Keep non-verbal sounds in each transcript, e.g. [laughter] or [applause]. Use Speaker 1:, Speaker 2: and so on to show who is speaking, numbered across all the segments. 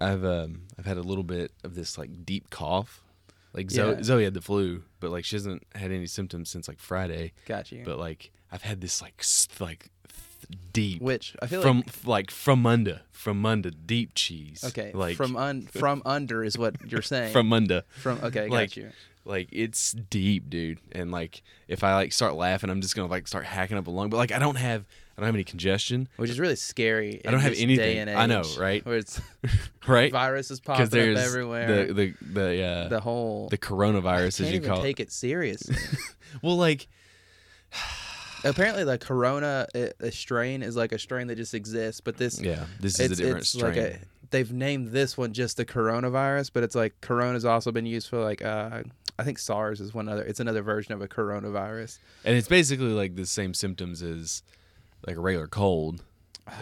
Speaker 1: I've um I've had a little bit of this like deep cough. Like
Speaker 2: Yeah.
Speaker 1: Zoe, Zoe had the flu, but like she hasn't had any symptoms since like Friday.
Speaker 2: Got you.
Speaker 1: But like I've had this like s- like th- deep
Speaker 2: Which I feel
Speaker 1: from
Speaker 2: like
Speaker 1: f- like from under from under deep cheese.
Speaker 2: okay
Speaker 1: like
Speaker 2: from un
Speaker 1: [laughs]
Speaker 2: from under is what you're saying.
Speaker 1: from under.
Speaker 2: from okay, got
Speaker 1: like
Speaker 2: you.
Speaker 1: like it's deep, dude. And like if I like start laughing, I'm just gonna like start hacking up a lung. But like I don't have I don't have any congestion,
Speaker 2: Which is really scary.
Speaker 1: I don't
Speaker 2: in
Speaker 1: have
Speaker 2: this Day
Speaker 1: anything.
Speaker 2: and age,
Speaker 1: I know, right?
Speaker 2: Where it's
Speaker 1: [laughs] right?
Speaker 2: viruses popping up
Speaker 1: there's
Speaker 2: everywhere.
Speaker 1: the
Speaker 2: The,
Speaker 1: the the uh, the,
Speaker 2: whole
Speaker 1: coronavirus
Speaker 2: can't
Speaker 1: as you
Speaker 2: even
Speaker 1: call it.
Speaker 2: take it
Speaker 1: [laughs]
Speaker 2: serious.
Speaker 1: Well, like
Speaker 2: Apparently, the corona uh a strain is like a strain that just exists, but this
Speaker 1: yeah, this is
Speaker 2: it's,
Speaker 1: a different
Speaker 2: it's
Speaker 1: strain.
Speaker 2: like a they've named this one just the coronavirus, but it's like corona's also been used for like uh I think SARS is one other. It's another version of a coronavirus.
Speaker 1: and it's basically like the same symptoms as like a regular cold,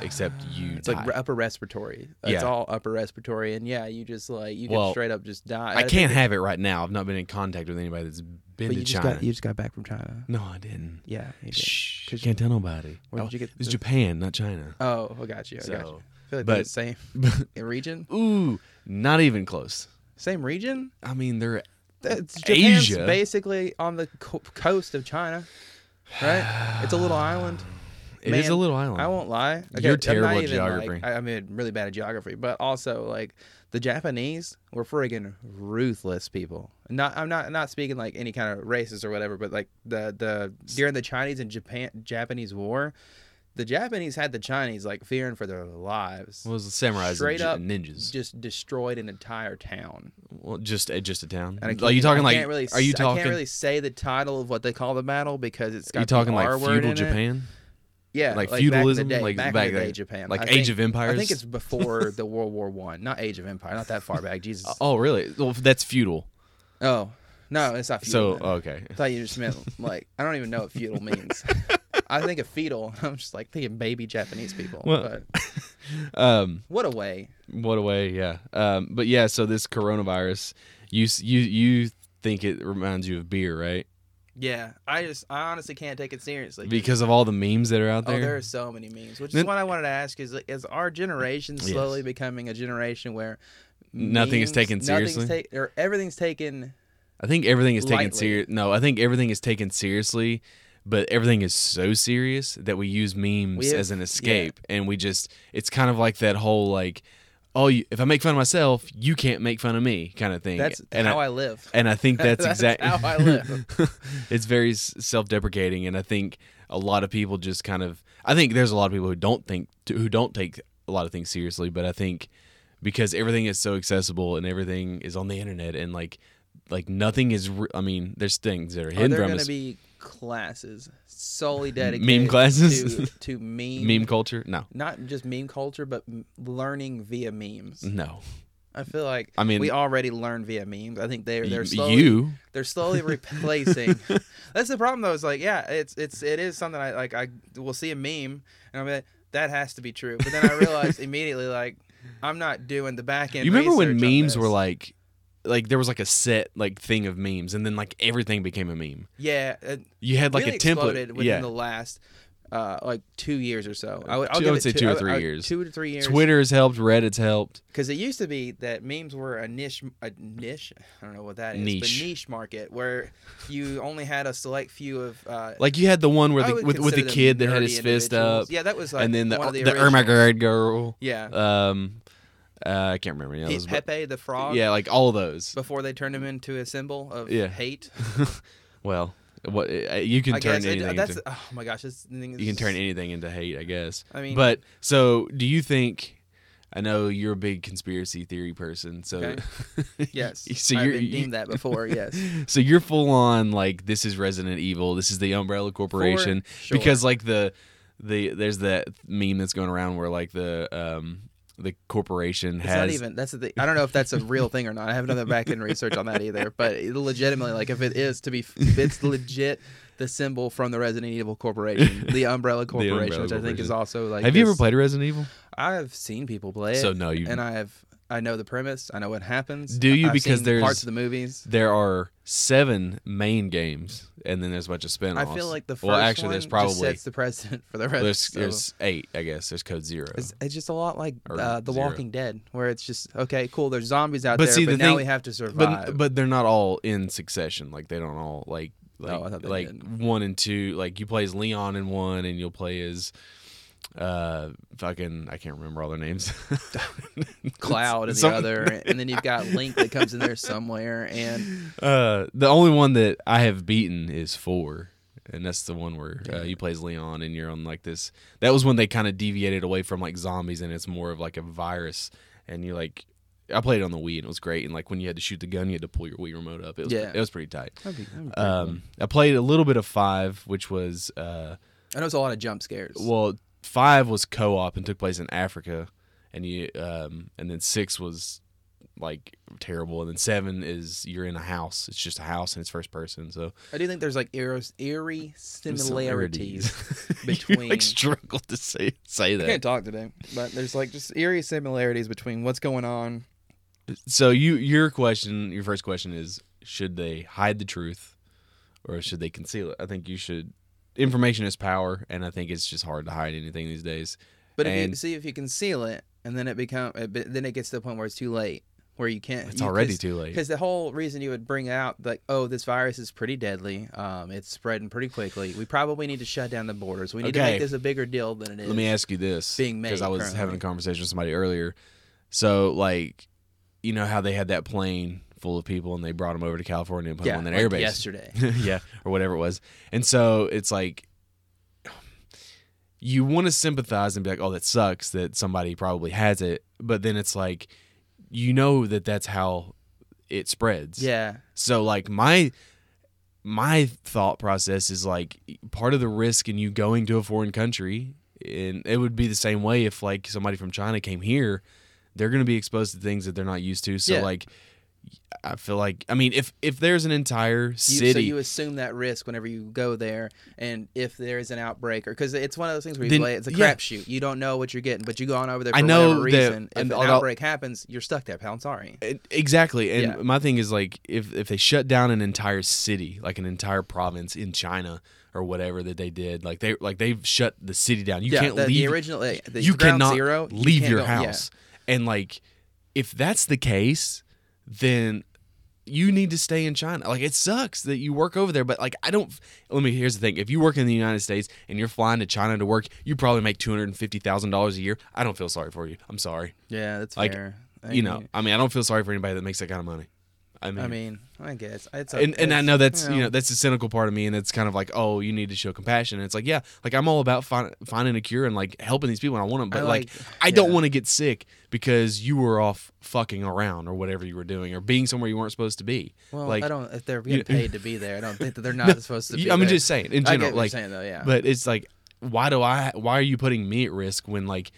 Speaker 1: except you.
Speaker 2: It's like
Speaker 1: die.
Speaker 2: re- upper respiratory. It's
Speaker 1: Yeah.
Speaker 2: all upper respiratory, and yeah, you just like you can
Speaker 1: Well,
Speaker 2: straight up just die.
Speaker 1: I
Speaker 2: think
Speaker 1: can't
Speaker 2: it-
Speaker 1: have it right now. I've not been in contact with anybody that's been
Speaker 2: But
Speaker 1: to
Speaker 2: you just
Speaker 1: China.
Speaker 2: got you just got back from China.
Speaker 1: No, I didn't.
Speaker 2: Yeah. you did.
Speaker 1: Shh,
Speaker 2: 'Cause you-
Speaker 1: can't tell nobody.
Speaker 2: Where
Speaker 1: Oh,
Speaker 2: did you get
Speaker 1: It's
Speaker 2: the-
Speaker 1: Japan, not China.
Speaker 2: Oh, I got you. I got you.
Speaker 1: So,
Speaker 2: I feel like
Speaker 1: [laughs] but-
Speaker 2: they're the same [laughs] region.
Speaker 1: ooh, not even close.
Speaker 2: Same region.
Speaker 1: I mean, they're
Speaker 2: That's, Japan's
Speaker 1: Asia.
Speaker 2: basically on the co- coast of China, right? It's a little island.
Speaker 1: It is
Speaker 2: Man,
Speaker 1: a little island.
Speaker 2: I won't lie.
Speaker 1: You're
Speaker 2: I'm not
Speaker 1: terrible at
Speaker 2: even, like-
Speaker 1: geography.
Speaker 2: I, I mean, really bad at geography, but also like the Japanese were friggin' ruthless people. Not, I'm not not speaking like any kind of racist or whatever, but like the the during the Chinese and Japan Japanese war, the Japanese had the Chinese like fearing for their lives.
Speaker 1: Well, it was the samurais
Speaker 2: Straight
Speaker 1: and, j-
Speaker 2: up
Speaker 1: ninjas.
Speaker 2: just destroyed an entire town.
Speaker 1: well, just uh, just a town.
Speaker 2: And I
Speaker 1: Are you
Speaker 2: can't-
Speaker 1: talking
Speaker 2: I
Speaker 1: like?
Speaker 2: can't really
Speaker 1: are you
Speaker 2: s- I
Speaker 1: talking?
Speaker 2: can't really say the title of what they call the battle because it's got
Speaker 1: are you talking
Speaker 2: the
Speaker 1: like
Speaker 2: R word in
Speaker 1: feudal
Speaker 2: it.
Speaker 1: Japan?
Speaker 2: Yeah,
Speaker 1: Like
Speaker 2: back in the
Speaker 1: feudalism?
Speaker 2: day-
Speaker 1: Like
Speaker 2: back,
Speaker 1: back
Speaker 2: in the day,
Speaker 1: then.
Speaker 2: Japan,
Speaker 1: Like
Speaker 2: I
Speaker 1: Age
Speaker 2: think-
Speaker 1: of Empires?
Speaker 2: I think it's before [laughs] the World War One, not Age of Empire, not that far back. Jesus.
Speaker 1: [laughs] Oh, really? Well, that's feudal.
Speaker 2: Oh no, it's not feudal.
Speaker 1: So
Speaker 2: then.
Speaker 1: okay. [laughs]
Speaker 2: I thought you just meant like I don't even know what feudal means. I think of feudal. [laughs] I'm just like thinking baby Japanese people.
Speaker 1: Well-
Speaker 2: but
Speaker 1: [laughs] Um,
Speaker 2: what a way!
Speaker 1: what a way, yeah. Um, but yeah, so this coronavirus, you s- you you think it reminds you of beer, right?
Speaker 2: Yeah, I just I honestly can't take it seriously.
Speaker 1: Because of all the memes that are out
Speaker 2: Oh,
Speaker 1: there.
Speaker 2: there are so many memes. Which is
Speaker 1: Then-
Speaker 2: what I wanted to ask: is is our generation
Speaker 1: Yes.
Speaker 2: slowly becoming a generation where
Speaker 1: Nothing is
Speaker 2: memes-
Speaker 1: taken seriously?
Speaker 2: Nothing's ta- or everything's taken.
Speaker 1: I think everything is taken
Speaker 2: Lightly.
Speaker 1: serious. No, I think everything is taken seriously, but everything is so serious that we use memes
Speaker 2: We have-
Speaker 1: as an escape, and we just it's kind of like that whole like, oh, you, if I make fun of myself, you can't make fun of me kind of thing.
Speaker 2: That's
Speaker 1: and
Speaker 2: how I, live.
Speaker 1: and I think that's,
Speaker 2: [laughs] That's
Speaker 1: exactly
Speaker 2: how I live.
Speaker 1: [laughs] it's very s- self-deprecating, and I think a lot of people just kind of. I think there's a lot of people who don't think who don't take a lot of things seriously, but I think because everything is so accessible and everything is on the internet and like like nothing is. Re- I mean, there's things that are
Speaker 2: Are
Speaker 1: hidden
Speaker 2: there
Speaker 1: from
Speaker 2: going to
Speaker 1: us.
Speaker 2: be classes solely dedicated
Speaker 1: classes?
Speaker 2: to, to
Speaker 1: [laughs]
Speaker 2: meme,
Speaker 1: meme culture? No,
Speaker 2: not just meme culture, but m- learning via memes?
Speaker 1: no.
Speaker 2: I feel like
Speaker 1: Mm-hmm. I mean-
Speaker 2: we already learn via memes. I think they're they're
Speaker 1: Y-
Speaker 2: slowly,
Speaker 1: you [laughs]
Speaker 2: they're slowly replacing. That's the problem though. Is like yeah, it's it's it is something I like. I will see a meme and I'm like that has to be true, but then I
Speaker 1: [laughs]
Speaker 2: realize immediately like I'm not doing the back end.
Speaker 1: you remember when
Speaker 2: research on
Speaker 1: memes were
Speaker 2: this.
Speaker 1: like like there was like a set like thing of memes, and then like everything became a meme.
Speaker 2: yeah, it-
Speaker 1: You had like
Speaker 2: really
Speaker 1: a template.
Speaker 2: exploded within
Speaker 1: Yeah,
Speaker 2: the last uh, like two years or so. I would, I'll
Speaker 1: Two- I
Speaker 2: give
Speaker 1: would
Speaker 2: it
Speaker 1: say
Speaker 2: two,
Speaker 1: two or
Speaker 2: I would-
Speaker 1: three
Speaker 2: I would-
Speaker 1: years.
Speaker 2: Two to three years.
Speaker 1: Twitter's helped, Reddit's helped.
Speaker 2: because it used to be that memes were a niche, a niche. I don't know what that is,
Speaker 1: Niche.
Speaker 2: but niche market where you only had a select few of. Uh,
Speaker 1: Like you had the one where
Speaker 2: I
Speaker 1: the,
Speaker 2: would
Speaker 1: with with the
Speaker 2: consider them
Speaker 1: kid that had
Speaker 2: nerdy
Speaker 1: his fist
Speaker 2: individuals.
Speaker 1: up,
Speaker 2: Yeah, that was like
Speaker 1: and then the
Speaker 2: one of
Speaker 1: the,
Speaker 2: the,
Speaker 1: Irma
Speaker 2: originals.
Speaker 1: Gerd girl.
Speaker 2: Yeah,
Speaker 1: Um, uh, I can't remember any
Speaker 2: Pe-
Speaker 1: others. but-
Speaker 2: Pepe the frog.
Speaker 1: yeah, like all those.
Speaker 2: before they turned him into a symbol of
Speaker 1: Yeah.
Speaker 2: hate.
Speaker 1: [laughs] well, what uh, you can
Speaker 2: I
Speaker 1: turn
Speaker 2: guess it,
Speaker 1: anything
Speaker 2: that's.
Speaker 1: into,
Speaker 2: Oh my gosh, this thing is.
Speaker 1: you can turn anything into hate, I guess.
Speaker 2: I mean,
Speaker 1: but so do you think? I know you're a big conspiracy theory person, so [laughs]
Speaker 2: Okay. Yes.
Speaker 1: so
Speaker 2: I've
Speaker 1: you're
Speaker 2: been
Speaker 1: you-
Speaker 2: deemed that before. Yes.
Speaker 1: [laughs] so you're full on like this is Resident Evil, this is the Umbrella Corporation
Speaker 2: sure.
Speaker 1: because like the the there's that meme that's going around where like the um the corporation
Speaker 2: It's
Speaker 1: has
Speaker 2: not even that's the thing. I don't know if that's a real thing or not. I haven't done the back end research on that either. But it legitimately, like if it is to be, if it's legit the symbol from the Resident
Speaker 1: [laughs]
Speaker 2: Evil Corporation, the Umbrella Corporation,
Speaker 1: Umbrella
Speaker 2: which I think is
Speaker 1: Corporation.
Speaker 2: also like.
Speaker 1: Have you ever
Speaker 2: this-
Speaker 1: played Resident Evil?
Speaker 2: I have seen people play it.
Speaker 1: So, no, you-
Speaker 2: and I have. I know the premise. I know what happens.
Speaker 1: Do you?
Speaker 2: I've
Speaker 1: Because
Speaker 2: seen
Speaker 1: there's-
Speaker 2: parts of the movies.
Speaker 1: There are seven main games, and then there's a bunch of
Speaker 2: I
Speaker 1: spin-offs.
Speaker 2: feel like the first
Speaker 1: well, actually, there's
Speaker 2: one
Speaker 1: probably
Speaker 2: just sets the precedent for the rest.
Speaker 1: there's,
Speaker 2: so-
Speaker 1: there's eight, I guess. There's Code Zero.
Speaker 2: It's, it's just a lot like
Speaker 1: Or
Speaker 2: uh, The
Speaker 1: zero.
Speaker 2: Walking Dead, where it's just okay, cool. There's zombies out
Speaker 1: But
Speaker 2: there,
Speaker 1: see,
Speaker 2: but
Speaker 1: the
Speaker 2: now
Speaker 1: thing-
Speaker 2: we have to survive.
Speaker 1: but but they're not all in succession. Like they don't all like like,
Speaker 2: I thought they
Speaker 1: like
Speaker 2: did.
Speaker 1: one and two. Like you play as Leon in one, and you'll play as uh fucking I can't remember all their names. [laughs]
Speaker 2: Cloud and the
Speaker 1: Some-
Speaker 2: other, and then you've got Link that comes in there somewhere, and
Speaker 1: Uh, the only one that I have beaten is four, and that's the one where uh, you play as Leon and you're on like this. That was when they kind of deviated away from like zombies and it's more of like a virus. And you like, I played it on the Wii and it was great. And like when you had to shoot the gun, you had to pull your Wii remote up. It was
Speaker 2: Yeah.
Speaker 1: it was pretty tight.
Speaker 2: that'd be- that'd be pretty cool.
Speaker 1: Um, I played a little bit of five, which was uh,
Speaker 2: I know it's a lot of jump scares.
Speaker 1: well, five was co-op and took place in Africa, and you um, and then six was like terrible, and then seven is you're in a house. It's just a house and it's first person. So
Speaker 2: I do think there's like eerie, eerie similarities.
Speaker 1: [laughs] You,
Speaker 2: between-
Speaker 1: like struggled to say say
Speaker 2: I
Speaker 1: that.
Speaker 2: can't talk today, but there's like just eerie similarities between what's going on.
Speaker 1: So you your question, your first question is: Should they hide the truth, or should they conceal it? I think you should. Information is power, and I think it's just hard to hide anything these days.
Speaker 2: But if you
Speaker 1: And-
Speaker 2: see if you conceal it, and then it become, it, be- then it gets to the point where it's too late, where you can't.
Speaker 1: It's
Speaker 2: you-
Speaker 1: already
Speaker 2: 'cause-
Speaker 1: too late.
Speaker 2: Because the whole reason you would bring out like, oh, this virus is pretty deadly. Um, it's spreading pretty quickly. We probably need to shut down the borders. We need to
Speaker 1: Okay.
Speaker 2: make this a bigger deal than it is.
Speaker 1: Let me ask you this,
Speaker 2: being made
Speaker 1: I was
Speaker 2: currently.
Speaker 1: having a conversation with somebody earlier. So, like, you know how they had that plane full of people and they brought them over to California and put
Speaker 2: yeah,
Speaker 1: them on
Speaker 2: like
Speaker 1: an airbase,
Speaker 2: [laughs] yesterday.
Speaker 1: [laughs] yeah, or whatever it was. And so it's like you want to sympathize and be like, "Oh, that sucks that somebody probably has it," but then it's like you know that that's how it spreads.
Speaker 2: Yeah,
Speaker 1: So like my my thought process is like part of the risk in you going to a foreign country and it would be the same way if like somebody from China came here, they're going to be exposed to things that they're not used to. So
Speaker 2: Yeah.
Speaker 1: like I feel like I mean if if there's an entire
Speaker 2: You-
Speaker 1: city
Speaker 2: so you assume that risk whenever you go there, and if there is an outbreak, or because it's one of those things where you
Speaker 1: Then-
Speaker 2: play, it's a
Speaker 1: yeah.
Speaker 2: crapshoot. You don't know what you're getting, but you go on over there. For
Speaker 1: I know
Speaker 2: whatever
Speaker 1: that-
Speaker 2: reason. If
Speaker 1: and
Speaker 2: an
Speaker 1: I'll-
Speaker 2: outbreak happens, you're stuck there, pal. I'm sorry.
Speaker 1: E- Exactly. And
Speaker 2: Yeah.
Speaker 1: my thing is like if if they shut down an entire city, like an entire province in China or whatever that they did, like they like they've shut the city down. You
Speaker 2: yeah,
Speaker 1: can't
Speaker 2: the,
Speaker 1: leave
Speaker 2: the original. like, the
Speaker 1: you
Speaker 2: ground
Speaker 1: cannot
Speaker 2: zero, you
Speaker 1: leave
Speaker 2: can't
Speaker 1: your
Speaker 2: go- yeah.
Speaker 1: house. And like, if that's the case, then you need to stay in China. Like, it sucks that you work over there, but like, I don't. Let me. Here's the thing: if you work in the United States and you're flying to China to work, you probably make two hundred and fifty thousand dollars a year. I don't feel sorry for you. I'm sorry.
Speaker 2: Yeah, that's
Speaker 1: Like,
Speaker 2: fair. I
Speaker 1: you know,
Speaker 2: mean-
Speaker 1: I mean, I don't feel sorry for anybody that makes that kind of money. I mean.
Speaker 2: I mean, I guess it's.
Speaker 1: and, and I
Speaker 2: it's-
Speaker 1: know that's you know that's the cynical part of me, and it's kind of like oh you need to show compassion. And it's like yeah, like I'm all about fin- finding a cure and like helping these people, and I want them, but
Speaker 2: I
Speaker 1: like,
Speaker 2: like-
Speaker 1: I don't
Speaker 2: yeah.
Speaker 1: want to get sick because you were off fucking around or whatever you were doing or being somewhere you weren't supposed to be.
Speaker 2: Well,
Speaker 1: like
Speaker 2: I don't. If they're getting
Speaker 1: [laughs]
Speaker 2: paid to be there, I don't think that they're not supposed to be.
Speaker 1: I'm
Speaker 2: there.
Speaker 1: just saying in
Speaker 2: I
Speaker 1: general,
Speaker 2: get what
Speaker 1: like
Speaker 2: you're saying though, yeah.
Speaker 1: but it's like why do I why are you putting me at risk when like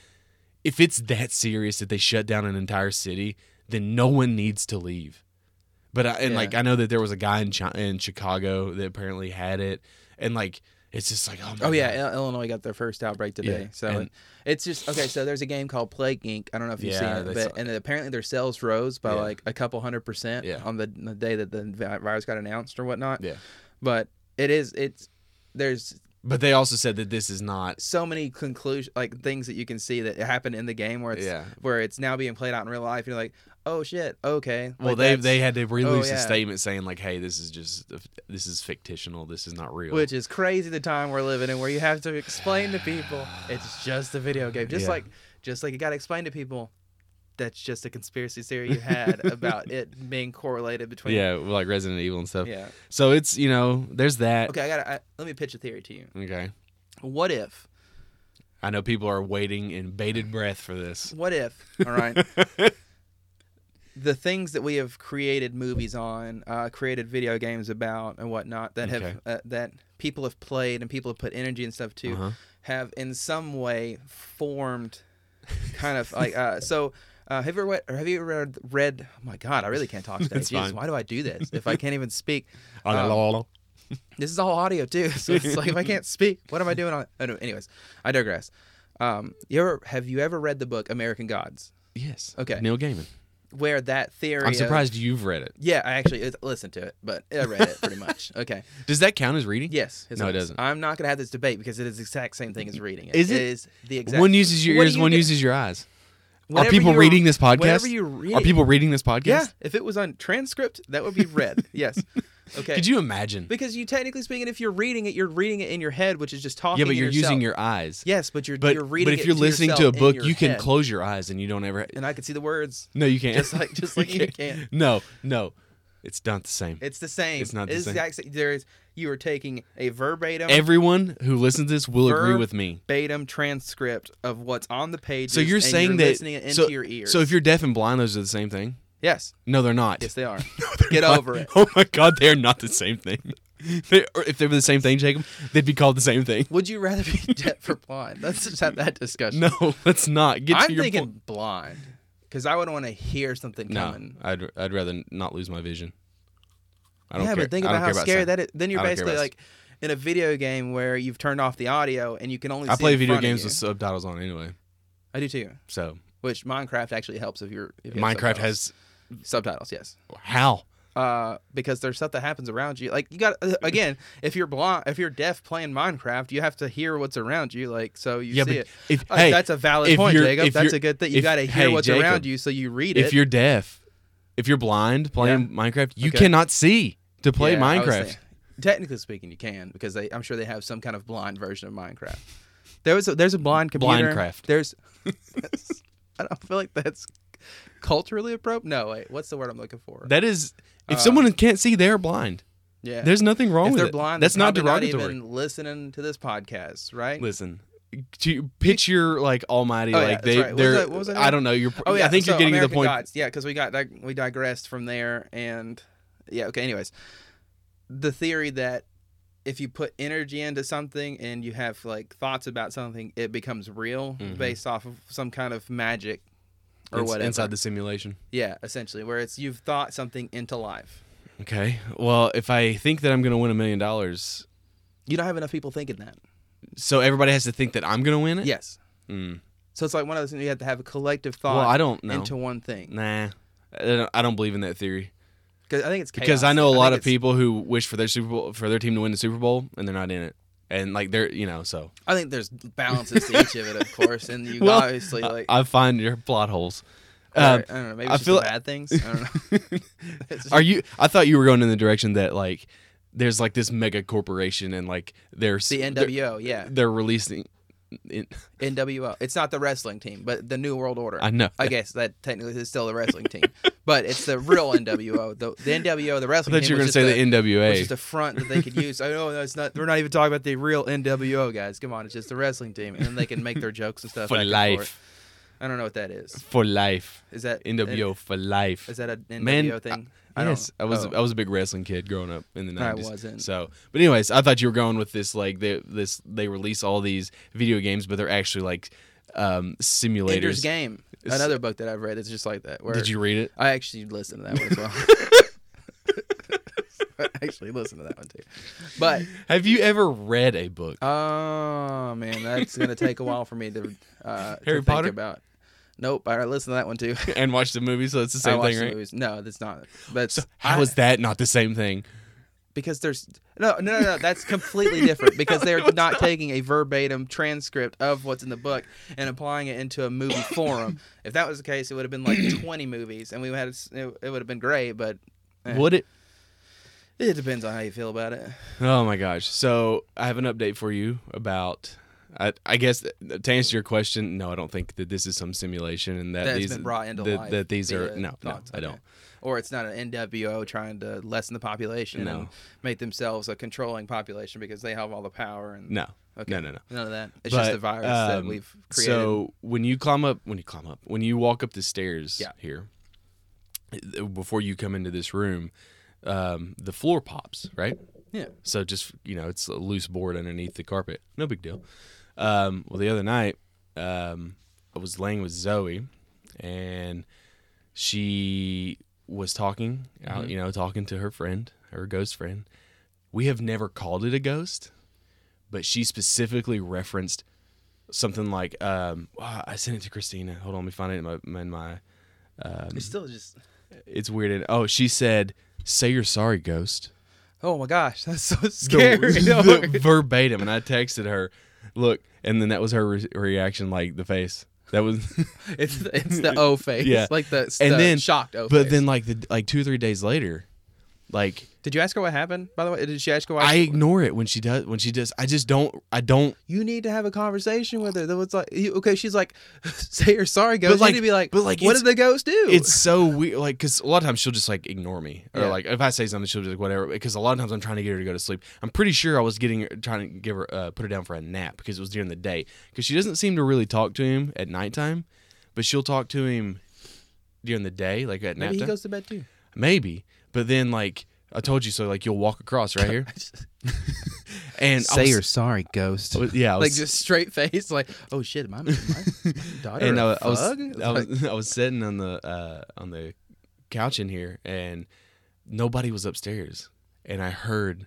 Speaker 1: if it's that serious that they shut down an entire city, then no one needs to leave. But I, and
Speaker 2: Yeah.
Speaker 1: like I know that there was a guy in Chi in Chicago that apparently had it, and like it's just like oh my
Speaker 2: Oh yeah,
Speaker 1: God.
Speaker 2: Il- Illinois got their first outbreak today.
Speaker 1: Yeah,
Speaker 2: so
Speaker 1: and-
Speaker 2: it- it's just okay. So there's a game called Plague Inc. I don't know if you've
Speaker 1: Yeah,
Speaker 2: seen it,
Speaker 1: they
Speaker 2: but
Speaker 1: saw
Speaker 2: and apparently their sales rose by
Speaker 1: Yeah.
Speaker 2: like a couple hundred percent
Speaker 1: Yeah.
Speaker 2: on the, the day that the vi- virus got announced or whatnot.
Speaker 1: Yeah.
Speaker 2: But it is it's there's
Speaker 1: But they also said that this is not
Speaker 2: so many conclusion like things that you can see that happened in the game where it's
Speaker 1: Yeah.
Speaker 2: where it's now being played out in real life. You're like, oh shit, okay.
Speaker 1: Well,
Speaker 2: Like,
Speaker 1: they
Speaker 2: that's- Oh,
Speaker 1: they had to release
Speaker 2: yeah.
Speaker 1: a statement saying like, "Hey, this is just uh, this is fictional. This is not real."
Speaker 2: Which is crazy the time we're living in where you have to explain to people it's just a video game. Just
Speaker 1: Yeah.
Speaker 2: like just like you gotta explain to people that's just a conspiracy theory you had
Speaker 1: [laughs]
Speaker 2: about it being correlated between
Speaker 1: yeah, like Resident Evil and stuff.
Speaker 2: Yeah.
Speaker 1: So it's you know, there's that.
Speaker 2: Okay, I gotta I, let me pitch a theory to you.
Speaker 1: Okay.
Speaker 2: What if
Speaker 1: I know people are waiting in bated breath for
Speaker 2: [laughs]
Speaker 1: this.
Speaker 2: What if? All right.
Speaker 1: [laughs]
Speaker 2: the things that we have created movies on, uh, created video games about, and whatnot that
Speaker 1: Okay.
Speaker 2: have uh, that people have played and people have put energy and stuff to,
Speaker 1: Uh-huh.
Speaker 2: have in some way formed, kind of like uh, so. Uh, have you ever read, or have you ever read, read? Oh my God, I really can't
Speaker 1: [laughs]
Speaker 2: talk today.
Speaker 1: That's
Speaker 2: Jesus,
Speaker 1: fine.
Speaker 2: why do I do this if I can't even speak? Um,
Speaker 1: Um,
Speaker 2: this is all audio too. So it's like if I can't speak, what am I doing on? Oh, no, anyways, I digress. Um, you ever have you ever read the book American Gods,
Speaker 1: yes.
Speaker 2: Okay.
Speaker 1: Neil Gaiman.
Speaker 2: where that theory?
Speaker 1: I'm
Speaker 2: of-
Speaker 1: surprised you've read it.
Speaker 2: yeah, I actually it- listened to it, but I read it pretty
Speaker 1: [laughs]
Speaker 2: much. Okay.
Speaker 1: Does that count as reading?
Speaker 2: Yes. his Uh,
Speaker 1: No, it
Speaker 2: notes.
Speaker 1: doesn't.
Speaker 2: I'm not gonna have this debate because it is the exact same thing as reading it.
Speaker 1: Is it?
Speaker 2: It is the exact.
Speaker 1: One uses your
Speaker 2: What do
Speaker 1: ears,
Speaker 2: you
Speaker 1: one
Speaker 2: get-
Speaker 1: uses your eyes. Are
Speaker 2: whatever
Speaker 1: people
Speaker 2: you-
Speaker 1: reading this podcast?
Speaker 2: whatever you read-
Speaker 1: Are people reading this podcast?
Speaker 2: Yeah. If it was on transcript, that would be
Speaker 1: [laughs]
Speaker 2: read. yes. Okay.
Speaker 1: Could you imagine?
Speaker 2: Because you technically speaking, if you're reading it, you're reading it in your head, which is just talking.
Speaker 1: Yeah, but
Speaker 2: to
Speaker 1: you're using
Speaker 2: yourself.
Speaker 1: your eyes.
Speaker 2: Yes, but you're
Speaker 1: But
Speaker 2: you're reading.
Speaker 1: but if
Speaker 2: it
Speaker 1: you're listening to a
Speaker 2: yourself in
Speaker 1: book,
Speaker 2: your
Speaker 1: you can
Speaker 2: head.
Speaker 1: close your eyes and you don't ever.
Speaker 2: and I could see the words.
Speaker 1: [laughs] No, you can't.
Speaker 2: Just
Speaker 1: [laughs]
Speaker 2: like- just like you can't.
Speaker 1: No, no, it's not the same.
Speaker 2: It's the same.
Speaker 1: It's not the same.
Speaker 2: Exact, same. there is you are taking a verbatim
Speaker 1: Everyone who listens to this will agree with me.
Speaker 2: verbatim transcript of what's on the page.
Speaker 1: So you're
Speaker 2: and
Speaker 1: saying
Speaker 2: you're
Speaker 1: that
Speaker 2: listening it into
Speaker 1: so,
Speaker 2: your ears.
Speaker 1: So if you're deaf and blind, those are the same thing.
Speaker 2: yes,
Speaker 1: No, they're not. [laughs]
Speaker 2: yes, they are. Get over it.
Speaker 1: Oh my God, they are not the same thing. [laughs] They- or if they were the same thing, Jacob, they'd be called the same thing. [laughs]
Speaker 2: Would you rather be [laughs] deaf or blind? Let's just have that discussion.
Speaker 1: No, let's not get to
Speaker 2: I'm
Speaker 1: your
Speaker 2: thinking
Speaker 1: point.
Speaker 2: blind because I would want to hear something
Speaker 1: No,
Speaker 2: coming.
Speaker 1: I'd I'd rather not lose my vision. I don't
Speaker 2: Yeah,
Speaker 1: care.
Speaker 2: but think
Speaker 1: I don't
Speaker 2: about how
Speaker 1: care
Speaker 2: scary
Speaker 1: sound.
Speaker 2: that is. Then you're
Speaker 1: I don't care
Speaker 2: basically
Speaker 1: about
Speaker 2: like in a video game where you've turned off the audio and you can only.
Speaker 1: I
Speaker 2: see
Speaker 1: play
Speaker 2: in
Speaker 1: video
Speaker 2: front of
Speaker 1: games
Speaker 2: you.
Speaker 1: with subtitles on anyway,
Speaker 2: I do too.
Speaker 1: so
Speaker 2: Which Minecraft actually helps if you're. If you have
Speaker 1: Minecraft
Speaker 2: subtitles.
Speaker 1: has
Speaker 2: subtitles. Yes.
Speaker 1: how
Speaker 2: uh, because there's stuff that happens around you. Like you got uh, again, if you're blind, if you're deaf playing Minecraft, you have to hear what's around you. Like so, you
Speaker 1: Yeah,
Speaker 2: see
Speaker 1: but
Speaker 2: it.
Speaker 1: if-
Speaker 2: Uh,
Speaker 1: hey,
Speaker 2: that's a valid
Speaker 1: if
Speaker 2: point,
Speaker 1: you're-
Speaker 2: Jacob.
Speaker 1: if
Speaker 2: That's
Speaker 1: you're-
Speaker 2: a good thing. You
Speaker 1: if-
Speaker 2: got to hear
Speaker 1: hey,
Speaker 2: what's
Speaker 1: Jacob,
Speaker 2: around you, so you read it.
Speaker 1: if you're deaf, if you're blind playing Minecraft, you
Speaker 2: Okay.
Speaker 1: cannot see to play
Speaker 2: Yeah, I was
Speaker 1: Minecraft.
Speaker 2: saying- technically speaking, you can because they, I'm sure they have some kind of blind version of Minecraft. There was a, there's a blind computer.
Speaker 1: Blindcraft.
Speaker 2: There's. [laughs] I don't feel like that's culturally appropriate. No, wait. What's the word I'm looking for?
Speaker 1: That is, if someone can't see, they're blind.
Speaker 2: Uh, yeah.
Speaker 1: There's nothing wrong
Speaker 2: if
Speaker 1: with
Speaker 2: they're
Speaker 1: it.
Speaker 2: blind,
Speaker 1: That's
Speaker 2: they're
Speaker 1: not
Speaker 2: probably
Speaker 1: derogatory.
Speaker 2: even listening to this podcast, right?
Speaker 1: Listen, to you- pitch your like almighty,
Speaker 2: Oh, yeah,
Speaker 1: like
Speaker 2: that's
Speaker 1: they,
Speaker 2: right. What was
Speaker 1: they're.
Speaker 2: that- what was that
Speaker 1: I
Speaker 2: name?
Speaker 1: don't know. You're.
Speaker 2: Oh yeah,
Speaker 1: I think
Speaker 2: so
Speaker 1: you're getting to
Speaker 2: American
Speaker 1: the point.
Speaker 2: Gods. Yeah, because we got dig- we digressed from there, and yeah, okay. Anyways, the theory that if you put energy into something and you have like thoughts about something, it becomes real
Speaker 1: Mhm.
Speaker 2: based off of some kind of magic or
Speaker 1: ins-
Speaker 2: whatever.
Speaker 1: inside the simulation.
Speaker 2: yeah, essentially, where it's you've thought something into life.
Speaker 1: Okay. Well, if I think that I'm going to win a million dollars,
Speaker 2: You don't have enough people thinking that.
Speaker 1: so everybody has to think that I'm going to win it.
Speaker 2: Yes.
Speaker 1: Mm.
Speaker 2: So it's like one of those things you have to have a collective thought
Speaker 1: Well, I don't know.
Speaker 2: into one thing.
Speaker 1: nah, I don't, I don't believe in that theory.
Speaker 2: Because I think it's
Speaker 1: because
Speaker 2: chaos.
Speaker 1: I know a lot
Speaker 2: think
Speaker 1: of
Speaker 2: it's-
Speaker 1: people who wish for their Super Bowl for their team to win the Super Bowl and they're not in it, and like they're you know so
Speaker 2: I think there's balances to each of it, of course, and you
Speaker 1: [laughs] Well,
Speaker 2: obviously like
Speaker 1: I, I find your plot holes.
Speaker 2: Or,
Speaker 1: Um,
Speaker 2: I don't know. Maybe
Speaker 1: I
Speaker 2: it's just
Speaker 1: feel-
Speaker 2: the bad things. I don't know. [laughs]
Speaker 1: [laughs]
Speaker 2: It's
Speaker 1: are you? I thought you were going in the direction that like there's like this mega corporation and like there's
Speaker 2: the NWO, yeah,
Speaker 1: They're, they're releasing. In,
Speaker 2: NWO. It's not the wrestling team, but the New World Order.
Speaker 1: I know.
Speaker 2: I guess that technically is still the wrestling team, but it's the real NWO. The, the NWO, the
Speaker 1: I
Speaker 2: wrestling
Speaker 1: thought
Speaker 2: team.
Speaker 1: you were going to
Speaker 2: was just
Speaker 1: say
Speaker 2: a-
Speaker 1: the
Speaker 2: was just
Speaker 1: NWA.
Speaker 2: a front that they could use. I know that's not. We're not even talking about the real NWO guys. Come on, it's just the wrestling team, and then they can make their jokes and stuff.
Speaker 1: For
Speaker 2: back and
Speaker 1: life.
Speaker 2: forth. I don't know what that is.
Speaker 1: for life.
Speaker 2: Is that
Speaker 1: NWO for life.
Speaker 2: Is that a NWO
Speaker 1: Man,
Speaker 2: thing?
Speaker 1: I,
Speaker 2: don't-
Speaker 1: yes, I was
Speaker 2: oh.
Speaker 1: I was a big wrestling kid growing up in the
Speaker 2: No, I
Speaker 1: nineties.
Speaker 2: wasn't.
Speaker 1: So, but anyways, I thought you were going with this like they, this they release all these video games, but they're actually like um, simulators.
Speaker 2: Ender's Game,
Speaker 1: It's-
Speaker 2: another book that I've read. It's just like that. Where
Speaker 1: Did you read it?
Speaker 2: I actually listened to that one as well.
Speaker 1: [laughs]
Speaker 2: [laughs] I actually listened to that one too. But
Speaker 1: Have you ever read a book?
Speaker 2: oh man, that's gonna take a while for me to uh, to
Speaker 1: Harry
Speaker 2: think
Speaker 1: Potter?
Speaker 2: about. Nope, but I listened to that one too.
Speaker 1: [laughs] and watched the movie, so it's the
Speaker 2: I
Speaker 1: same
Speaker 2: watched
Speaker 1: thing,
Speaker 2: the
Speaker 1: right?
Speaker 2: movies. No, that's not. That's
Speaker 1: How
Speaker 2: I-
Speaker 1: is that not the same thing?
Speaker 2: because there's no no no no. That's completely
Speaker 1: [laughs]
Speaker 2: different because they're not, taking a verbatim transcript of what's in the book and applying it into
Speaker 1: [laughs]
Speaker 2: a movie forum. If that was the case, it would have been like 20 movies, and we had it, it would have been great. But eh,
Speaker 1: Would it?
Speaker 2: it depends on how you feel about it.
Speaker 1: Oh my gosh! So I have an update for you about. I, I guess th- to answer your question, no, I don't think that this is some simulation and that
Speaker 2: That's
Speaker 1: these
Speaker 2: been brought into
Speaker 1: that,
Speaker 2: life
Speaker 1: that these
Speaker 2: via
Speaker 1: are no, no,
Speaker 2: thoughts,
Speaker 1: I don't.
Speaker 2: okay. or it's not an NWO trying to lessen the population
Speaker 1: No.
Speaker 2: and make themselves a controlling population because they have all the power and
Speaker 1: No.
Speaker 2: Okay.
Speaker 1: No, no, no.
Speaker 2: none of that. It's just
Speaker 1: But,
Speaker 2: a virus that
Speaker 1: um,
Speaker 2: we've created.
Speaker 1: So when you climb up, when you climb up, when you walk up the stairs
Speaker 2: Yeah.
Speaker 1: here, th- before you come into this room, um, the floor pops, right?
Speaker 2: yeah,
Speaker 1: So just you know, it's a loose board underneath the carpet. No big deal. Um, well, the other night, um, I was laying with Zoe, and she was talking, out, you know, talking to her friend, her ghost friend. We have never called it a ghost, but she specifically referenced something like, um, oh, "I sent it to Christina." Hold on, let me find it in my in my.
Speaker 2: it's still just.
Speaker 1: It's weird. And, oh, she said, "Say you're sorry, ghost."
Speaker 2: Oh my gosh, that's so
Speaker 1: [laughs] the-
Speaker 2: scary. [laughs] Oh
Speaker 1: the verbatim, and I texted her, "Look," and then that was her re- reaction, like the face. That was,
Speaker 2: it's [laughs] the, it's
Speaker 1: [laughs]
Speaker 2: the O face,
Speaker 1: Yeah.
Speaker 2: like the,
Speaker 1: and
Speaker 2: the
Speaker 1: then
Speaker 2: shocked O.
Speaker 1: But
Speaker 2: face.
Speaker 1: then, like the like two or three days later, like
Speaker 2: did you ask her what happened? By the way, did she ask her? Why
Speaker 1: I ignore it when she does. When she does, I just don't. I don't.
Speaker 2: you need to have a conversation with her. That was like, you- okay, she's like, [laughs] say you're sorry, ghost.
Speaker 1: like-
Speaker 2: you need to be like,
Speaker 1: but like,
Speaker 2: what
Speaker 1: it's-
Speaker 2: did the ghost do?
Speaker 1: It's so weird. Like, cause a lot of times she'll just like ignore me, or
Speaker 2: Yeah.
Speaker 1: like if I say something, she'll just like whatever. Because a lot of times I'm trying to get her to go to sleep. I'm pretty sure I was getting her, trying to give her uh, put her down for a nap because it was during the day. Because she doesn't seem to really talk to him at nighttime, but she'll talk to him during the day, like at nap
Speaker 2: maybe he
Speaker 1: time.
Speaker 2: goes to bed too.
Speaker 1: Maybe. But then like I told you so like you'll walk across
Speaker 2: [laughs]
Speaker 1: right here. and I was-
Speaker 2: sorry, ghost.
Speaker 1: I was-
Speaker 2: [laughs]
Speaker 1: yeah, I was,
Speaker 2: like just straight face, like, oh shit, my, my, my
Speaker 1: [laughs]
Speaker 2: daughter.
Speaker 1: and I,
Speaker 2: a
Speaker 1: I was
Speaker 2: thug?
Speaker 1: I
Speaker 2: Like,
Speaker 1: was [laughs] I was sitting on the uh on the couch in here and nobody was upstairs and I heard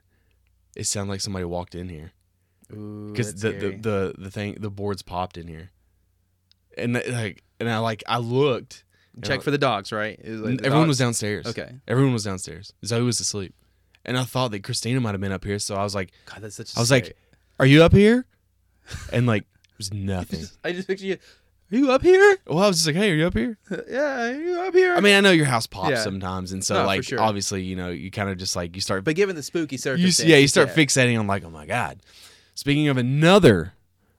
Speaker 1: it sounded like somebody walked in here [laughs]
Speaker 2: ooh,
Speaker 1: cuz
Speaker 2: that's
Speaker 1: the, the
Speaker 2: scary.
Speaker 1: the the thing the boards popped in here. And that, like and I like I looked
Speaker 2: check for the dogs, right? It was like the
Speaker 1: uh, everyone
Speaker 2: dogs-
Speaker 1: was downstairs.
Speaker 2: okay.
Speaker 1: Everyone was downstairs. Zoe was asleep. And I thought that Christina might have been up here, so I was like
Speaker 2: God, that's such. a
Speaker 1: I was
Speaker 2: scary- [laughs]
Speaker 1: like, "Are you up here?" And like, it was nothing.
Speaker 2: I just picture you. Are you up here?
Speaker 1: [laughs]
Speaker 2: [laughs]
Speaker 1: Well, I was just like, "Hey, are you up here?"
Speaker 2: yeah, are you up here?
Speaker 1: I mean, I know your house pops
Speaker 2: Yeah.
Speaker 1: sometimes, and so
Speaker 2: No, for
Speaker 1: like,
Speaker 2: sure.
Speaker 1: obviously, you know, you kind of just like you start,
Speaker 2: but given the spooky
Speaker 1: you,
Speaker 2: circumstances,
Speaker 1: yeah, you start fixating on like, "Oh my god." Speaking of another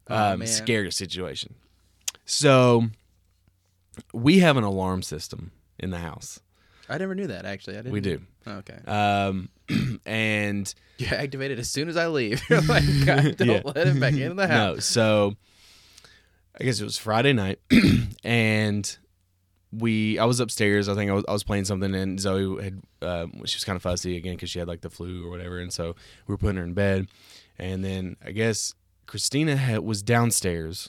Speaker 2: Oh,
Speaker 1: um,
Speaker 2: man.
Speaker 1: scary situation, so we have an alarm system in the house.
Speaker 2: I never knew that actually. I didn't.
Speaker 1: We do,
Speaker 2: Oh, okay. [laughs]
Speaker 1: um, [clears throat] and
Speaker 2: You activate it as soon as I leave. [laughs]
Speaker 1: [laughs]
Speaker 2: You're like, God, don't
Speaker 1: Yeah.
Speaker 2: let it back into the house.
Speaker 1: [laughs] No, so I guess it was Friday night, [clears throat] and we I was upstairs. I think I was I was playing something, and Zoe had um, she was kind of fussy again because she had like the flu or whatever, and so we were putting her in bed, and then I guess Christina had, was downstairs.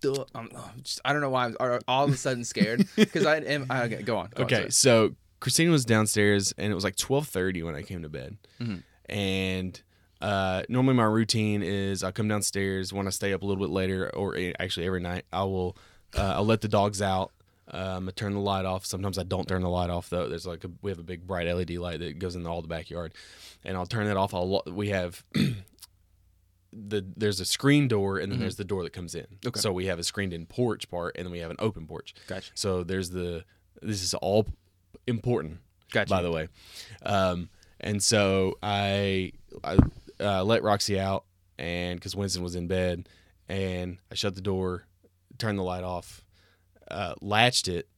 Speaker 2: Duh, I'm, I'm just, I don't know why I'm all- all of a sudden scared because I am. I, okay, go on. go on,
Speaker 1: Okay,
Speaker 2: sorry.
Speaker 1: so Christina was downstairs, and it was like twelve thirty when I came to bed,
Speaker 2: Mhm.
Speaker 1: and uh, normally my routine is I come downstairs when I stay up a little bit later, or eh, actually every night I will uh, I'll let the dogs out. Um, I turn the light off. Sometimes I don't turn the light off though. There's like a, we have a big bright LED light that goes in all the backyard, and I'll turn that off. I'll lo- we have [clears throat] the there's a screen door and then there's the door that comes in.
Speaker 2: Mm-hmm. Okay.
Speaker 1: So we have a screened in porch part, and then we have an open porch.
Speaker 2: Gotcha.
Speaker 1: So there's the this is all important.
Speaker 2: Gotcha.
Speaker 1: By the way, um, and so I I uh, let Roxy out, and because Winston was in bed, and I shut the door, turned the light off, uh, latched it,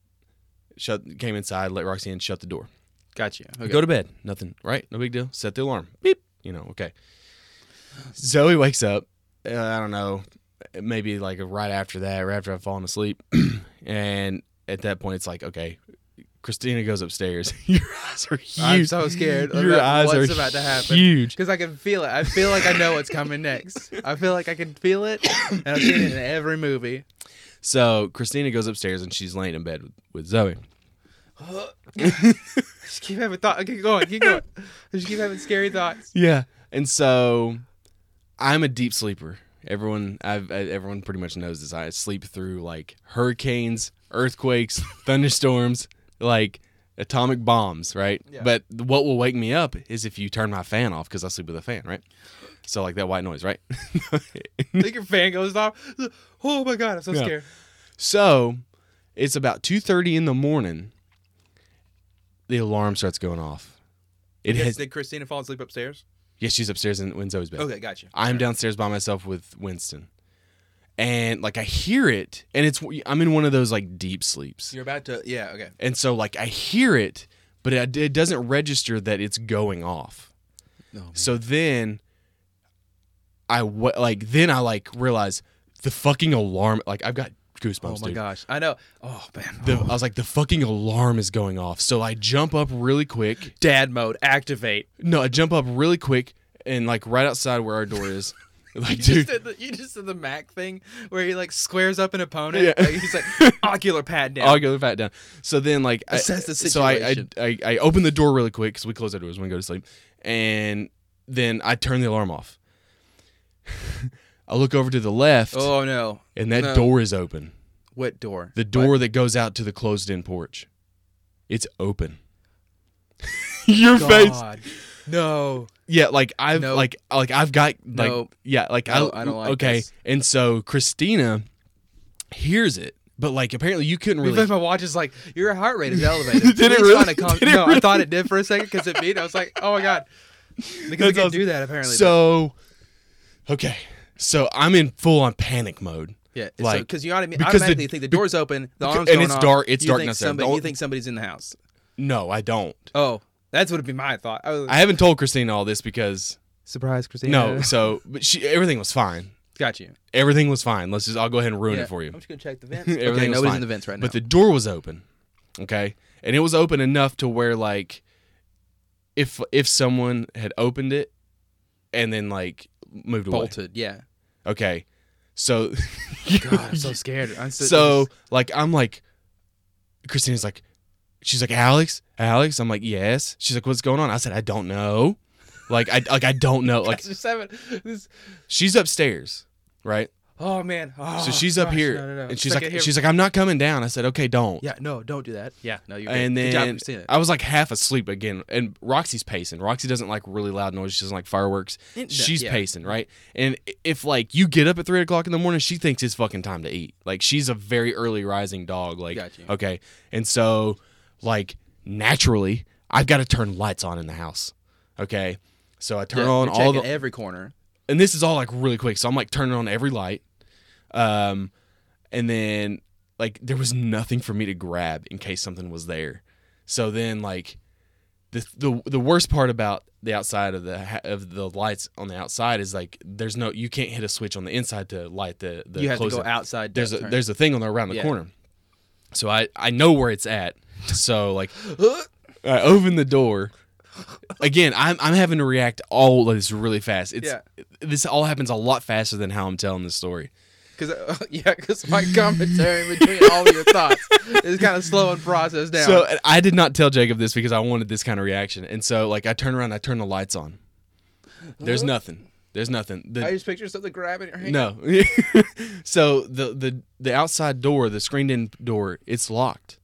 Speaker 1: shut came inside, let Roxy in, shut the door,
Speaker 2: Got you. Okay.
Speaker 1: go
Speaker 2: [laughs]
Speaker 1: to bed, nothing, right? No big deal. Set the alarm, beep, you know, okay. Zoe wakes up. Uh, I don't know, maybe like right after that, or after I've fallen asleep, [clears throat] and at that point, it's like okay. Christina goes upstairs. [laughs] Your eyes are huge.
Speaker 2: I'm so scared.
Speaker 1: Your
Speaker 2: about
Speaker 1: eyes
Speaker 2: what's
Speaker 1: are
Speaker 2: about to happen
Speaker 1: huge.
Speaker 2: because I can feel it. I feel like I know what's coming next. I feel like I can feel it, and I've seen it in every movie.
Speaker 1: So Christina goes upstairs and she's laying in bed with, with Zoe.
Speaker 2: Just keep having thoughts. Okay, go on. Keep going. Just keep having scary thoughts.
Speaker 1: Yeah. And so I'm a deep sleeper. Everyone, I've I, everyone pretty much knows this. I sleep through like hurricanes, earthquakes, [laughs] thunderstorms, like atomic bombs, right?
Speaker 2: Yeah.
Speaker 1: But what will wake me up is if you turn my fan off because I sleep with a fan, right? So like that white noise, right? [laughs]
Speaker 2: I think your fan goes off. Oh my god, I'm so
Speaker 1: Yeah.
Speaker 2: scared.
Speaker 1: So it's about two thirty in the morning. The alarm starts going off. It
Speaker 2: Yes,
Speaker 1: has.
Speaker 2: did Christina fall asleep upstairs? Oh,
Speaker 1: Yes, she's upstairs in, in Zoe's bed.
Speaker 2: Okay, got you.
Speaker 1: I'm downstairs by myself with Winston, and like I hear it, and it's I'm in one of those like deep sleeps,
Speaker 2: You're about to. Yeah. Okay.
Speaker 1: and so like I hear it, but it, it doesn't register that it's going off.
Speaker 2: No.
Speaker 1: So then I wa like then I like realize the fucking alarm. Like I've got goosebumps.
Speaker 2: Oh my
Speaker 1: dude.
Speaker 2: gosh. I know. Oh man.
Speaker 1: The, I was like, the fucking alarm is going off. So I jump up really quick.
Speaker 2: Dad mode activate.
Speaker 1: No, I jump up really quick and like right outside where our door is. Like,
Speaker 2: [laughs] You just,
Speaker 1: dude,
Speaker 2: did the, you just did the Mac thing where he like squares up an opponent.
Speaker 1: Yeah.
Speaker 2: Like,
Speaker 1: [laughs]
Speaker 2: he's like ocular pad down.
Speaker 1: I'll Oh, go the fat down. So then, like, I,
Speaker 2: Assess the
Speaker 1: so I, I
Speaker 2: situation.
Speaker 1: I I open the door really quick because we close our doors when we go to sleep, and then I turn the alarm off. [laughs] I look over to the left,
Speaker 2: oh no.
Speaker 1: and that
Speaker 2: no.
Speaker 1: door is open.
Speaker 2: What door?
Speaker 1: The door that goes out to the closed-in porch, it's open. [laughs] Your
Speaker 2: What?
Speaker 1: face,
Speaker 2: Oh God. No.
Speaker 1: yeah. Like I've
Speaker 2: Nope.
Speaker 1: like like I've got like
Speaker 2: Nope.
Speaker 1: yeah like
Speaker 2: No,
Speaker 1: I,
Speaker 2: I don't like
Speaker 1: okay.
Speaker 2: this.
Speaker 1: And so Christina hears it, but like apparently you couldn't
Speaker 2: Really?
Speaker 1: really
Speaker 2: my watch is like your
Speaker 1: [laughs]
Speaker 2: heart rate is elevated.
Speaker 1: Did it
Speaker 2: Please
Speaker 1: really?
Speaker 2: find a
Speaker 1: [laughs]
Speaker 2: com-
Speaker 1: Did it
Speaker 2: no, I
Speaker 1: really?
Speaker 2: thought it did for a second because it beat. I was like, oh my god, because
Speaker 1: That's
Speaker 2: we can
Speaker 1: awesome.
Speaker 2: do that apparently.
Speaker 1: So, okay. So I'm in full on panic mode.
Speaker 2: but- yeah, like
Speaker 1: like,
Speaker 2: because you automatically,
Speaker 1: because the-
Speaker 2: automatically think the door's open, the alarm's
Speaker 1: and
Speaker 2: going
Speaker 1: it's
Speaker 2: off,
Speaker 1: dark- it's
Speaker 2: you
Speaker 1: dark
Speaker 2: Think
Speaker 1: outside.
Speaker 2: somebody, you
Speaker 1: Don't-
Speaker 2: think somebody's in the house?
Speaker 1: No, I don't.
Speaker 2: Oh, that's what would be my thought. I was
Speaker 1: I haven't told Christina all this because
Speaker 2: surprised, Christina.
Speaker 1: no. So, but she everything was fine.
Speaker 2: [laughs] got you.
Speaker 1: Everything was fine. Let's just I'll go ahead and ruin
Speaker 2: Yeah,
Speaker 1: it for you.
Speaker 2: I'm just
Speaker 1: [laughs]
Speaker 2: gonna check the vents.
Speaker 1: Everything was
Speaker 2: okay, nobody's
Speaker 1: fine.
Speaker 2: in the vents right now.
Speaker 1: But the door was open. Okay. And it was open enough to where like if if someone had opened it and then like moved away.
Speaker 2: bolted.
Speaker 1: [laughs]
Speaker 2: Yeah.
Speaker 1: Okay. So
Speaker 2: God, I'm so scared. I'm so,
Speaker 1: so like I'm like Christina's like she's like Alex Alex I'm like yes she's like what's going on I said I don't know like I like I don't know like
Speaker 2: [laughs] That's just seven. This-
Speaker 1: she's upstairs right
Speaker 2: oh man. Oh,
Speaker 1: so she's up
Speaker 2: gosh,
Speaker 1: here
Speaker 2: no, no, no.
Speaker 1: and
Speaker 2: It's
Speaker 1: she's
Speaker 2: like I
Speaker 1: like
Speaker 2: hear-
Speaker 1: she's like I'm not coming down I said okay don't
Speaker 2: yeah, no, don't do that. Yeah, no, you're.
Speaker 1: and then
Speaker 2: good. good job, Christina.
Speaker 1: I was like half asleep again and Roxy's pacing Roxy doesn't like really loud noise she doesn't like fireworks
Speaker 2: It- no,
Speaker 1: she's
Speaker 2: yeah.
Speaker 1: pacing right and if like you get up at three o'clock in the morning she thinks it's fucking time to eat like she's a very early rising dog like
Speaker 2: Got you.
Speaker 1: okay and so like naturally I've got to turn lights on in the house okay so I turn
Speaker 2: Yeah,
Speaker 1: on
Speaker 2: you're
Speaker 1: all
Speaker 2: checking
Speaker 1: the
Speaker 2: every corner.
Speaker 1: and this is all like really quick. So I'm like turning on every light. Um, and then like there was nothing for me to grab in case something was there. So then like the the the worst part about the outside of the ha- of the lights on the outside is like there's no you can't hit a switch on the inside to light the the
Speaker 2: you have to
Speaker 1: closing-
Speaker 2: go outside.
Speaker 1: There's a
Speaker 2: death turn.
Speaker 1: there's a thing on the around the
Speaker 2: Yeah.
Speaker 1: corner. So I I know where it's at. So like I open the door. Again, I'm I'm having to react all of this really fast. It's this all happens a lot faster than how I'm telling this story.
Speaker 2: [laughs] Cause, [laughs] uh, yeah, because my [laughs] commentary in between all your thoughts is kind of slow and processed down.
Speaker 1: So and I did not tell Jacob this because I wanted this kind of reaction. And so like I turn around, I turn the lights on. There's nothing. There's nothing. The-
Speaker 2: I just picture something grabbing your hand.
Speaker 1: no. [laughs] so the the the outside door, the screened in door, it's locked.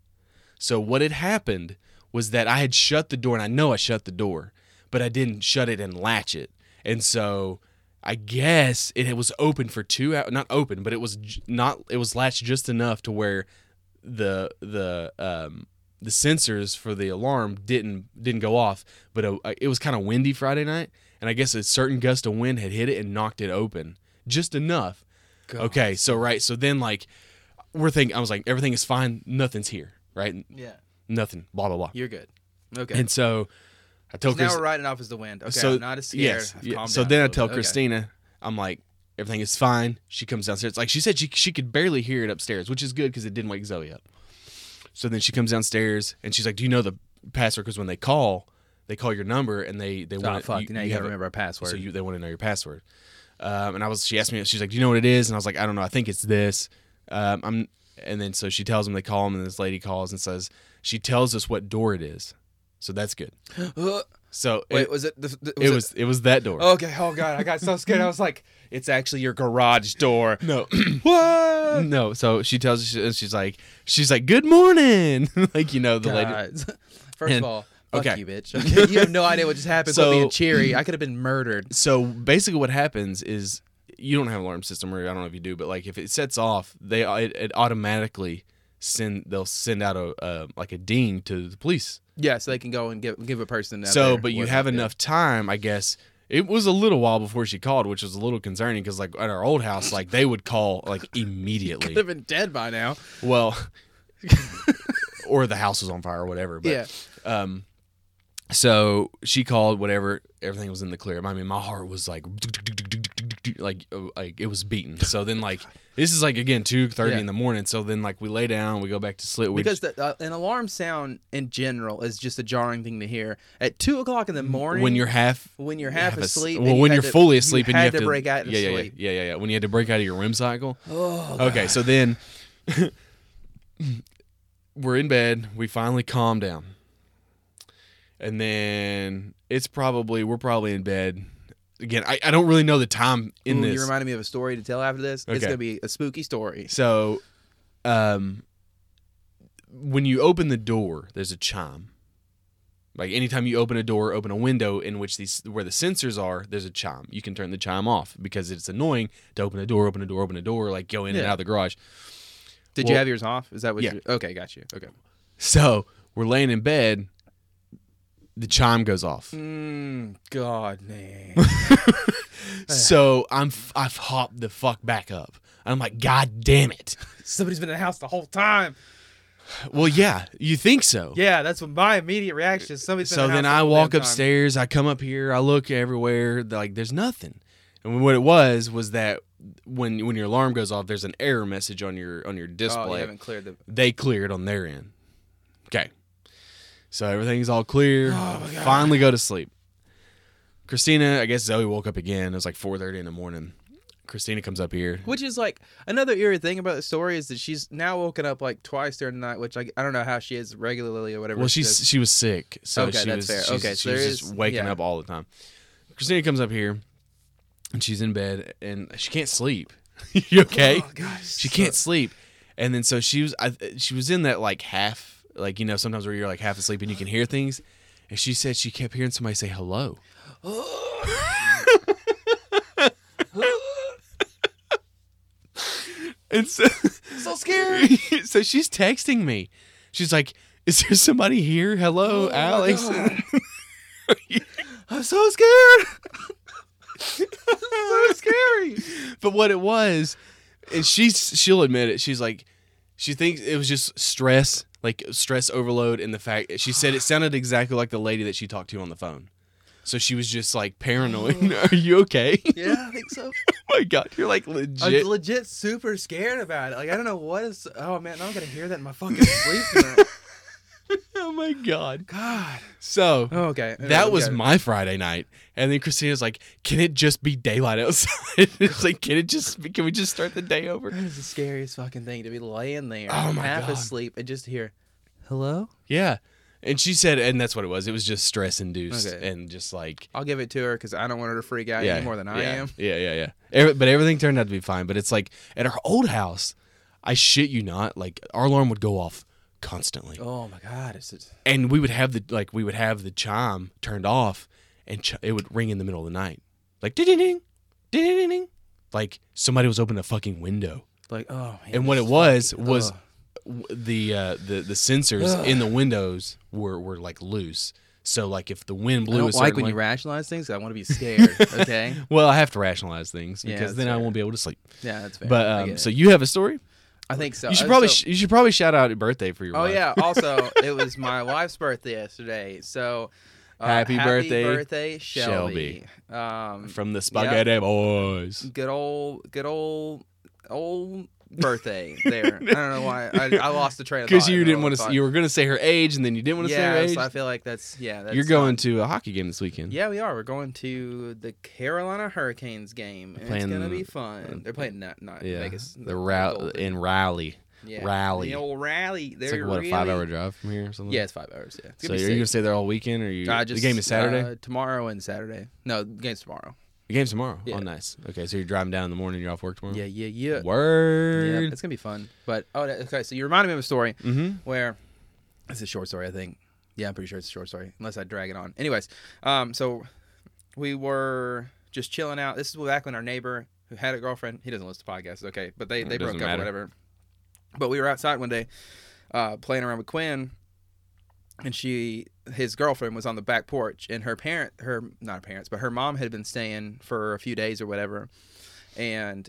Speaker 1: So what had happened was that I had shut the door, and I know I shut the door, but I didn't shut it and latch it, and so. I guess it, it was open for two hours. Not open, but it was j- not. It was latched just enough to where the the um the sensors for the alarm didn't didn't go off. But uh it was kind of windy Friday night, and I guess a certain gust of wind had hit it and knocked it open just enough.
Speaker 2: God.
Speaker 1: Okay, so right, so then like we're thinking, I was like, everything is fine, nothing's here, right?
Speaker 2: Yeah,
Speaker 1: Nothing, blah blah blah.
Speaker 2: you're good. Okay.
Speaker 1: And so I tell
Speaker 2: now
Speaker 1: Christina,
Speaker 2: we're riding off as the wind. Okay,
Speaker 1: so
Speaker 2: I'm not as scared.
Speaker 1: yes,
Speaker 2: I've
Speaker 1: yeah.
Speaker 2: calmed
Speaker 1: so
Speaker 2: down
Speaker 1: then
Speaker 2: a
Speaker 1: I
Speaker 2: little
Speaker 1: tell
Speaker 2: bit. Okay.
Speaker 1: Christina, I'm like, everything is fine. She comes downstairs, like she said, she she could barely hear it upstairs, which is good because it didn't wake Zoe up. So then she comes downstairs and she's like, "Do you know the password? Because when they call, they call your number and they they
Speaker 2: Oh
Speaker 1: want
Speaker 2: fuck! now you, gotta
Speaker 1: have a-
Speaker 2: remember our password.
Speaker 1: so you, they want to know your password. Um, and I was, she asked me, she's like, "Do you know what it is?" And I was like, "I don't know. I think it's this." Um, I'm, and then so she tells them they call them, and this lady calls and says she tells us what door it is. So that's good. So
Speaker 2: [laughs] Wait,
Speaker 1: it,
Speaker 2: was it? The, the,
Speaker 1: it was it was that door.
Speaker 2: Okay. Oh god, I got so scared. I was like, it's actually your
Speaker 1: [laughs]
Speaker 2: garage door.
Speaker 1: [laughs] No, [clears throat]
Speaker 2: what?
Speaker 1: no. So she tells us, she- and she's like, she's like, "Good morning," [laughs] like you know the lady.
Speaker 2: Guys. Uh, [laughs] First
Speaker 1: And-
Speaker 2: of all, fuck
Speaker 1: okay. [laughs]
Speaker 2: you, bitch. Okay, you have no idea what just happened. So,
Speaker 1: So-
Speaker 2: being cheery, I could have been murdered.
Speaker 1: So basically, what happens is you don't have an alarm system, or I don't know if you do, but like if it sets off, they uh, it, it automatically send they'll send out a uh, like a ding to the police.
Speaker 2: Yeah, so they can go and give give a person. out
Speaker 1: so
Speaker 2: there
Speaker 1: but you
Speaker 2: what-
Speaker 1: have
Speaker 2: yeah.
Speaker 1: enough time i guess It was a little while before she called, which was a little concerning because, like, at our old house, like they would call
Speaker 2: [laughs]
Speaker 1: like
Speaker 2: Could
Speaker 1: immediately.
Speaker 2: have been dead by now. [laughs]
Speaker 1: Well, or the house was on fire or whatever. But,
Speaker 2: yeah.
Speaker 1: Um, so she called. Whatever, everything was in the clear. I mean, my heart was like, like, uh, like it was beating. So then, like, this is like again two thirty
Speaker 2: Yeah.
Speaker 1: in the morning. So then, like, we lay down, we go back to sleep. We
Speaker 2: Because the, uh, an alarm sound in general is just a jarring thing to hear. At two o'clock in the morning,
Speaker 1: when you're half
Speaker 2: when you're half
Speaker 1: a s-
Speaker 2: asleep,
Speaker 1: well,
Speaker 2: and you
Speaker 1: when
Speaker 2: had
Speaker 1: you're
Speaker 2: to-
Speaker 1: fully asleep,
Speaker 2: you
Speaker 1: and you
Speaker 2: had
Speaker 1: have
Speaker 2: to break out of
Speaker 1: yeah, yeah,
Speaker 2: sleep.
Speaker 1: yeah, yeah, yeah, yeah. When you had to break out of your REM cycle.
Speaker 2: Oh,
Speaker 1: Okay, so then [clears throat] we're in bed. We finally calm down, and then it's probably we're probably in bed again. I, I don't really know the time in
Speaker 2: Ooh,
Speaker 1: this.
Speaker 2: you reminded me of a story to tell after this. It's
Speaker 1: Okay.
Speaker 2: gonna be a spooky story.
Speaker 1: So, um, when you open the door, there's a chime. Like anytime you open a door, open a window in which these where the sensors are, there's a chime. You can turn the chime off because it's annoying to open a door, open a door, open a door, like go in and
Speaker 2: Yeah.
Speaker 1: out of the garage.
Speaker 2: Did you
Speaker 1: Well-
Speaker 2: have yours off? Is that what?
Speaker 1: Yeah.
Speaker 2: you Okay, got you. Okay.
Speaker 1: So we're laying in bed. The chime goes off.
Speaker 2: Mm, God,
Speaker 1: [laughs]
Speaker 2: man.
Speaker 1: So I'm f- I've hopped the fuck back up. I'm like, God damn it.
Speaker 2: Somebody's been in the house the whole time.
Speaker 1: Well, yeah, you think so.
Speaker 2: Yeah, that's what my immediate reaction. is. Somebody's been
Speaker 1: so
Speaker 2: in the
Speaker 1: then
Speaker 2: house the
Speaker 1: I
Speaker 2: whole
Speaker 1: walk
Speaker 2: damn time.
Speaker 1: upstairs. I come up here. I look everywhere. Like there's nothing. And what it was was that when when your alarm goes off, there's an error message on your on your
Speaker 2: Oh, you
Speaker 1: display.
Speaker 2: haven't cleared the. [laughs]
Speaker 1: they cleared on their end. Okay, so everything's all clear.
Speaker 2: Oh, my God.
Speaker 1: Finally go to sleep. Christina, I guess Zoe woke up again. It was like 4:30 in the morning. Christina comes up here.
Speaker 2: Which is like another eerie thing about the story is that she's now woken up like twice during the night, which I, I don't know how she is regularly or whatever.
Speaker 1: Well,
Speaker 2: she
Speaker 1: she's
Speaker 2: does.
Speaker 1: she was sick, so
Speaker 2: Okay,
Speaker 1: she
Speaker 2: that's
Speaker 1: was
Speaker 2: fair.
Speaker 1: she's-
Speaker 2: Okay, so
Speaker 1: she
Speaker 2: there
Speaker 1: was just
Speaker 2: is-
Speaker 1: waking
Speaker 2: yeah.
Speaker 1: up all the time. Christina comes up here, and she's in bed, and she can't sleep. [laughs] you okay?
Speaker 2: Oh, gosh.
Speaker 1: she can't sleep, and then so she was I, she was in that like half like you know sometimes where you're like half asleep and you can hear things, and she said she kept hearing somebody say hello. And so,
Speaker 2: so scared.
Speaker 1: [laughs] so she's texting me. She's like, "Is there somebody here?
Speaker 2: Oh,
Speaker 1: Hello, Alex."
Speaker 2: [gasps] I'm so scared. [laughs]
Speaker 1: so scary. But what it was, and she's she'll admit it. She's like, she thinks it was just stress, like stress overload, and the fact she said it sounded exactly like the lady that she talked to on the phone. So she was just like paranoid.
Speaker 2: Oh.
Speaker 1: [laughs] Are you okay?
Speaker 2: Yeah, I think so.
Speaker 1: [laughs] oh my god, you're like legit.
Speaker 2: I'm legit super scared about it. Like I don't know what is. Oh man, now I'm gonna hear that in my fucking sleep.
Speaker 1: [laughs]
Speaker 2: tonight.
Speaker 1: oh my god.
Speaker 2: God.
Speaker 1: So
Speaker 2: Oh, okay.
Speaker 1: that was
Speaker 2: Okay.
Speaker 1: my Friday night, and then Christina's like, "Can it just be daylight outside?" [laughs] it's like, "Can it just? Be, can we just start the day over?"
Speaker 2: [laughs] That is the scariest fucking thing to be laying there,
Speaker 1: Oh, my
Speaker 2: half
Speaker 1: God.
Speaker 2: asleep, and just hear, "Hello."
Speaker 1: Yeah. And she said, and that's what it was. It was just stress induced
Speaker 2: Okay.
Speaker 1: and just like.
Speaker 2: I'll give it to her because I don't want her to freak out
Speaker 1: Yeah,
Speaker 2: any more than I
Speaker 1: yeah,
Speaker 2: am.
Speaker 1: Yeah, yeah, yeah. Every, but everything turned out to be fine. But it's like at our old house, I shit you not, like our alarm would go off constantly,
Speaker 2: Oh my god, it's it's-
Speaker 1: and we would have the like we would have the chime turned off, and ch- it would ring in the middle of the night, like ding ding ding, ding ding ding, like somebody was opening a fucking window.
Speaker 2: like oh. Man,
Speaker 1: And what
Speaker 2: this
Speaker 1: it was
Speaker 2: fucking-
Speaker 1: was
Speaker 2: ugh.
Speaker 1: w the uh, the the sensors
Speaker 2: Ugh.
Speaker 1: in the windows were were like loose. So like if the wind
Speaker 2: I
Speaker 1: blew,
Speaker 2: don't
Speaker 1: a
Speaker 2: like
Speaker 1: certain
Speaker 2: when you
Speaker 1: way-
Speaker 2: rationalize things. I want to be
Speaker 1: [laughs]
Speaker 2: scared. Okay.
Speaker 1: well, I have to rationalize things
Speaker 2: Yeah,
Speaker 1: because
Speaker 2: that's
Speaker 1: then I
Speaker 2: fair.
Speaker 1: won't be able to sleep.
Speaker 2: yeah, that's fair.
Speaker 1: But
Speaker 2: I
Speaker 1: um,
Speaker 2: get
Speaker 1: so
Speaker 2: it.
Speaker 1: you have a story?
Speaker 2: I think so.
Speaker 1: you should
Speaker 2: Uh,
Speaker 1: probably
Speaker 2: so-
Speaker 1: sh- you should probably shout out your birthday for your
Speaker 2: Oh
Speaker 1: wife.
Speaker 2: yeah.
Speaker 1: [laughs]
Speaker 2: Also, it was my wife's birthday yesterday. So uh,
Speaker 1: Happy birthday,
Speaker 2: birthday, Shelby. Um,
Speaker 1: from the Spaghetti Boys.
Speaker 2: good old, good old, old
Speaker 1: [laughs]
Speaker 2: birthday there. I don't know why I, I lost the train of thought.
Speaker 1: Because you
Speaker 2: in the
Speaker 1: didn't
Speaker 2: middle
Speaker 1: want
Speaker 2: of
Speaker 1: to,
Speaker 2: thought.
Speaker 1: you were going to say her age, and then you didn't want to say her
Speaker 2: yeah,
Speaker 1: age.
Speaker 2: so I feel like that's yeah. That's
Speaker 1: You're
Speaker 2: not-
Speaker 1: going to a hockey game this weekend.
Speaker 2: Yeah, we are. We're going to the Carolina Hurricanes game. And it's gonna
Speaker 1: playing-
Speaker 2: be fun. They're playing not not
Speaker 1: yeah.
Speaker 2: Vegas.
Speaker 1: the route
Speaker 2: Golden.
Speaker 1: in Raleigh.
Speaker 2: yeah.
Speaker 1: rally.
Speaker 2: The old rally.
Speaker 1: It's
Speaker 2: They're
Speaker 1: like what a
Speaker 2: really,
Speaker 1: five hour drive from here or something.
Speaker 2: Yeah, it's five hours. Yeah. It's
Speaker 1: So
Speaker 2: gonna
Speaker 1: are
Speaker 2: be
Speaker 1: you
Speaker 2: sick.
Speaker 1: going to stay there all weekend, or you?
Speaker 2: I
Speaker 1: the game is Saturday.
Speaker 2: uh, tomorrow and Saturday. No, the game's tomorrow.
Speaker 1: the game's tomorrow.
Speaker 2: yeah.
Speaker 1: Oh, nice. Okay, so you're driving down in the morning. You're off work tomorrow.
Speaker 2: Yeah, yeah, yeah.
Speaker 1: Hmm. Word.
Speaker 2: Yeah, it's gonna be fun. But oh, that- okay. So you reminded me of a story
Speaker 1: Mhm.
Speaker 2: where it's a short story, I think. Yeah, I'm pretty sure it's a short story, unless I drag it on. Anyways, um, so we were just chilling out. This is back when our neighbor who had a girlfriend. He doesn't listen to podcasts, okay? But they they broke
Speaker 1: doesn't
Speaker 2: up or
Speaker 1: matter.
Speaker 2: whatever. But we were outside one day, uh, playing around with Quinn, and she his girlfriend was on the back porch and her parent her not her parents but her mom had been staying for a few days or whatever and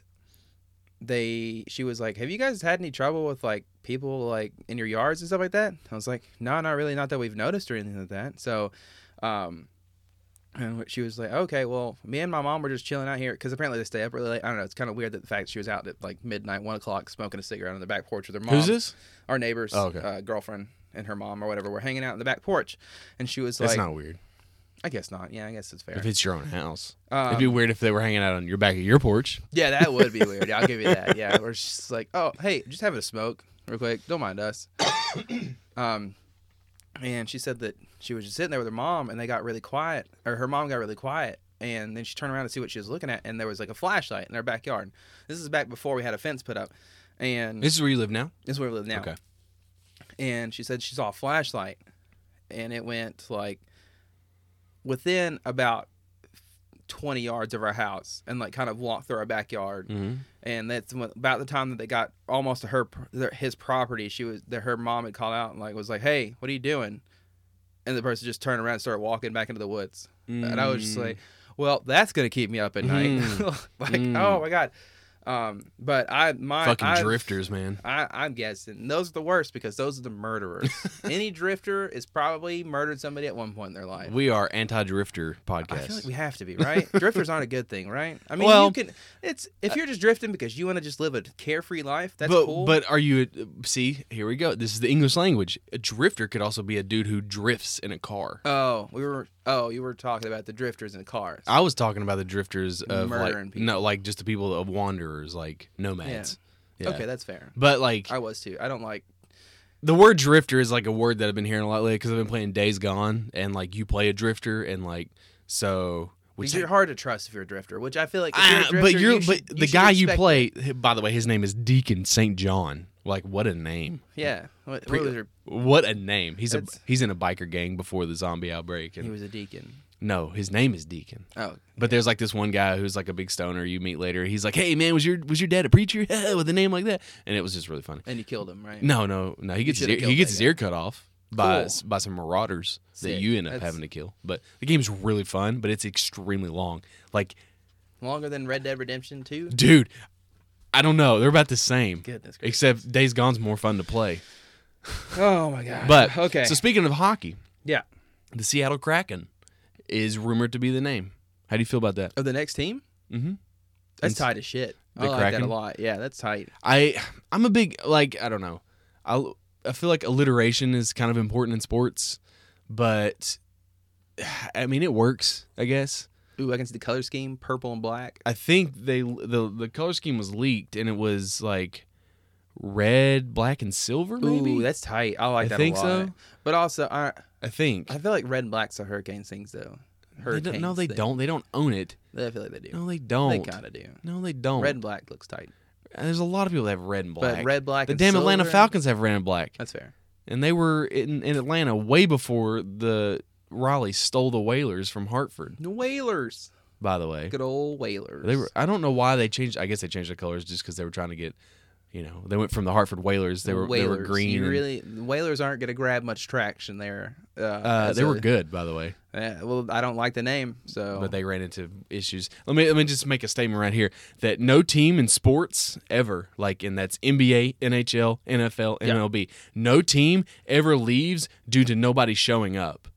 Speaker 2: they she was like have you guys had any trouble with like people like in your yards and stuff like that i was like no not really not that we've noticed or anything like that so um and she was like okay well me and my mom were just chilling out here because apparently they stay up really late i don't know it's kind of weird that the fact she was out at like midnight one o'clock smoking a cigarette on the back porch with her mom
Speaker 1: Who's this?
Speaker 2: our neighbor's
Speaker 1: Oh, okay.
Speaker 2: uh, girlfriend and her mom or whatever were hanging out in the back porch, and she was
Speaker 1: That's
Speaker 2: like,
Speaker 1: not weird.
Speaker 2: "I guess not. Yeah, I guess it's fair.
Speaker 1: If it's your own house,
Speaker 2: Um,
Speaker 1: it'd be weird if they were hanging out on your back of your porch.
Speaker 2: yeah, that would be weird. I'll give you
Speaker 1: [laughs]
Speaker 2: that. Yeah, where she's just like, "Oh, hey, just having a smoke real quick. Don't mind us." [coughs] um, and she said that she was just sitting there with her mom, and they got really quiet, or her mom got really quiet. And then she turned around to see what she was looking at, and there was like a flashlight in their backyard. This is back before we had a fence put up, and
Speaker 1: This is where you live now.
Speaker 2: This is where we live now.
Speaker 1: Okay.
Speaker 2: And she said she saw a flashlight, and it went like within about twenty yards of our house, and like kind of walked through our backyard.
Speaker 1: Mm-hmm.
Speaker 2: And that's when, about the time that they got almost to her their, his property. She was that her mom had called out and like was like, "Hey, what are you doing?" And the person just turned around and started walking back into the woods. And I was just like, "Well, that's gonna keep me up at night." [laughs] like,
Speaker 1: Mm.
Speaker 2: oh my god. Um, but I my
Speaker 1: fucking
Speaker 2: I-
Speaker 1: drifters, man.
Speaker 2: I, I'm guessing those are the worst because those are
Speaker 1: [laughs]
Speaker 2: the murderers. Any drifter is probably murdered somebody at one point in their life.
Speaker 1: We are anti-drifter podcast.
Speaker 2: I feel like we have
Speaker 1: [laughs]
Speaker 2: to be right. Drifters aren't a good thing, right? I mean,
Speaker 1: Well- uh,
Speaker 2: you can. It's if you're just drifting because you want to just live a carefree life. That's
Speaker 1: but
Speaker 2: cool.
Speaker 1: but are you see here we go this is the english language a drifter could also be a dude who drifts in a car
Speaker 2: oh, we were. Oh, you were talking about the drifters in cars.
Speaker 1: i was talking about the drifters of
Speaker 2: Murdering
Speaker 1: like
Speaker 2: people.
Speaker 1: no like just the people of wanderers like nomads yeah,
Speaker 2: Okay, that's fair.
Speaker 1: but like
Speaker 2: I was too. I don't like.
Speaker 1: the word drifter is like a word that i've been hearing a lot lately because i've been playing days gone and like you play a drifter and like so which
Speaker 2: you're hard to trust if you're a drifter, which I feel like. If
Speaker 1: Ah,
Speaker 2: you're a drifter,
Speaker 1: but you're
Speaker 2: you should-
Speaker 1: but
Speaker 2: you
Speaker 1: the
Speaker 2: should
Speaker 1: guy you
Speaker 2: expect-
Speaker 1: play by the way his name is deacon st john like what a name
Speaker 2: Yeah, what,
Speaker 1: Pre-
Speaker 2: what was your-
Speaker 1: What a name! He's a
Speaker 2: That's-
Speaker 1: he's in a biker gang before the zombie outbreak.
Speaker 2: he
Speaker 1: And
Speaker 2: was a deacon.
Speaker 1: no, his name is Deacon.
Speaker 2: Oh,
Speaker 1: But there's like this one guy who's like a big stoner you meet later. He's like, "Hey man, was your was your dad a preacher [laughs] with a name like that?" And it was just really funny.
Speaker 2: and you killed him, right?
Speaker 1: No, no, no. He gets his
Speaker 2: should've
Speaker 1: ear, he
Speaker 2: killed
Speaker 1: gets
Speaker 2: that
Speaker 1: his
Speaker 2: guy.
Speaker 1: ear cut off by
Speaker 2: Cool.
Speaker 1: by some marauders that
Speaker 2: Sick.
Speaker 1: you end up
Speaker 2: That's-
Speaker 1: having to kill. But the game's really fun, but it's extremely long. Like,
Speaker 2: Longer than Red Dead Redemption Two.
Speaker 1: dude, I don't know. They're about the same,
Speaker 2: Goodness gracious.
Speaker 1: except Days Gone's more fun to play.
Speaker 2: Oh my god.
Speaker 1: But
Speaker 2: okay.
Speaker 1: So speaking of hockey,
Speaker 2: yeah.
Speaker 1: The Seattle Kraken is rumored to be the name. How do you feel about that?
Speaker 2: Of Oh, the next team?
Speaker 1: Mm-hmm.
Speaker 2: That's
Speaker 1: Ins-
Speaker 2: tight as shit. I
Speaker 1: the
Speaker 2: like that
Speaker 1: Kraken?
Speaker 2: a lot. Yeah, that's tight.
Speaker 1: I I'm a big like I don't know. I I feel like alliteration is kind of important in sports, but [sighs] I mean it works, I guess.
Speaker 2: Ooh, I can see the color scheme, purple and black.
Speaker 1: I think they the the color scheme was leaked and it was like red, black, and silver. Maybe
Speaker 2: Ooh, that's tight. I like
Speaker 1: I
Speaker 2: that
Speaker 1: think
Speaker 2: a lot.
Speaker 1: so.
Speaker 2: But also, I
Speaker 1: I think.
Speaker 2: I feel like red and black's a hurricane things though.
Speaker 1: They
Speaker 2: Hurricanes.
Speaker 1: don't, no, they
Speaker 2: thing.
Speaker 1: don't. They don't own it.
Speaker 2: I feel like they do.
Speaker 1: No, they
Speaker 2: they
Speaker 1: don't.
Speaker 2: kind of do.
Speaker 1: no, they don't.
Speaker 2: Red and black looks tight.
Speaker 1: There's a lot of people that have red and black.
Speaker 2: But red, black,
Speaker 1: the
Speaker 2: and
Speaker 1: damn Atlanta
Speaker 2: silver-
Speaker 1: Falcons have red and black.
Speaker 2: That's fair.
Speaker 1: and they were in, in Atlanta way before the Raleigh stole the Whalers from Hartford.
Speaker 2: The Whalers.
Speaker 1: By the way,
Speaker 2: Good old Whalers.
Speaker 1: they were. I don't know why they changed. I guess they changed the colors just because they were trying to get, you know, they went from the Hartford Whalers. They were
Speaker 2: Whalers.
Speaker 1: they were green.
Speaker 2: You
Speaker 1: and-
Speaker 2: really, the Whalers aren't going to grab much traction there. Uh,
Speaker 1: uh,
Speaker 2: as
Speaker 1: they were
Speaker 2: a-
Speaker 1: good, by the way,
Speaker 2: Yeah, well, I don't like the name, so.
Speaker 1: but they ran into issues. Let me let me just make a statement right here that no team in sports ever, like, and that's NBA, NHL, NFL, MLB, no team ever leaves due to nobody showing up.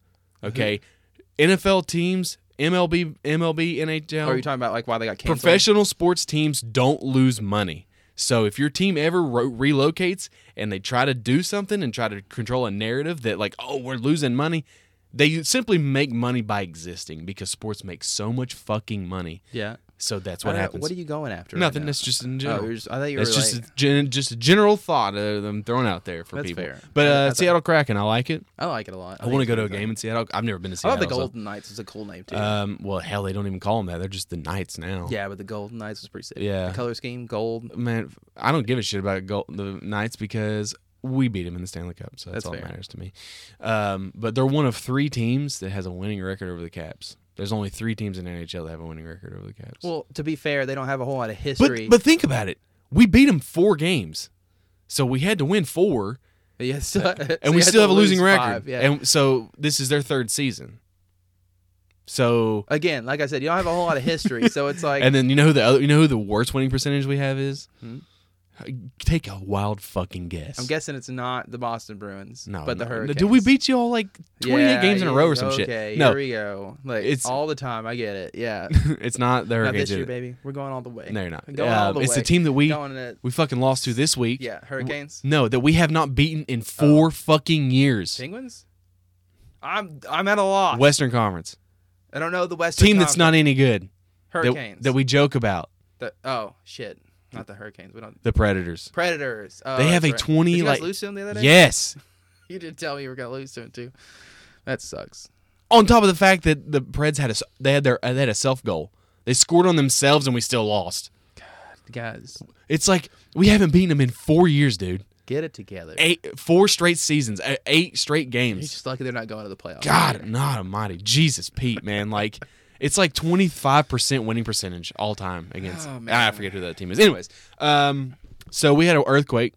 Speaker 1: Okay,
Speaker 2: Mm-hmm.
Speaker 1: NFL teams, MLB, MLB, NHL,
Speaker 2: Or are you talking about like why they got canceled?
Speaker 1: professional sports teams don't lose money. So if your team ever ro- relocates and they try to do something and try to control a narrative that like, oh, we're losing money, they simply make money by existing because sports make so much fucking money.
Speaker 2: Yeah.
Speaker 1: So that's
Speaker 2: I
Speaker 1: what
Speaker 2: don't know.
Speaker 1: happens.
Speaker 2: What are you going after?
Speaker 1: Nothing.
Speaker 2: Right
Speaker 1: That's just in
Speaker 2: now?
Speaker 1: general.
Speaker 2: Oh, you're just, I thought you were
Speaker 1: that's just
Speaker 2: like,
Speaker 1: a gen- just a general thought that I'm throwing out there for
Speaker 2: That's
Speaker 1: people.
Speaker 2: fair.
Speaker 1: But
Speaker 2: I- I
Speaker 1: uh,
Speaker 2: thought-
Speaker 1: Seattle Kraken, I like it.
Speaker 2: I like it a lot.
Speaker 1: I want to go to a game in Seattle. I've never been to
Speaker 2: I
Speaker 1: Seattle.
Speaker 2: thought the
Speaker 1: so-
Speaker 2: Golden Knights was a cool name too.
Speaker 1: Um, well, hell, they don't even call them that. They're just the Knights now.
Speaker 2: yeah, but the Golden Knights was pretty sick.
Speaker 1: Yeah.
Speaker 2: The color scheme, gold.
Speaker 1: man, I don't give a shit about Gol the Knights because we beat them in the Stanley Cup, so that's,
Speaker 2: That's
Speaker 1: all that
Speaker 2: fair.
Speaker 1: matters to me. Um, but they're one of three teams that has a winning record over the Caps. There's only three teams in NHL that have a winning record over the Caps.
Speaker 2: Well, to be fair, they don't have a whole lot of history.
Speaker 1: but but think about it, we beat them four games, so we had to win four,
Speaker 2: [laughs] Yeah, so,
Speaker 1: [laughs] and we still have a losing record. And so this is their third season. So
Speaker 2: again, like I said, you don't have a whole lot of history,
Speaker 1: [laughs]
Speaker 2: so it's like
Speaker 1: and then you know who the other, you know who the worst winning percentage we have is.
Speaker 2: Hmm?
Speaker 1: Take a wild fucking guess.
Speaker 2: I'm guessing it's not the Boston Bruins,
Speaker 1: no,
Speaker 2: but the
Speaker 1: no.
Speaker 2: Hurricanes.
Speaker 1: Did we beat you all like 28
Speaker 2: Yeah,
Speaker 1: games in a
Speaker 2: yeah,
Speaker 1: row or some
Speaker 2: Okay, e
Speaker 1: shit? No,
Speaker 2: here we go. Like
Speaker 1: It's-
Speaker 2: it's all the time. I get it. Yeah,
Speaker 1: [laughs] it's not [laughs] the
Speaker 2: not
Speaker 1: Hurricanes.
Speaker 2: this year,
Speaker 1: either.
Speaker 2: baby. We're going all the way.
Speaker 1: no, you're not.
Speaker 2: We're going all
Speaker 1: Um,
Speaker 2: the
Speaker 1: it's
Speaker 2: way.
Speaker 1: the team that we
Speaker 2: Going to,
Speaker 1: we fucking lost to this week.
Speaker 2: yeah, Oh. Hurricanes,
Speaker 1: No, that we have not beaten in four fucking years.
Speaker 2: Penguins. I'm I'm at a loss.
Speaker 1: Western Conference
Speaker 2: I don't know the Western
Speaker 1: team that's not
Speaker 2: Conference.
Speaker 1: any good. that-
Speaker 2: Hurricanes.
Speaker 1: that we joke about
Speaker 2: The, oh shit, not the Hurricanes. We don't
Speaker 1: the Predators.
Speaker 2: Predators. Oh,
Speaker 1: They have
Speaker 2: that's
Speaker 1: a
Speaker 2: right.
Speaker 1: 20,
Speaker 2: Did you guys
Speaker 1: like-
Speaker 2: lose to them the other day.
Speaker 1: Yes.
Speaker 2: you did tell me you were gonna lose to them too. That sucks.
Speaker 1: on top of the fact that the Preds had a s- they had their they had a self goal. They scored on themselves and we still lost.
Speaker 2: Guys,
Speaker 1: It's like we haven't beaten them in four years, dude.
Speaker 2: get it together.
Speaker 1: Eight four straight seasons, e- eight straight
Speaker 2: You're
Speaker 1: games.
Speaker 2: just lucky they're not going to the playoffs.
Speaker 1: God, not almighty, Jesus, Pete, man, like. It's like twenty five percent winning percentage all time against.
Speaker 2: Oh,
Speaker 1: I
Speaker 2: man.
Speaker 1: forget who that team is. Anyways, um, so we had an earthquake.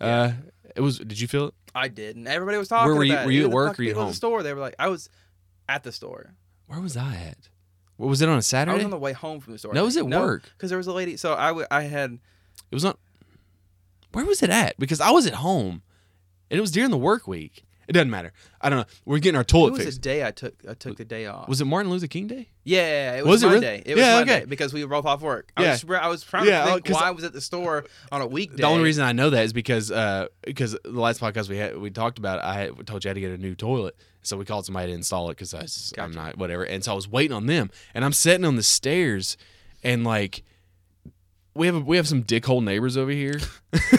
Speaker 1: Uh, it was. Did you feel it?
Speaker 2: I didn't. Everybody was talking
Speaker 1: Where were you-
Speaker 2: about it.
Speaker 1: were you
Speaker 2: Even
Speaker 1: at
Speaker 2: the
Speaker 1: work
Speaker 2: fuck
Speaker 1: or you
Speaker 2: people at
Speaker 1: home?
Speaker 2: The store. They were like, I was at the store.
Speaker 1: Where was I at? What was it on a Saturday?
Speaker 2: I was on the way home from the store.
Speaker 1: No, it was at work.
Speaker 2: because there was a lady. So I, w- I had
Speaker 1: It was on. Where was it at? Because I was at home, and it was during the work week. It doesn't matter. I don't know. We're getting our
Speaker 2: it
Speaker 1: toilet
Speaker 2: was a
Speaker 1: fixed.
Speaker 2: day I took I took the day off.
Speaker 1: was it Martin Luther King Day?
Speaker 2: yeah, it
Speaker 1: Was
Speaker 2: was,
Speaker 1: it really?
Speaker 2: Monday. It was
Speaker 1: Yeah,
Speaker 2: Monday
Speaker 1: okay.
Speaker 2: because we were both off work. I
Speaker 1: Yeah.
Speaker 2: was I was trying
Speaker 1: Yeah, oh,
Speaker 2: to think
Speaker 1: 'cause-
Speaker 2: why I was at the store on a weekday.
Speaker 1: The only reason I know that is because uh, because the last podcast we had we talked about it, I had, told you I had to get a new toilet, so we called somebody to install it because I was- I'm
Speaker 2: Gotcha.
Speaker 1: not whatever, and so I was waiting on them, and I'm sitting on the stairs, and like we have we have some dickhole neighbors over here, [laughs]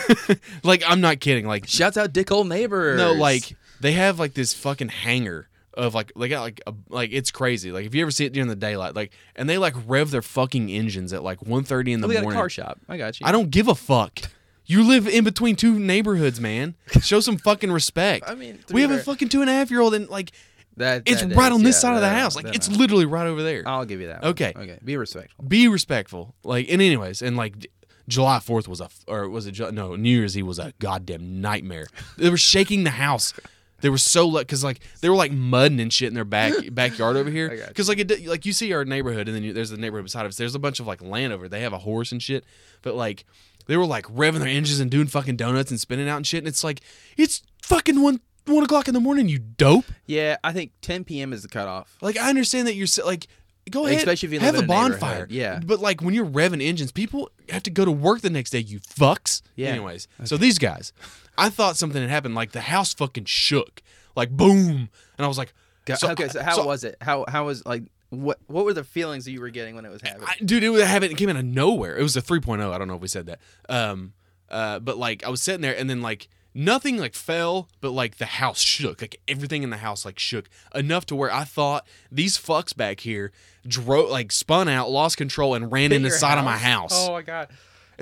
Speaker 1: like I'm not kidding, like
Speaker 2: Shouts out Dick Old Neighbors.
Speaker 1: No, like they have like this fucking hanger of like they got like a, like it's crazy. Like if you ever see it during the daylight, like and they like rev their fucking engines at like 1.30 in the
Speaker 2: we got a
Speaker 1: morning.
Speaker 2: car shop. I got you.
Speaker 1: I don't give a fuck. You live in between two neighborhoods, man. Show some fucking respect.
Speaker 2: [laughs] I mean, to
Speaker 1: we
Speaker 2: be
Speaker 1: have a
Speaker 2: fair-
Speaker 1: fucking two and a half year old, and like
Speaker 2: That,
Speaker 1: it's
Speaker 2: that
Speaker 1: right
Speaker 2: is,
Speaker 1: on this
Speaker 2: yeah,
Speaker 1: side of the
Speaker 2: that-
Speaker 1: house. Like
Speaker 2: that Oh,
Speaker 1: it's
Speaker 2: I-
Speaker 1: literally right over there.
Speaker 2: I'll give you that. one.
Speaker 1: Okay.
Speaker 2: Okay. Be respectful.
Speaker 1: Be respectful. Like and anyways, and like d- July Fourth was a f- or was it Ju- no New Year's Eve was a goddamn nightmare. They were shaking the house. They were so lucky because like they were like mudding and shit in their back backyard over
Speaker 2: I
Speaker 1: here.
Speaker 2: got you.
Speaker 1: Because like it d- like you see our neighborhood and then you, there's the neighborhood beside us. There's a bunch of like land over. They have a horse and shit, but like they were like revving their engines and doing fucking donuts and spinning out and shit. And it's like it's fucking one one o'clock in the morning. You dope.
Speaker 2: Yeah, I think 10 p.m. is the cutoff.
Speaker 1: Like I understand that you're s- like, go ahead,
Speaker 2: Especially if you
Speaker 1: have
Speaker 2: live
Speaker 1: a
Speaker 2: in a neighborhood,
Speaker 1: bonfire.
Speaker 2: yeah.
Speaker 1: But like when you're revving engines, people have to go to work the next day. You fucks.
Speaker 2: Yeah.
Speaker 1: Anyways, so these guys, I thought something had happened. Like the house fucking shook, like boom, and I was like,
Speaker 2: Go-
Speaker 1: so-
Speaker 2: okay, so how
Speaker 1: so-
Speaker 2: was it? How how was like what what were the feelings that you were getting when it was happening?
Speaker 1: I, dude, it was happened. It came out of nowhere. It was a 3.0. I don't know if we said that. Um, uh, but like I was sitting there, and then like nothing like fell, but like the house shook. Like everything in the house like shook enough to where I thought these fucks back here drove like spun out, lost control, and ran in the
Speaker 2: Your
Speaker 1: side of my house.
Speaker 2: Oh my god.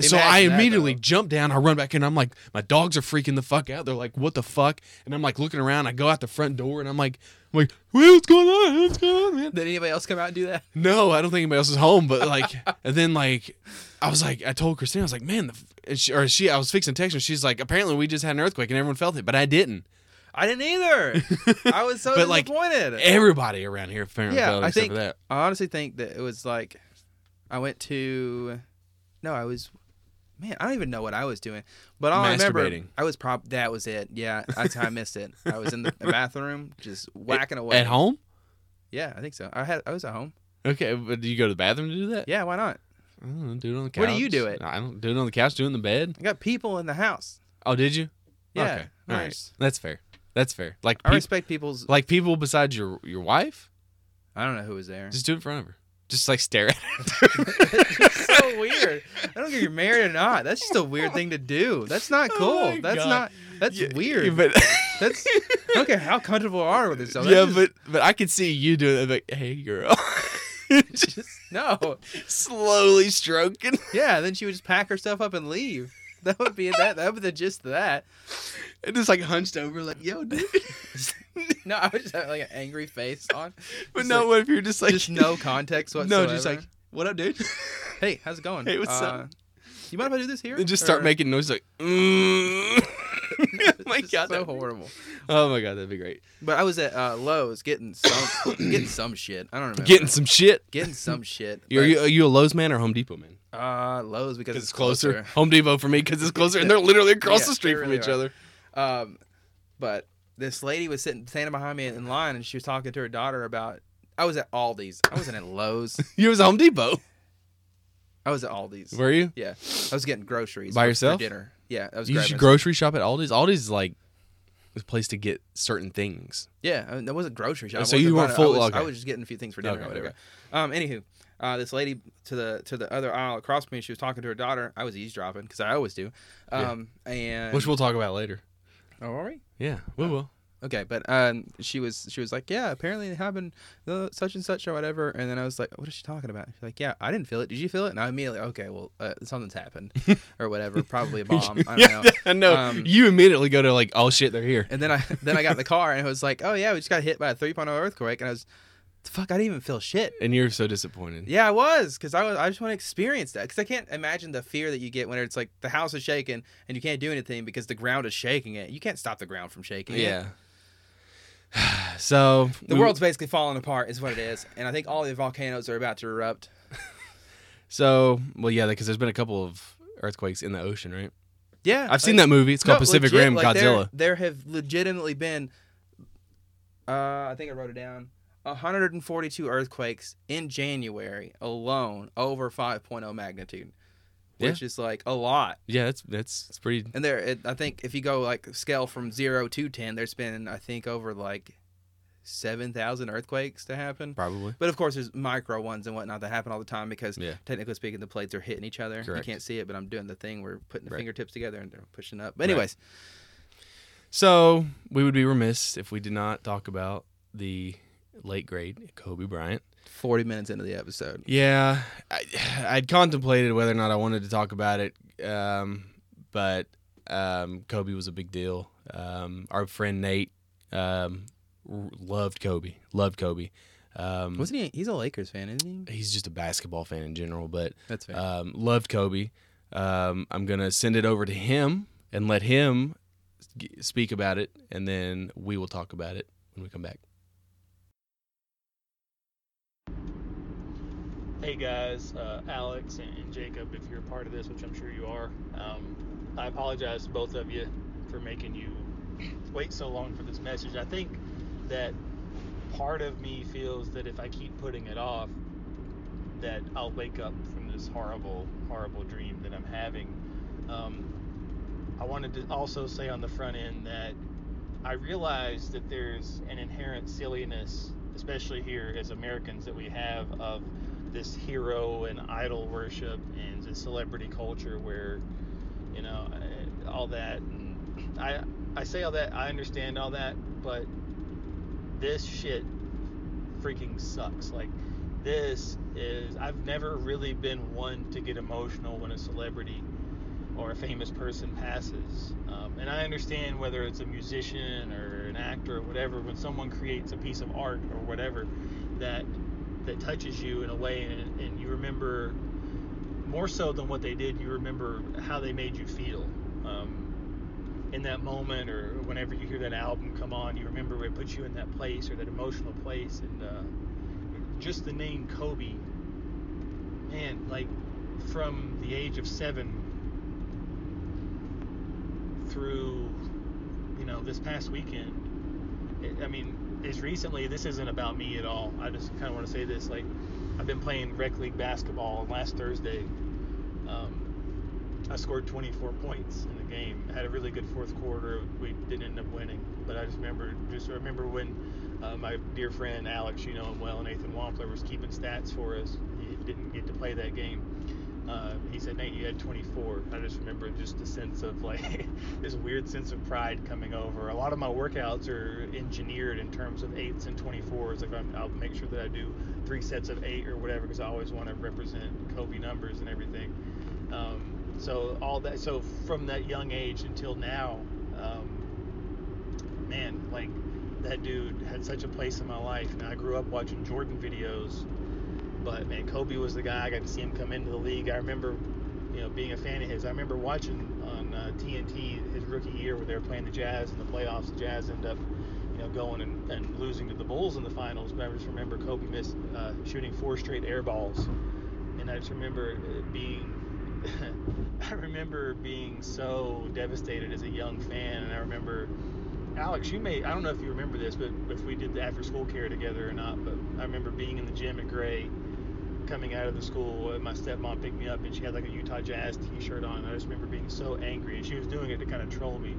Speaker 1: so I
Speaker 2: Imagine that,
Speaker 1: immediately
Speaker 2: though.
Speaker 1: jump down. I run back in. I'm like, my dogs are freaking the fuck out. They're like, what the fuck? And I'm like looking around. I go out the front door, and I'm like, I'm like, what's going on? What's going on, man?
Speaker 2: Did anybody else come out and do that?
Speaker 1: No, I don't think anybody else is home. But like, [laughs] and then like, I was like, I told Christina, I was like, man, the, f-" and she, or she, I was fixing text, and she's like, apparently we just had an earthquake and everyone felt it, but I didn't.
Speaker 2: I
Speaker 1: [laughs]
Speaker 2: didn't either. I was so
Speaker 1: But, like,
Speaker 2: disappointed.
Speaker 1: Everybody around here apparently
Speaker 2: yeah,
Speaker 1: felt it,
Speaker 2: I
Speaker 1: except
Speaker 2: think
Speaker 1: for that.
Speaker 2: I honestly think that it was like I went to no, I was man, I don't even know what I was doing. But all I remember
Speaker 1: Masturbating.
Speaker 2: I was prob that was it. Yeah, that's how I missed it. I was
Speaker 1: [laughs]
Speaker 2: in the bathroom just whacking away.
Speaker 1: At home?
Speaker 2: Yeah, I think so. I had I was at home.
Speaker 1: Okay, but do you go to the bathroom to do that?
Speaker 2: Yeah, why not?
Speaker 1: I don't know, do it on the couch.
Speaker 2: Where do you do it?
Speaker 1: I don't do it on the couch. Do it in the bed.
Speaker 2: I got people in the house.
Speaker 1: Oh, did you?
Speaker 2: Yeah,
Speaker 1: Okay. All right.
Speaker 2: nice.
Speaker 1: That's fair. That's fair. Like
Speaker 2: I
Speaker 1: peop-
Speaker 2: respect people's.
Speaker 1: like people besides your your wife,
Speaker 2: I don't know who was
Speaker 1: [laughs]
Speaker 2: there. [laughs]
Speaker 1: just do it in front of her. Just like stare at her.
Speaker 2: It's so weird. I don't care if you're married or not. That's just a weird thing to do. That's not
Speaker 1: Oh
Speaker 2: cool.
Speaker 1: my
Speaker 2: that's
Speaker 1: God.
Speaker 2: not.
Speaker 1: [laughs]
Speaker 2: That's
Speaker 1: Yeah,
Speaker 2: weird. [laughs]
Speaker 1: But
Speaker 2: That's. I don't care how comfortable you are with yourself.
Speaker 1: yeah,
Speaker 2: That's
Speaker 1: but but I could see you doing it like, hey girl. [laughs]
Speaker 2: [laughs] just- just- no.
Speaker 1: Slowly stroking.
Speaker 2: Yeah. Then she would just pack her stuff up and leave. That would be that. That would be the gist of that.
Speaker 1: And just like hunched over, like, yo, [laughs] dude.
Speaker 2: No, I would just have like an angry face on.
Speaker 1: But
Speaker 2: Just
Speaker 1: no,
Speaker 2: like-
Speaker 1: what if you're just [laughs] like [laughs]
Speaker 2: just no context whatsoever.
Speaker 1: No, just like, what up, [laughs] dude?
Speaker 2: hey, how's it going? Uh,
Speaker 1: Hey, what's up?
Speaker 2: [laughs]
Speaker 1: [laughs]
Speaker 2: You mind if I do this here?
Speaker 1: And just start
Speaker 2: Or-
Speaker 1: making noise like mm. Oh my
Speaker 2: It's
Speaker 1: god,
Speaker 2: so
Speaker 1: that'd be-
Speaker 2: horrible.
Speaker 1: oh my god, that'd be great.
Speaker 2: But I was at uh, Lowe's
Speaker 1: [coughs]
Speaker 2: getting some getting some shit. I don't remember
Speaker 1: Getting some shit.
Speaker 2: getting some shit.
Speaker 1: Are
Speaker 2: but,
Speaker 1: you, are you a Lowe's man or Home Depot man?
Speaker 2: uh, Lowe's because
Speaker 1: Because it's closer. Home Depot for me because it's closer, [laughs] and they're literally across
Speaker 2: Yeah,
Speaker 1: the street
Speaker 2: they
Speaker 1: from
Speaker 2: really
Speaker 1: each
Speaker 2: are.
Speaker 1: other.
Speaker 2: Um, but this lady was sitting standing behind me in line, and she was talking to her daughter about. I was at Aldi's. I wasn't at Lowe's.
Speaker 1: You was at Home Depot.
Speaker 2: I was at Aldi's.
Speaker 1: Were you?
Speaker 2: Yeah, I was getting groceries
Speaker 1: By
Speaker 2: for- for
Speaker 1: yourself?
Speaker 2: dinner. Yeah, I was.
Speaker 1: You
Speaker 2: grabbing
Speaker 1: should grocery shop at Aldi's. Aldi's is like a place to get certain things.
Speaker 2: Yeah, I mean, that wasn't grocery shop.
Speaker 1: Oh,
Speaker 2: I
Speaker 1: so you
Speaker 2: wasn't
Speaker 1: weren't
Speaker 2: buying- I
Speaker 1: full-
Speaker 2: was- I
Speaker 1: okay.
Speaker 2: was just getting a few things for dinner.
Speaker 1: Okay,
Speaker 2: or
Speaker 1: whatever.
Speaker 2: whatever. Um, anywho, uh, this lady to the to the other aisle across from me, she was talking to her daughter. I was eavesdropping because I always do.
Speaker 1: Yeah.
Speaker 2: Um, and
Speaker 1: Which we'll talk about later.
Speaker 2: oh, are we?
Speaker 1: Yeah, we [laughs] will.
Speaker 2: Okay, but um, she was she was like, yeah, apparently it happened uh, such and such or whatever. And then I was like, what is she talking about? She's like, yeah, I didn't feel it. Did you feel it? And I immediately, okay, well, uh, something's happened or whatever.
Speaker 1: [laughs]
Speaker 2: Probably a bomb. Um, I
Speaker 1: yeah,
Speaker 2: don't know.
Speaker 1: I know.
Speaker 2: Um,
Speaker 1: you immediately go to like, oh shit, they're here.
Speaker 2: And then I then I got in the car and it was like, oh yeah, we just got hit by a 3.0 earthquake. And I was, fuck, I didn't even feel shit.
Speaker 1: And you're so disappointed.
Speaker 2: Yeah, I was because I was I just want to experience that because I can't imagine the fear that you get when it's like the house is shaking and you can't do anything because the ground is shaking it. You can't stop the ground from shaking. it.
Speaker 1: Yeah. [sighs] so
Speaker 2: the
Speaker 1: we-
Speaker 2: world's basically falling apart is what it is, and I think all the volcanoes are about to erupt.
Speaker 1: So well, yeah, because there's been a couple of earthquakes in the ocean, right?
Speaker 2: Yeah,
Speaker 1: I've seen that movie. It's called Pacific Rim Godzilla.
Speaker 2: There, have legitimately been, uh, I think I wrote it down. 142 earthquakes in January alone over 5.0 magnitude,
Speaker 1: Yeah.
Speaker 2: which is like a lot.
Speaker 1: Yeah, that's that's it's pretty.
Speaker 2: And there, it, I think if you go like scale from zero to ten, there's been I think over like seven thousand earthquakes to happen.
Speaker 1: Probably.
Speaker 2: But of course, there's micro ones and whatnot that happen all the time because
Speaker 1: Yeah.
Speaker 2: technically speaking, the plates are hitting each other.
Speaker 1: Correct.
Speaker 2: You can't see it, but I'm doing the thing where putting the
Speaker 1: Right.
Speaker 2: fingertips together and they're pushing up. But
Speaker 1: Right.
Speaker 2: anyways,
Speaker 1: So we would be remiss if we did not talk about the late great Kobe Bryant.
Speaker 2: forty minutes into the episode,
Speaker 1: Yeah, I, [sighs] I'd contemplated whether or not I wanted to talk about it, um, but um, Kobe was a big deal. Um, our friend Nate um, r- loved Kobe, loved Kobe. Um,
Speaker 2: wasn't he? He's a Lakers fan, isn't he? Uh,
Speaker 1: he's just a basketball fan in general, but
Speaker 2: That's fair.
Speaker 1: um, loved Kobe. Um, I'm gonna send it over to him and let him g- speak about it, and then we will talk about it when we come back.
Speaker 3: Hey guys, uh, Alex and, and Jacob, if you're a part of this, which I'm sure you are, um, I apologize to both of you for making you wait so long for this message. I think that part of me feels that if I keep putting it off, that I'll wake up from this horrible, horrible dream that I'm having. Um, I wanted to also say on the front end that I realize that there's an inherent silliness, especially here as Americans, that we have of this hero and idol worship and this celebrity culture where, you know, eh, all that. And I I say all that, I understand all that, but this shit freaking sucks. Like this is I've never really been one to get emotional when a celebrity or a famous person passes. Um, and I understand whether it's a musician or an actor or whatever, when someone creates a piece of art or whatever that that touches you in a way and, and you remember more so than what they did, you remember how they made you feel. Um, in that moment, or whenever you hear that album come on, you remember it puts you in that place or that emotional place. And uh, just the name Kobe, man, like from the age of seven through you know this past weekend it, i mean as recently this isn't about me at all i just kind of want to say this like i've been playing rec league basketball and last thursday um, i scored 24 points in the game had a really good fourth quarter we didn't end up winning but i just remember just remember when uh, my dear friend alex you know him well nathan wampler was keeping stats for us he didn't get to play that game uh, he said, Nate, you had 24. I just remember just a sense of like [laughs] this weird sense of pride coming over. A lot of my workouts are engineered in terms of eights and 24s. Like I'm, I'll make sure that I do three sets of eight or whatever because I always want to represent Kobe numbers and everything. Um, so all that. So from that young age until now, um, man, like that dude had such a place in my life. And I grew up watching Jordan videos but man, Kobe was the guy. I got to see him come into the league. I remember you know, being a fan of his. I remember watching on uh, TNT his rookie year where they were playing the Jazz in the playoffs. The Jazz end up, you know, going and, and losing to the Bulls in the finals. But I just remember Kobe missed uh, shooting four straight air balls, and I just remember it being. [laughs] I remember being so devastated as a young fan, and I remember Alex, you may I don't know if you remember this, but if we did the after school care together or not, but I remember being in the gym at Gray, coming out of the school, and my stepmom picked me up, and she had like a Utah Jazz T-shirt on. And I just remember being so angry, and she was doing it to kind of troll me.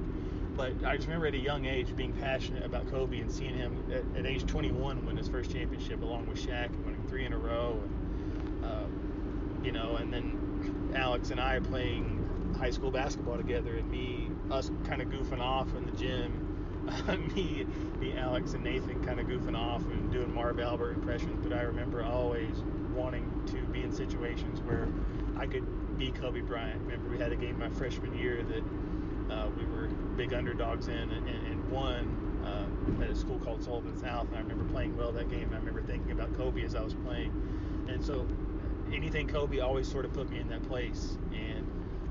Speaker 3: But I just remember at a young age being passionate about Kobe and seeing him at, at age 21 win his first championship along with Shaq, and winning three in a row, and uh, you know, and then Alex and I playing high school basketball together, and me us kind of goofing off in the gym. [laughs] me, me, Alex, and Nathan kind of goofing off and doing Marv Albert impressions, but I remember always wanting to be in situations where I could be Kobe Bryant. Remember, we had a game my freshman year that uh, we were big underdogs in and, and, and won uh, at a school called Sullivan South, and I remember playing well that game. And I remember thinking about Kobe as I was playing, and so anything Kobe always sort of put me in that place, and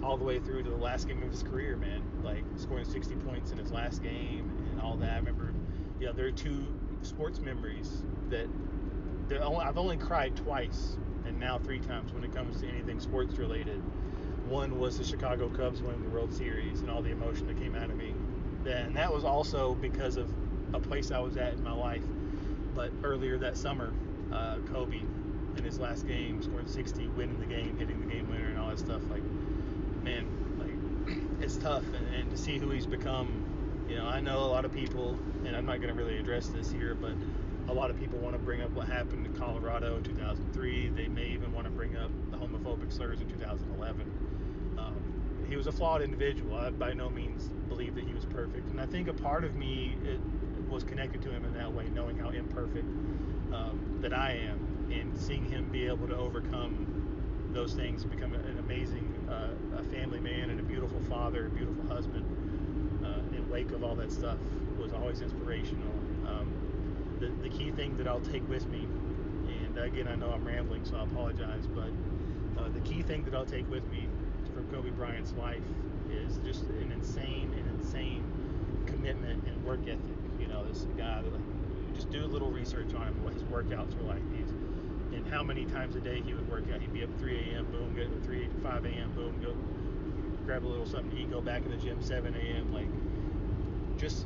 Speaker 3: all the way through to the last game of his career, man, like scoring 60 points in his last game and all that. I remember, you know, there are two sports memories that that only, I've only cried twice and now three times when it comes to anything sports related. One was the Chicago Cubs winning the World Series and all the emotion that came out of me. And that was also because of a place I was at in my life. But earlier that summer, uh, Kobe in his last game scoring 60, winning the game, hitting the game winner, and all that stuff. Like, man, like [clears throat] it's tough, and, and to see who he's become. You know, I know a lot of people, and I'm not going to really address this here, but a lot of people want to bring up what happened in Colorado in 2003. They may even want to bring up the homophobic slurs in 2011. Um, he was a flawed individual. I by no means believe that he was perfect, and I think a part of me it, was connected to him in that way, knowing how imperfect um, that I am, and seeing him be able to overcome those things, become an amazing uh, a family man and a beautiful father, a beautiful husband. Uh, in wake of all that stuff, was always inspirational. Um, the, the key thing that I'll take with me, and again, I know I'm rambling, so I apologize, but uh, the key thing that I'll take with me from Kobe Bryant's life is just an insane and insane commitment and work ethic. You know, this guy that like, you just do a little research on him, what his workouts were like, he's, and how many times a day he would work out. He'd be up 3 a.m., boom, get up 3 to 5 a.m., boom, go grab a little something to eat, go back in the gym 7 a.m. Like, just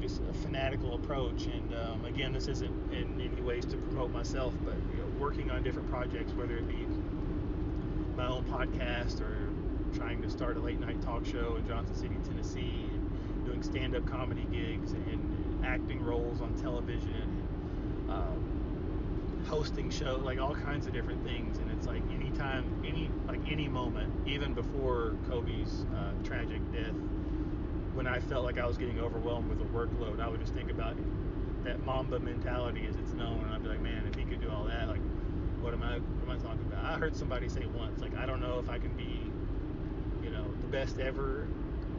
Speaker 3: just a fanatical approach. And um, again, this isn't in any ways to promote myself, but you know, working on different projects, whether it be my own podcast or trying to start a late night talk show in Johnson City, Tennessee, and doing stand up comedy gigs and acting roles on television, um, hosting show, like all kinds of different things. And it's like anytime, any like any moment, even before Kobe's uh, tragic death when I felt like I was getting overwhelmed with a workload, I would just think about that Mamba mentality as it's known, and I'd be like, man, if he could do all that, like, what am I, what am I talking about? I heard somebody say once, like, I don't know if I can be, you know, the best ever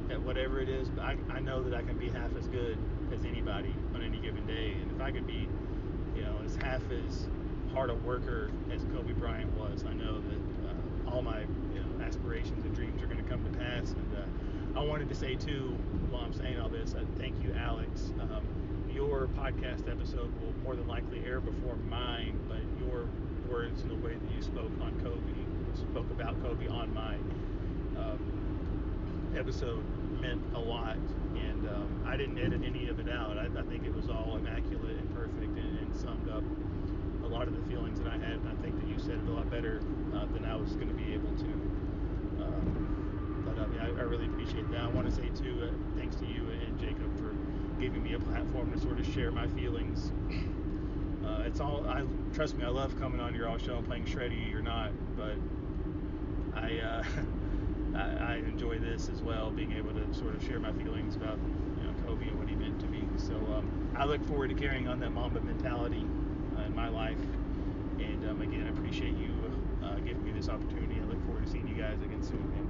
Speaker 3: at whatever it is, but I, I know that I can be half as good as anybody on any given day, and if I could be, you know, as half as hard a worker as Kobe Bryant was, I know that uh, all my you know, aspirations and dreams are going to come to pass, and uh, I wanted to say too, while I'm saying all this, I thank you, Alex. Um, your podcast episode will more than likely air before mine, but your words and the way that you spoke on Kobe, spoke about Kobe on my um, episode, meant a lot. And um, I didn't edit any of it out. I, I think it was all immaculate and perfect and, and, summed up a lot of the feelings that I had. And I think that you said it a lot better uh, than I was going to be able to. Um, but I, mean, I, I, really appreciate that. I want to say too, uh, thanks to you and Jacob for giving me a platform to sort of share my feelings. Uh, it's all I trust me. I love coming on your all show and playing Shreddy or not, but I, uh, [laughs] I, I enjoy this as well, being able to sort of share my feelings about you know, Kobe and what he meant to me. So um, I look forward to carrying on that Mamba mentality uh, in my life. And um, again, I appreciate you uh, giving me this opportunity. I look forward to seeing you guys again soon. And,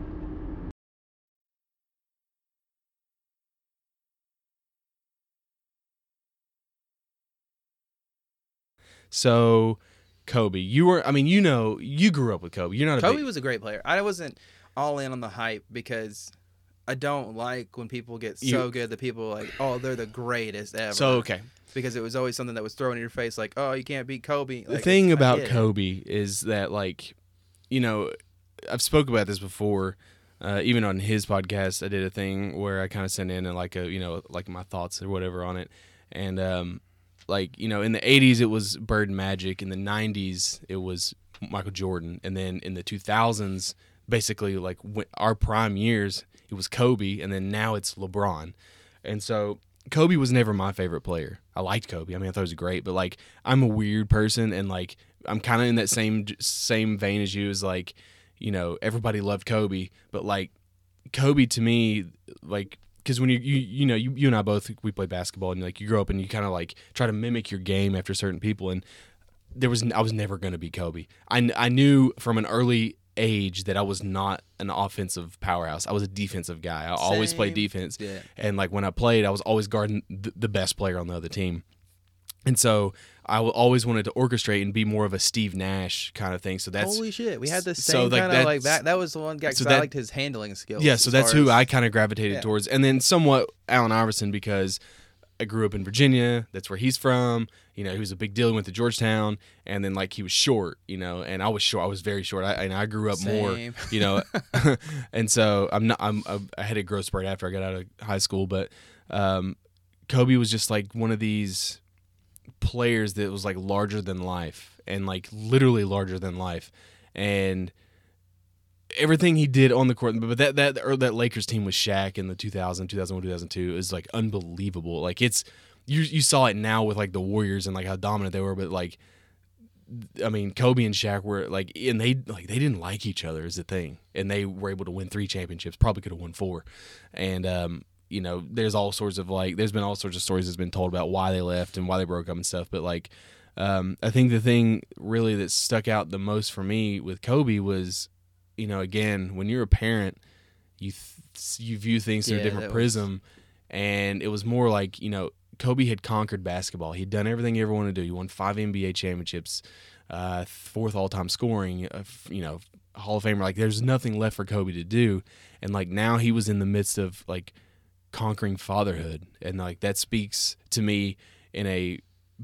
Speaker 1: So Kobe. You were, I mean, you know, you grew up with Kobe. You're not a
Speaker 2: Kobe
Speaker 1: big,
Speaker 2: was a great player. I wasn't all in on the hype because I don't like when people get so
Speaker 1: You-
Speaker 2: good that people are like, oh, they're the greatest ever.
Speaker 1: so okay.
Speaker 2: because it was always something that was thrown in your face, like, oh, you can't beat Kobe.
Speaker 1: the
Speaker 2: Like,
Speaker 1: thing
Speaker 2: I
Speaker 1: about
Speaker 2: get it.
Speaker 1: Kobe is that like, you know, I've spoke about this before. Uh, even on his podcast, I did a thing where I kind of sent in and like a you know like my thoughts or whatever on it, and um, like you know in the '80s it was Bird and Magic, in the '90s it was Michael Jordan, and then in the 2000s basically like when, our prime years it was Kobe, and then now it's LeBron, and so Kobe was never my favorite player. I liked Kobe. I mean, I thought he was great, but like I'm a weird person, and like I'm kind of in that same same vein as you. Is like, you know, everybody loved Kobe, but like Kobe to me, like, because when you, you you know you, you and I both we played basketball, and like you grow up and you kind of like try to mimic your game after certain people, and there was I was never going to be Kobe. I, kn- I knew from an early age that I was not an offensive powerhouse. I was a defensive guy. I always played
Speaker 2: Same.
Speaker 1: defense.
Speaker 2: Yeah.
Speaker 1: And like when I played, I was always guarding th- the best player on the other team. And so I w- always wanted to orchestrate and be more of a Steve Nash kind of thing. So that's
Speaker 2: Holy shit, we had the
Speaker 1: so,
Speaker 2: same
Speaker 1: like,
Speaker 2: kind of like
Speaker 1: that's-
Speaker 2: that. That was the one guy
Speaker 1: so
Speaker 2: because
Speaker 1: that-
Speaker 2: I liked his handling skills.
Speaker 1: yeah, so
Speaker 2: as
Speaker 1: that's
Speaker 2: far
Speaker 1: who
Speaker 2: as-
Speaker 1: I kind of gravitated
Speaker 2: yeah.
Speaker 1: towards, and then somewhat Allen Iverson because I grew up in Virginia. That's where he's from. You know, he was a big deal. He went to Georgetown, and then like he was short. You know, and I was short. I was very short. I, and I grew up more.
Speaker 2: Same.
Speaker 1: You know, [laughs] and so I'm not. I'm. I had a growth spurt after I got out of high school, but um, Kobe was just like one of these players that was like larger than life and like literally larger than life and everything he did on the court but that that or that Lakers team with Shaq in the 2000 2001 2002 is like unbelievable like it's you you saw it now with like the Warriors and like how dominant they were but like I mean Kobe and Shaq were like and they like they didn't like each other is the thing and they were able to win 3 championships probably could have won 4 and um you know there's all sorts of like there's been all sorts of stories that's been told about why they left and why they broke up and stuff but like um i think the thing really that stuck out the most for me with kobe was you know again when you're a parent you th- you view things through a
Speaker 2: Yeah,
Speaker 1: different
Speaker 2: that was-
Speaker 1: prism and it was more like you know kobe had conquered basketball he'd done everything he ever wanted to do he won five nba championships uh fourth all-time scoring uh, f- you know hall of famer like there's nothing left for kobe to do and like now he was in the midst of like conquering fatherhood and like that speaks to me in a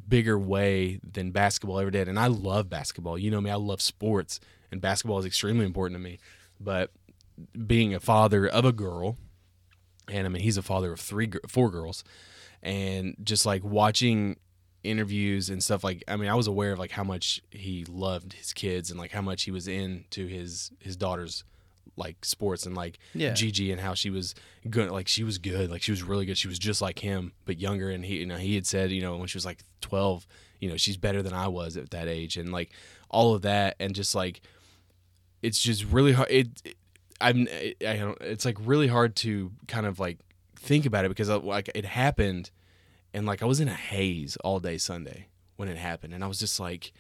Speaker 1: bigger way than basketball ever did and i love basketball you know me i love sports and basketball is extremely important to me but being a father of a girl and i mean he's a father of three gir- four girls and just like watching interviews and stuff like i mean i was aware of like how much he loved his kids and like how much he was into his his daughter's like sports and like
Speaker 2: Yeah.
Speaker 1: Gigi and how she was good like she was good like she was really good she was just like him but younger and he you know he had said you know when she was like 12 you know she's better than I was at that age and like all of that and just like it's just really hard it, it I'm I I don't it's like really hard to kind of like think about it because I, like it happened and like I was in a haze all day Sunday when it happened, and I was just like,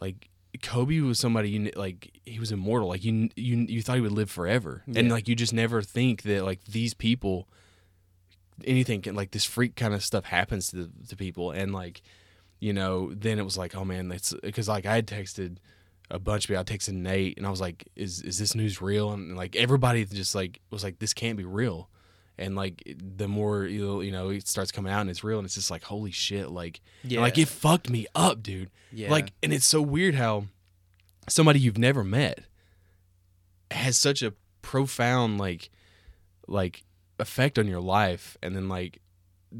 Speaker 1: like Kobe was somebody you kn- like he was immortal, like you kn- you kn- you thought he would live forever, and
Speaker 2: Yeah.
Speaker 1: like you just never think that like these people, anything can like this freak kind of stuff happens to to people, and like you know then it was like oh man that's because like I had texted a bunch of people. I texted Nate and I was like, "Is is this news real?" And, like everybody just like was like, "This can't be real." And like it- the more you know, you know, it starts coming out and it's real, and it's just like, "Holy shit!" Like, and,
Speaker 2: yeah,
Speaker 1: like it fucked me up, dude.
Speaker 2: yeah.
Speaker 1: Like, and it's so weird how somebody you've never met has such a profound like like effect on your life, and then like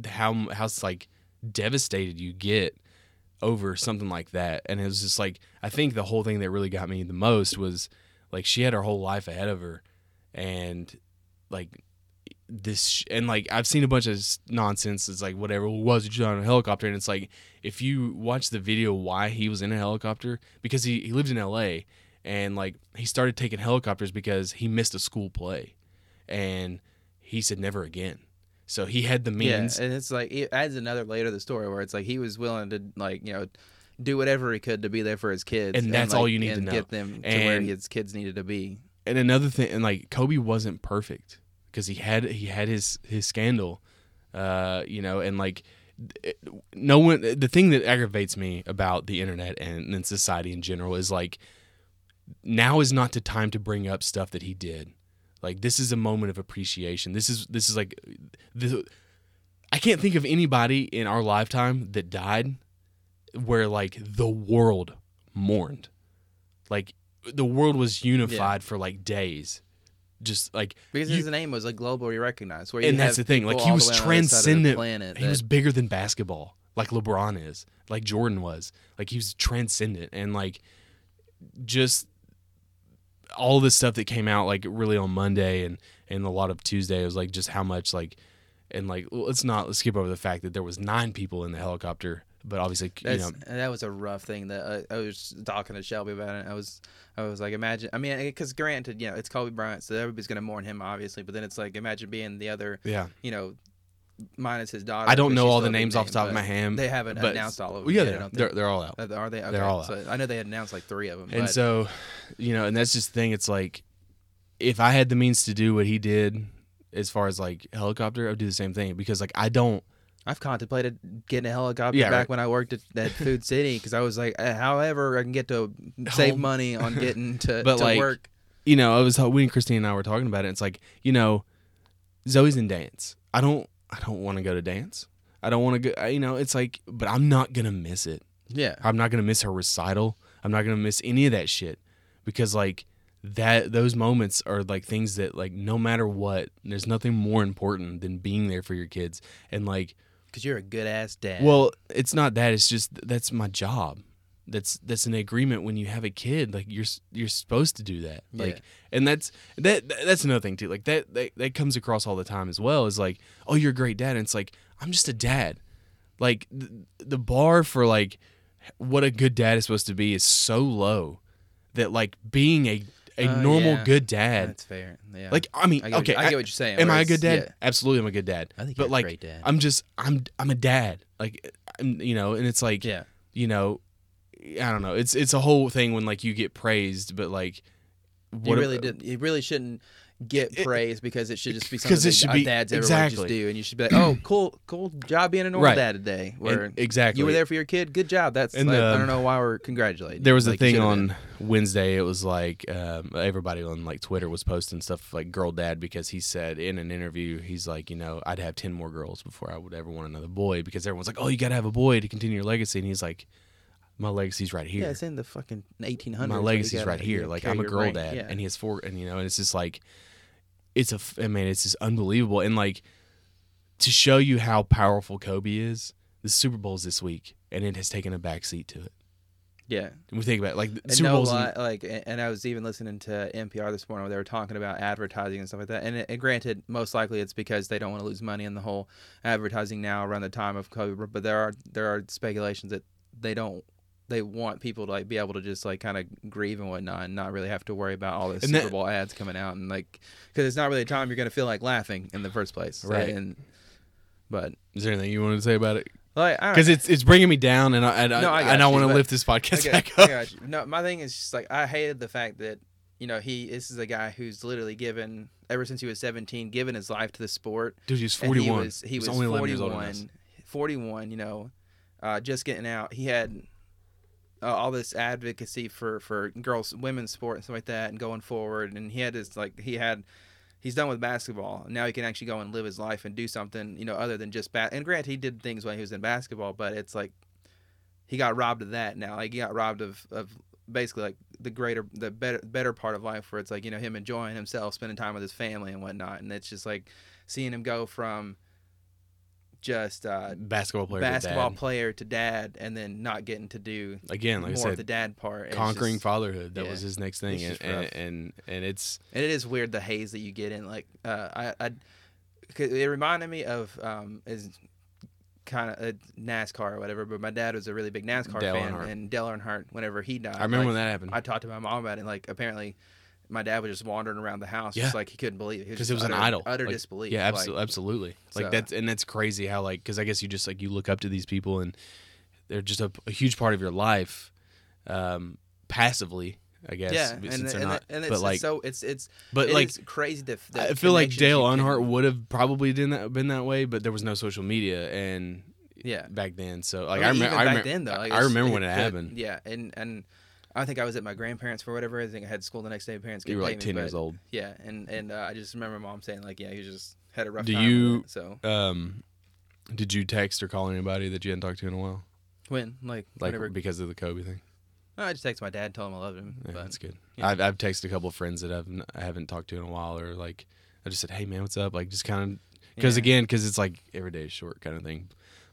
Speaker 1: how how it's like devastated you get over something like that. And it was just like I think the whole thing that really got me the most was like she had her whole life ahead of her, and like this sh- and like I've seen a bunch of s- nonsense. It's like whatever well, was you on a helicopter, and it's like if you watch the video why he was in a helicopter because he he lived in L.A. and like he started taking helicopters because he missed a school play, and he said never again. So he had the means.
Speaker 2: Yeah, and it's like it adds another layer to the story where it's like he was willing to like you know do whatever he could to be there for his kids,
Speaker 1: And that's
Speaker 2: like,
Speaker 1: all you need to
Speaker 2: and
Speaker 1: know.
Speaker 2: get them to where
Speaker 1: And-
Speaker 2: his kids needed to be.
Speaker 1: and another thing, and like Kobe wasn't perfect because he had he had his his scandal, uh, you know, and like no one the thing that aggravates me about the internet and, and society in general is like now is not the time to bring up stuff that he did like this is a moment of appreciation this is this is like the i can't think of anybody in our lifetime that died where like the world mourned like the world was unified for like days just like
Speaker 2: Because
Speaker 1: you-
Speaker 2: his name was like globally recognized. Where you
Speaker 1: and that's the
Speaker 2: have
Speaker 1: thing. Like
Speaker 2: people
Speaker 1: he
Speaker 2: all the
Speaker 1: was
Speaker 2: way on the other side of the
Speaker 1: transcendent.
Speaker 2: Planet
Speaker 1: he
Speaker 2: that-
Speaker 1: was bigger than basketball, like LeBron is, like Jordan was. Like he was transcendent, and like just all the stuff that came out like really on Monday and and a lot of Tuesday was like just how much like and like well, let's not let's skip over the fact that there was nine people in the helicopter, but obviously you
Speaker 2: That's,
Speaker 1: know
Speaker 2: and that was a rough thing that uh, I was talking to Shelby about it. I was, I was like, imagine. I mean, because granted, you know, it's Kobe Bryant, so everybody's gonna mourn him, obviously. But then it's like, imagine being the other,
Speaker 1: yeah.
Speaker 2: you know, minus his daughter.
Speaker 1: I don't
Speaker 2: but
Speaker 1: know
Speaker 2: she's
Speaker 1: all
Speaker 2: still
Speaker 1: the
Speaker 2: a big
Speaker 1: names off the
Speaker 2: name,
Speaker 1: top of
Speaker 2: but
Speaker 1: my hand.
Speaker 2: They haven't
Speaker 1: but-
Speaker 2: announced all of them.
Speaker 1: Well, yeah,
Speaker 2: yet, I
Speaker 1: they are.
Speaker 2: don't
Speaker 1: They're,
Speaker 2: think.
Speaker 1: they're all out.
Speaker 2: Uh, Are they? Okay.
Speaker 1: all out.
Speaker 2: so I know they had announced like three of them.
Speaker 1: And
Speaker 2: but
Speaker 1: so, you know, and that's just the thing. It's like, if I had the means to do what he did, as far as like helicopter, I'd do the same thing because like I don't.
Speaker 2: I've contemplated getting a helicopter
Speaker 1: Yeah,
Speaker 2: back
Speaker 1: right.
Speaker 2: when I worked at,
Speaker 1: [laughs]
Speaker 2: at Food City because I was like, uh, however, I can get to save
Speaker 1: Home. [laughs]
Speaker 2: money on getting to,
Speaker 1: Oh. But,
Speaker 2: to
Speaker 1: like,
Speaker 2: work.
Speaker 1: You know, I was we and Christine and I were talking about it. And it's like you know, Zoe's in dance. I don't. I don't want to go to dance. I don't want to go. I- You know, it's like, but I'm not gonna miss it.
Speaker 2: Yeah.
Speaker 1: I'm not gonna miss her recital. I'm not gonna miss any of that shit because like that those moments are like things that like no matter what, there's nothing more important than being there for your kids and like
Speaker 2: Because you're a good ass dad.
Speaker 1: Well, it's not that. It's just th- that's my job. That's that's an agreement when you have a kid. Like you're s- you're supposed to do that.
Speaker 2: Yeah.
Speaker 1: Like and that's that that- that's another thing too. Like that, that that comes across all the time as well. Is like oh you're a great dad. And it's like I'm just a dad. Like th- the bar for like what a good dad is supposed to be is so low that like being a a
Speaker 2: Oh,
Speaker 1: normal
Speaker 2: yeah.
Speaker 1: good dad.
Speaker 2: That's fair. Yeah.
Speaker 1: like I mean
Speaker 2: I get,
Speaker 1: okay
Speaker 2: I, get what you're saying.
Speaker 1: am
Speaker 2: where
Speaker 1: I a
Speaker 2: it's-
Speaker 1: good dad?
Speaker 2: yeah.
Speaker 1: Absolutely, I'm a good dad.
Speaker 2: I think
Speaker 1: but
Speaker 2: you're a
Speaker 1: like
Speaker 2: great dad.
Speaker 1: I'm just I'm I'm a dad. Like I'm you know, and it's like
Speaker 2: Yeah.
Speaker 1: you know, I don't know. It's it's a whole thing when like you get praised, but like
Speaker 2: You really
Speaker 1: ab-
Speaker 2: did. You really shouldn't get
Speaker 1: It-
Speaker 2: praise because it should just be
Speaker 1: 'cause
Speaker 2: something
Speaker 1: it
Speaker 2: that
Speaker 1: should
Speaker 2: our
Speaker 1: be-
Speaker 2: dads everywhere
Speaker 1: exactly.
Speaker 2: just do, and you should
Speaker 1: [clears throat]
Speaker 2: be like, "Oh, cool, cool job being a normal
Speaker 1: Right.
Speaker 2: dad today."
Speaker 1: and-
Speaker 2: Where
Speaker 1: exactly
Speaker 2: you were there for your kid, good job. That's
Speaker 1: And,
Speaker 2: like, I
Speaker 1: um,
Speaker 2: don't know why we're congratulating.
Speaker 1: There was
Speaker 2: Like,
Speaker 1: a
Speaker 2: you
Speaker 1: thing
Speaker 2: should've
Speaker 1: on
Speaker 2: been.
Speaker 1: Wednesday. It was like um, everybody on like Twitter was posting stuff like "girl dad" because he said in an interview he's like, you know, I'd have ten more girls before I would ever want another boy because everyone's like, oh, you gotta have a boy to continue your legacy, and he's like, my legacy's right here.
Speaker 2: Yeah, it's in the fucking 1800s.
Speaker 1: my
Speaker 2: where you
Speaker 1: legacy's
Speaker 2: gotta,
Speaker 1: right
Speaker 2: you
Speaker 1: here.
Speaker 2: know,
Speaker 1: Like
Speaker 2: carry
Speaker 1: I'm a
Speaker 2: your
Speaker 1: girl
Speaker 2: reign.
Speaker 1: dad,
Speaker 2: Yeah.
Speaker 1: and he has four, and you know, and it's just like, it's a, f- I mean, it's just unbelievable, and like, to show you how powerful Kobe is, the Super Bowl's this week, and it has taken a backseat to it.
Speaker 2: yeah.
Speaker 1: And we think about it, like the
Speaker 2: And
Speaker 1: Super
Speaker 2: no
Speaker 1: Bowl's, in-
Speaker 2: lie, like, and and I was even listening to NPR this morning where they were talking about advertising and stuff like that. And, it- and granted, most likely it's because they don't want to lose money in the whole advertising now around the time of COVID. But there are there are speculations that they don't they want people to like be able to just like kind of grieve and whatnot and not really have to worry about all the
Speaker 1: And
Speaker 2: Super
Speaker 1: that-
Speaker 2: Bowl ads coming out and like because it's not really a time you're gonna feel like laughing in the first place,
Speaker 1: Right.
Speaker 2: And but
Speaker 1: is there anything you wanted to say about it?
Speaker 2: like I don't
Speaker 1: Because it's it's bringing me down, and I and,
Speaker 2: No, I
Speaker 1: I,
Speaker 2: got
Speaker 1: and I
Speaker 2: you,
Speaker 1: want to
Speaker 2: but-
Speaker 1: lift this
Speaker 2: I
Speaker 1: podcast
Speaker 2: got-
Speaker 1: back
Speaker 2: I
Speaker 1: up.
Speaker 2: got you. No, my thing is just like I hated the fact that you know he this is a guy who's literally given ever since he was 17 given his life to the sport.
Speaker 1: Dude, he's
Speaker 2: And
Speaker 1: forty one.
Speaker 2: He was, he
Speaker 1: He's
Speaker 2: was
Speaker 1: only 11 years older than us.
Speaker 2: 41. 41. You know, uh, just getting out. He had uh, all this advocacy for for girls, women's sport, and stuff like that, and going forward. And he had this like he had. He's done with basketball. Now he can actually go and live his life and do something, you know, other than just bat. And granted, he did things when he was in basketball, but it's like he got robbed of that now. Like he got robbed of, of basically like the greater, the better, better part of life, where it's like you know him enjoying himself, spending time with his family and whatnot. And it's just like seeing him go from just uh,
Speaker 1: basketball player, to
Speaker 2: basketball
Speaker 1: dad.
Speaker 2: player to dad, and then not getting to do
Speaker 1: again, like I
Speaker 2: more of the
Speaker 1: said,
Speaker 2: dad part. It's
Speaker 1: conquering
Speaker 2: just-
Speaker 1: fatherhood. That
Speaker 2: yeah.
Speaker 1: was his next thing,
Speaker 2: It's
Speaker 1: and
Speaker 2: just
Speaker 1: and,
Speaker 2: rough.
Speaker 1: and and it's
Speaker 2: And it is weird the haze that you get in. Like uh, I, I, 'cause it reminded me of um, is kind of a NASCAR or whatever. But my dad was a really big NASCAR
Speaker 1: Dale
Speaker 2: fan,
Speaker 1: Earnhardt.
Speaker 2: and Dale Earnhardt, whenever he died,
Speaker 1: I remember
Speaker 2: like,
Speaker 1: when that happened
Speaker 2: I talked to my mom about it. Like apparently, my dad was just wandering around the house,
Speaker 1: Yeah.
Speaker 2: just like he couldn't believe it. He
Speaker 1: because
Speaker 2: just
Speaker 1: it was an
Speaker 2: utter-
Speaker 1: idol.
Speaker 2: utter
Speaker 1: Like,
Speaker 2: disbelief.
Speaker 1: Yeah,
Speaker 2: Like,
Speaker 1: absolutely, absolutely. Like
Speaker 2: so-
Speaker 1: that's and that's crazy how like because I guess you just like you look up to these people and they're just a, a huge part of your life, um, passively. I guess.
Speaker 2: yeah,
Speaker 1: since
Speaker 2: and, and,
Speaker 1: they're
Speaker 2: and,
Speaker 1: not-
Speaker 2: it's
Speaker 1: but
Speaker 2: just
Speaker 1: like,
Speaker 2: so it's it's
Speaker 1: but
Speaker 2: it
Speaker 1: like,
Speaker 2: is crazy. The, the
Speaker 1: I feel like
Speaker 2: connections
Speaker 1: Dale
Speaker 2: you can-
Speaker 1: Earnhardt would have probably done that, been that way, but there was no social media and
Speaker 2: Yeah.
Speaker 1: back then. So like
Speaker 2: mean,
Speaker 1: I, remember,
Speaker 2: even
Speaker 1: I
Speaker 2: back
Speaker 1: remember,
Speaker 2: then though. like,
Speaker 1: I
Speaker 2: it's-
Speaker 1: remember
Speaker 2: it
Speaker 1: when it
Speaker 2: could-
Speaker 1: happened.
Speaker 2: Yeah, and and I think I was at my grandparents for whatever. I think I had school the next day. Parents
Speaker 1: You
Speaker 2: couldn't
Speaker 1: were
Speaker 2: pay
Speaker 1: like
Speaker 2: me,
Speaker 1: ten years
Speaker 2: but-
Speaker 1: old.
Speaker 2: Yeah, and and uh, I just remember mom saying like, yeah, he just had a rough
Speaker 1: Do
Speaker 2: time. with
Speaker 1: you-
Speaker 2: it, so
Speaker 1: Um, did you text or call anybody that you hadn't talked to in a while?
Speaker 2: when like,
Speaker 1: Like
Speaker 2: whenever
Speaker 1: because of the Kobe thing.
Speaker 2: I just text my dad, tell him I love him.
Speaker 1: Yeah,
Speaker 2: but
Speaker 1: that's good.
Speaker 2: yeah.
Speaker 1: I've I've texted a couple of friends that I've n- I haven't talked to in a while, or like I just said, hey man, what's up? Like just kind of because
Speaker 2: Yeah.
Speaker 1: again, because it's like every day is short kind of thing.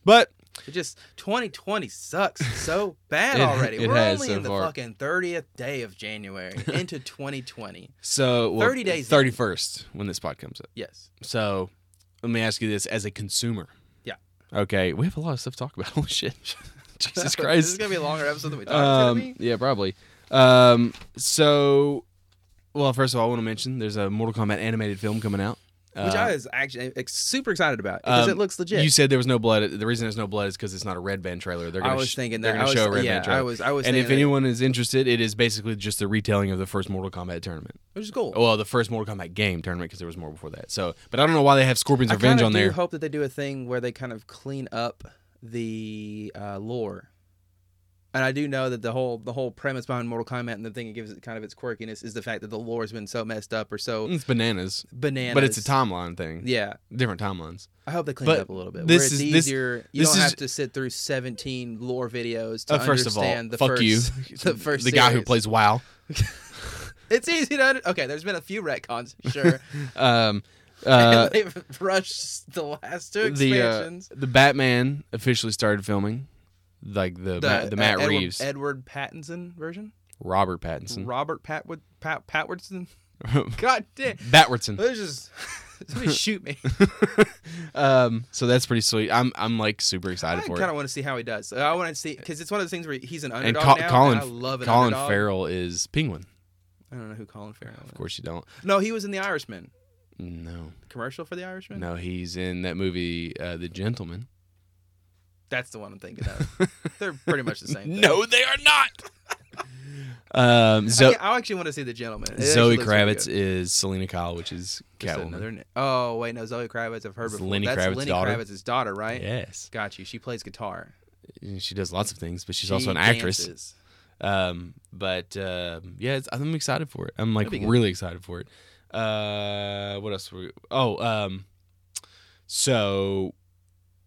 Speaker 1: But
Speaker 2: It just 2020 sucks
Speaker 1: [laughs]
Speaker 2: so bad
Speaker 1: It-
Speaker 2: already.
Speaker 1: it
Speaker 2: We're
Speaker 1: has
Speaker 2: only
Speaker 1: so
Speaker 2: in the
Speaker 1: far.
Speaker 2: fucking 30th day
Speaker 1: [laughs]
Speaker 2: of January into 2020.
Speaker 1: so well,
Speaker 2: 30 days in.
Speaker 1: thirty first when this pod comes up.
Speaker 2: Yes.
Speaker 1: So let me ask you this: as a consumer,
Speaker 2: Yeah.
Speaker 1: okay, we have a lot of stuff to talk about. [laughs] Holy shit, [laughs]
Speaker 2: [laughs]
Speaker 1: Jesus
Speaker 2: this is
Speaker 1: Christ!
Speaker 2: gonna be a longer episode than we thought it was
Speaker 1: Um,
Speaker 2: gonna be.
Speaker 1: yeah, probably. Um, so, well, first of all, I want to mention there's a Mortal Kombat animated film coming out.
Speaker 2: Which
Speaker 1: Uh,
Speaker 2: I was actually ex- super excited about because
Speaker 1: Um,
Speaker 2: it looks legit.
Speaker 1: You said there was no blood. The reason there's no blood is because it's not a red band trailer. They're gonna
Speaker 2: I was
Speaker 1: sh-
Speaker 2: thinking
Speaker 1: they're
Speaker 2: that. I
Speaker 1: gonna
Speaker 2: was,
Speaker 1: show a red
Speaker 2: yeah,
Speaker 1: band trailer.
Speaker 2: I was. I was.
Speaker 1: and if
Speaker 2: thinking that-
Speaker 1: anyone is interested, it is basically just the retelling of the first Mortal Kombat tournament.
Speaker 2: which is cool.
Speaker 1: Well, the first Mortal Kombat game tournament because there was more before that. So, but I don't know why they have Scorpion's
Speaker 2: I
Speaker 1: Revenge
Speaker 2: kinda
Speaker 1: on
Speaker 2: do
Speaker 1: there.
Speaker 2: hope that they do a thing where they kind of clean up the uh, lore. And I do know that the whole the whole premise behind Mortal Kombat and the thing it gives it kind of its quirkiness is the fact that the lore has been so messed up or so
Speaker 1: it's bananas,
Speaker 2: bananas.
Speaker 1: but it's a timeline thing.
Speaker 2: Yeah,
Speaker 1: Different timelines.
Speaker 2: I hope they clean
Speaker 1: But
Speaker 2: it up a little bit.
Speaker 1: this
Speaker 2: where it's
Speaker 1: is- this-
Speaker 2: easier. you
Speaker 1: this
Speaker 2: don't
Speaker 1: is-
Speaker 2: have to sit through 17 lore videos to
Speaker 1: Uh, first of all,
Speaker 2: understand the
Speaker 1: fuck
Speaker 2: first,
Speaker 1: you. [laughs]
Speaker 2: The first,
Speaker 1: the guy who
Speaker 2: series.
Speaker 1: plays
Speaker 2: [laughs]
Speaker 1: WoW.
Speaker 2: It's easy to under- okay. There's been a few retcons, sure. [laughs]
Speaker 1: Um, [laughs] uh,
Speaker 2: They've rushed the last two
Speaker 1: the uh,
Speaker 2: expansions.
Speaker 1: the Batman officially started filming, like the Ma- the,
Speaker 2: uh,
Speaker 1: Matt
Speaker 2: Edward,
Speaker 1: Reeves,
Speaker 2: Edward Pattinson version.
Speaker 1: Robert Pattinson,
Speaker 2: Robert Patwood Pat Patwoodson. [laughs]
Speaker 1: [laughs]
Speaker 2: God damn.
Speaker 1: Batwardson.
Speaker 2: Let's just [laughs] somebody shoot me.
Speaker 1: [laughs] Um, so that's pretty sweet. I'm I'm like super
Speaker 2: I
Speaker 1: excited for
Speaker 2: kind
Speaker 1: it.
Speaker 2: of want to see how he does. I want to see because it's one of those things where he's an
Speaker 1: And
Speaker 2: underdog
Speaker 1: Col-
Speaker 2: now.
Speaker 1: Colin-
Speaker 2: and I love an
Speaker 1: Colin
Speaker 2: underdog.
Speaker 1: Farrell is Penguin.
Speaker 2: I don't know who Colin Farrell. Is.
Speaker 1: Of course you don't.
Speaker 2: No, he was in The Irishman.
Speaker 1: No,
Speaker 2: Commercial for The Irishman.
Speaker 1: no, he's in that movie, uh, The Gentleman. [laughs]
Speaker 2: That's the one I'm thinking of. They're pretty much the same.
Speaker 1: [laughs]
Speaker 2: Thing.
Speaker 1: No, they are not. [laughs] um,
Speaker 2: I,
Speaker 1: Zo-
Speaker 2: can't- I actually want to see the gentleman. It
Speaker 1: Zoe
Speaker 2: actually looks really
Speaker 1: Kravitz
Speaker 2: good.
Speaker 1: is Selena Kyle, which is
Speaker 2: Just
Speaker 1: Catwoman.
Speaker 2: another na- Oh wait, no, Zoe Kravitz. I've heard
Speaker 1: It's
Speaker 2: before.
Speaker 1: Lenny
Speaker 2: That's
Speaker 1: Kravitz's
Speaker 2: Lenny
Speaker 1: daughter.
Speaker 2: Kravitz's daughter, right?
Speaker 1: Yes,
Speaker 2: Got you. She plays guitar.
Speaker 1: she does lots of things, but she's
Speaker 2: She
Speaker 1: also an actress.
Speaker 2: dances.
Speaker 1: Um, but um, yeah, it's, I'm excited for it. I'm like
Speaker 2: That'd be good.
Speaker 1: really excited for it. Uh, what else? Were we, oh, um, so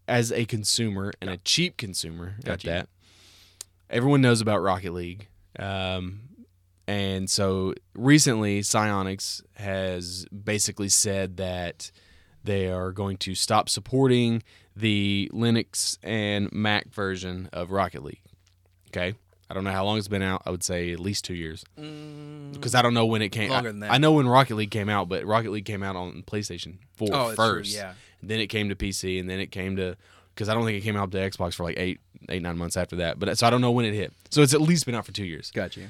Speaker 1: as a consumer and a cheap consumer at
Speaker 2: Gotcha.
Speaker 1: that, everyone knows about Rocket League. Um, and so recently, Psyonix has basically said that they are going to stop supporting the Linux and Mac version of Rocket League. Okay. I don't know how long it's been out. I would say at least two years
Speaker 2: Mm,
Speaker 1: because I don't know when it came.
Speaker 2: Longer
Speaker 1: I,
Speaker 2: than that.
Speaker 1: I know when Rocket League came out, but Rocket League came out on PlayStation 4
Speaker 2: oh, it's true,
Speaker 1: first.
Speaker 2: Yeah.
Speaker 1: Then it came to PC, and then it came to because I don't think it came out to Xbox for like eight, eight, nine months after that. But so I don't know when it hit. So it's at least been out for two years.
Speaker 2: Got you.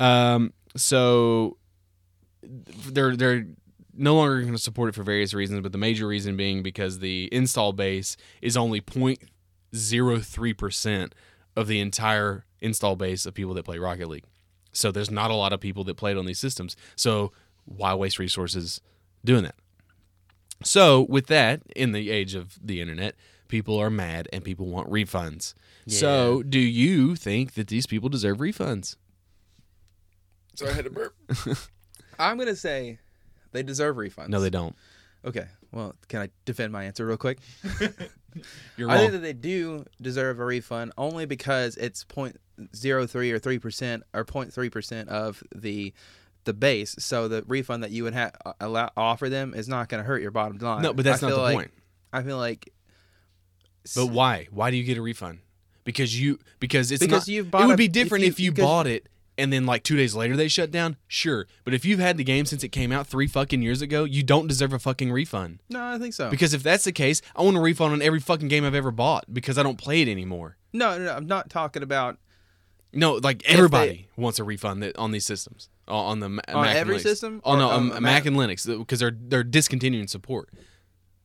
Speaker 1: Um, so they're they're no longer going to support it for various reasons, but the major reason being because the install base is only 0.03 percent of the entire install base of people that play Rocket League. So there's not a lot of people that played on these systems. So why waste resources doing that? So with that, in the age of the internet, people are mad and people want refunds. So do you think that these people deserve refunds?
Speaker 2: So I had a burp. I'm gonna say they deserve refunds.
Speaker 1: No, they don't.
Speaker 2: Okay. Well, can I defend my answer real quick?
Speaker 1: You're
Speaker 2: I think that they do deserve a refund only because it's 0.03 or 3 percent or 0.3 percent of the the base. So the refund that you would have allow offer them is not going to hurt your bottom line.
Speaker 1: No, but that's
Speaker 2: I
Speaker 1: not the
Speaker 2: feel like-
Speaker 1: point.
Speaker 2: I feel like
Speaker 1: But why? Why do you get a refund? Because you because it's
Speaker 2: Because
Speaker 1: not,
Speaker 2: you've bought
Speaker 1: It would
Speaker 2: a-
Speaker 1: be
Speaker 2: if
Speaker 1: different
Speaker 2: you-
Speaker 1: if you,
Speaker 2: because-
Speaker 1: bought it and then like two days later they shut down. Sure, but if you've had the game since it came out three fucking years ago, you don't deserve a fucking refund.
Speaker 2: no, I think so.
Speaker 1: Because if that's the case, I want a refund on every fucking game I've ever bought because I don't play it anymore.
Speaker 2: no, no, no, I'm not talking about
Speaker 1: No, like everybody wants a refund that, on these systems o- on the Ma-
Speaker 2: On
Speaker 1: Mac and
Speaker 2: every
Speaker 1: Linux.
Speaker 2: system?
Speaker 1: Oh
Speaker 2: Or
Speaker 1: no,
Speaker 2: on
Speaker 1: um,
Speaker 2: a
Speaker 1: Mac
Speaker 2: Mac?
Speaker 1: and Linux because they're they're discontinuing support.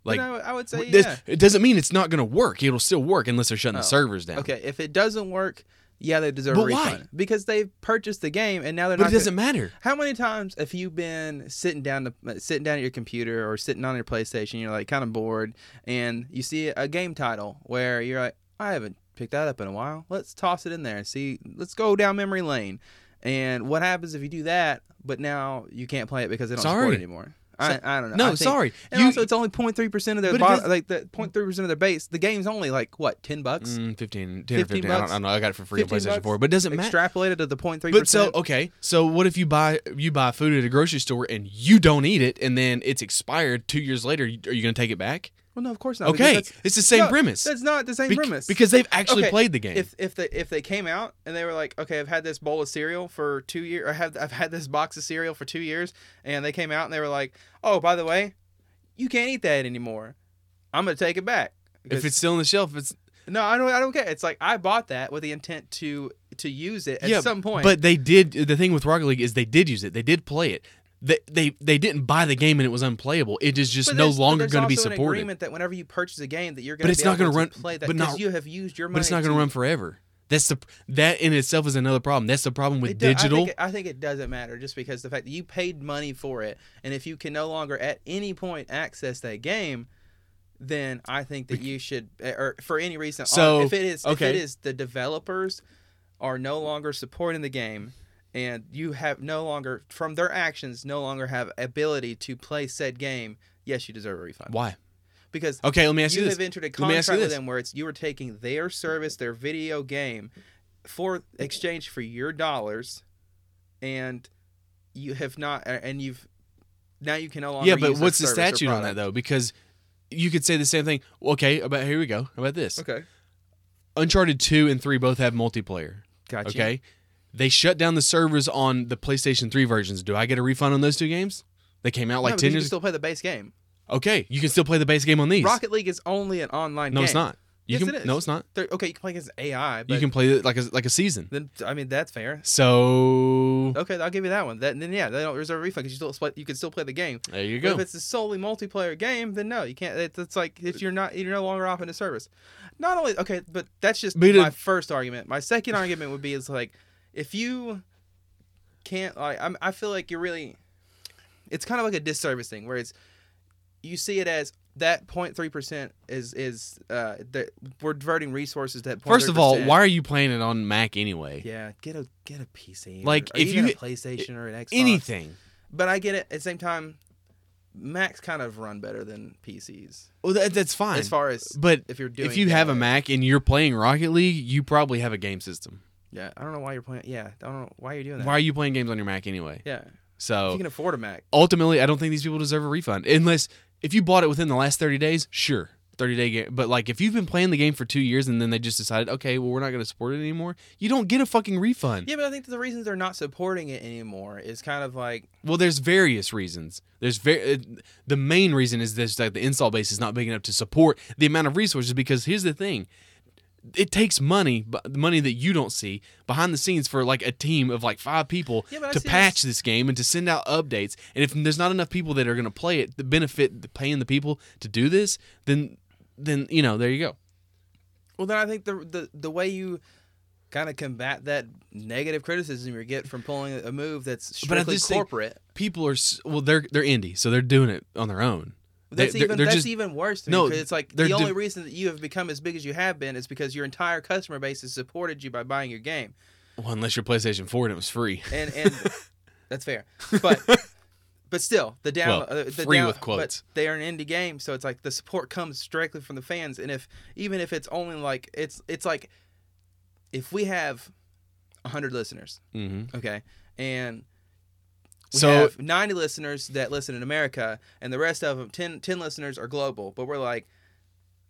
Speaker 1: Like
Speaker 2: Like, I, I would say
Speaker 1: this,
Speaker 2: yeah.
Speaker 1: it doesn't mean it's not going to work. It'll still work unless they're shutting the
Speaker 2: Oh,
Speaker 1: servers down.
Speaker 2: Okay, if it doesn't work, yeah, they deserve a
Speaker 1: But why?
Speaker 2: refund because they've purchased the game and now they're
Speaker 1: But
Speaker 2: not.
Speaker 1: it
Speaker 2: gonna-
Speaker 1: doesn't matter.
Speaker 2: How many times have you been sitting down to uh, sitting down at your computer or sitting on your PlayStation? You're like kind of bored, and you see a game title where you're like, I haven't picked that up in a while. Let's toss it in there and see. Let's go down memory lane. And what happens if you do that? But now you can't play it because they don't support
Speaker 1: Sorry.
Speaker 2: it anymore. I, I don't know.
Speaker 1: No,
Speaker 2: I think-
Speaker 1: sorry.
Speaker 2: And
Speaker 1: You-
Speaker 2: also, it's only 0.3 percent of their
Speaker 1: But it
Speaker 2: bot-
Speaker 1: does-
Speaker 2: like the 0.3 percent of their base. The game's only like what 10 bucks.
Speaker 1: Mm, 15, 10 or
Speaker 2: 15
Speaker 1: 15. I, don't,
Speaker 2: bucks.
Speaker 1: I don't know. I got it for free on
Speaker 2: 15
Speaker 1: PlayStation
Speaker 2: bucks.
Speaker 1: 4, but it doesn't matter.
Speaker 2: Extrapolated to the 0.3
Speaker 1: But so
Speaker 2: percent.
Speaker 1: okay, so what if you buy you buy food at a grocery store and you don't eat it, and then it's expired two years later? you- Are you going to take it back?
Speaker 2: well, no, of course not. because
Speaker 1: Okay,
Speaker 2: that's-
Speaker 1: it's the same
Speaker 2: no,
Speaker 1: premise.
Speaker 2: That's not the same
Speaker 1: Bec-
Speaker 2: premise
Speaker 1: because they've actually
Speaker 2: Okay,
Speaker 1: played the game.
Speaker 2: if if they if they came out and they were like, okay, I've had this bowl of cereal for two years, I have I've had this box of cereal for two years, and they came out and they were like, oh, by the way, you can't eat that anymore. I'm gonna take it back.
Speaker 1: if
Speaker 2: Because-
Speaker 1: it's still on the shelf, it's
Speaker 2: no, I don't I don't care. It's like I bought that with the intent to to use it at
Speaker 1: Yeah,
Speaker 2: some point.
Speaker 1: But they did. The thing with Rocket League is they did use it. They did play it. They they, they didn't buy the game and it was unplayable. It is just
Speaker 2: But
Speaker 1: no
Speaker 2: there's- but
Speaker 1: longer
Speaker 2: there's
Speaker 1: going to be
Speaker 2: also an
Speaker 1: supported.
Speaker 2: agreement that whenever you purchase a game, that you're
Speaker 1: But
Speaker 2: going
Speaker 1: it's
Speaker 2: be
Speaker 1: not
Speaker 2: able
Speaker 1: gonna
Speaker 2: to
Speaker 1: run-
Speaker 2: play that
Speaker 1: but
Speaker 2: because
Speaker 1: not-
Speaker 2: you have used your money.
Speaker 1: But it's not
Speaker 2: to
Speaker 1: going to run forever. That's the that in itself is another problem. That's the problem with
Speaker 2: It do- I think
Speaker 1: digital.
Speaker 2: it- I think, it doesn't matter just because the fact that you paid money for it, and if you can no longer at any point access that game, then I think that you should, eh, or for any reason,
Speaker 1: So,
Speaker 2: if it is, if
Speaker 1: okay.
Speaker 2: it is the developers are no longer supporting the game, and you have no longer from their actions no longer have ability to play said game. Yes, you deserve a refund
Speaker 1: Why?
Speaker 2: because
Speaker 1: Okay, let me ask you,
Speaker 2: you
Speaker 1: this.
Speaker 2: have entered a
Speaker 1: Let me ask
Speaker 2: contract
Speaker 1: you
Speaker 2: with
Speaker 1: this.
Speaker 2: them where it's you are taking their service, their video game, for exchange for your dollars, and you have not, and you've now you can no longer.
Speaker 1: yeah, but
Speaker 2: use their
Speaker 1: what's the
Speaker 2: service or
Speaker 1: statute on that
Speaker 2: product.
Speaker 1: though? Because you could say the same thing. Okay, about here we go. How about this?
Speaker 2: Okay,
Speaker 1: Uncharted two and three both have multiplayer.
Speaker 2: gotcha.
Speaker 1: Okay, they shut down the servers on the PlayStation three versions. Do I get a refund on those two games? They came out like
Speaker 2: no, because
Speaker 1: ten
Speaker 2: you
Speaker 1: years.
Speaker 2: can still play the base game.
Speaker 1: Okay, you can still play the base game on these.
Speaker 2: Rocket League is only an online.
Speaker 1: no,
Speaker 2: game.
Speaker 1: it's not. You
Speaker 2: Yes,
Speaker 1: can,
Speaker 2: it is.
Speaker 1: No, it's not.
Speaker 2: They're- okay, you can play against AI, but
Speaker 1: You can play it like a like a season.
Speaker 2: then I mean that's fair.
Speaker 1: So
Speaker 2: Okay, I'll give you that one. That, then yeah, they don't reserve a refund because you still split, you can still play the game.
Speaker 1: there you
Speaker 2: But
Speaker 1: go.
Speaker 2: if it's a solely multiplayer game, then no, you can't. It's, it's like if you're not, you're no longer offering a service. Not only okay, but that's just
Speaker 1: But it-
Speaker 2: my first argument. My second argument would be is like if you can't, like I'm, I feel like you're really, it's kind of like a disservice thing where it's you see it as that 0.3 percent is is uh that we're diverting resources to that. 0.3%.
Speaker 1: First of all, why are you playing it on Mac anyway?
Speaker 2: Yeah, get a get a PC.
Speaker 1: Like,
Speaker 2: or, or
Speaker 1: if
Speaker 2: even
Speaker 1: you-
Speaker 2: a PlayStation or an Xbox,
Speaker 1: Anything.
Speaker 2: But I get it. At the same time, Macs kind of run better than PCs.
Speaker 1: Well, that, that's fine.
Speaker 2: as far as
Speaker 1: but
Speaker 2: if you're doing
Speaker 1: if you have a
Speaker 2: that.
Speaker 1: Mac and you're playing Rocket League, you probably have a game system.
Speaker 2: yeah i don't know why you're playing yeah i don't know why you're doing that
Speaker 1: Why Oh. are you playing games on your Mac anyway?
Speaker 2: yeah if
Speaker 1: So
Speaker 2: you can afford a mac
Speaker 1: ultimately, I don't think these people deserve a refund unless if you bought it within the last 30 days. Sure, 30 day game. But like if you've been playing the game for two years and then they just decided, okay, well we're not going to support it anymore, you don't get a fucking refund.
Speaker 2: yeah but i think that the reasons they're not supporting it anymore is kind of like
Speaker 1: Well, there's various reasons. There's ver- uh, the main reason is this that the install base is not big enough to support the amount of resources. Because here's the thing, it takes money, bu- the money that you don't see behind the scenes for like a team of like five people
Speaker 2: Yeah, but I
Speaker 1: to
Speaker 2: see this-
Speaker 1: patch this game and to send out updates. And if there's not enough people that are going to play it, the benefit the paying the people to do this, then then you know there you go.
Speaker 2: well then i think the the, the way you kind of combat that negative criticism you get from pulling a move that's
Speaker 1: But I
Speaker 2: strictly
Speaker 1: just think-
Speaker 2: corporate
Speaker 1: People are s- well, they're they're indie, so they're doing it on their own. They-
Speaker 2: that's
Speaker 1: they're-
Speaker 2: even
Speaker 1: they're
Speaker 2: that's
Speaker 1: just-
Speaker 2: even worse to me
Speaker 1: No,
Speaker 2: because it's like
Speaker 1: they're
Speaker 2: the only
Speaker 1: div-
Speaker 2: reason that you have become as big as you have been is because your entire customer base has supported you by buying your game.
Speaker 1: Well, unless you're PlayStation Four and it was free.
Speaker 2: and
Speaker 1: [laughs]
Speaker 2: and that's fair. But but still, the down
Speaker 1: Well,
Speaker 2: uh, the
Speaker 1: free
Speaker 2: down,
Speaker 1: with
Speaker 2: but
Speaker 1: quotes.
Speaker 2: they are an indie game, so it's like the support comes directly from the fans. And if even if it's only like it's it's like if we have hundred listeners,
Speaker 1: Mm-hmm.
Speaker 2: okay, and we
Speaker 1: So-
Speaker 2: have 90 listeners that listen in America, and the rest of them, 10, 10 listeners are global. But we're like,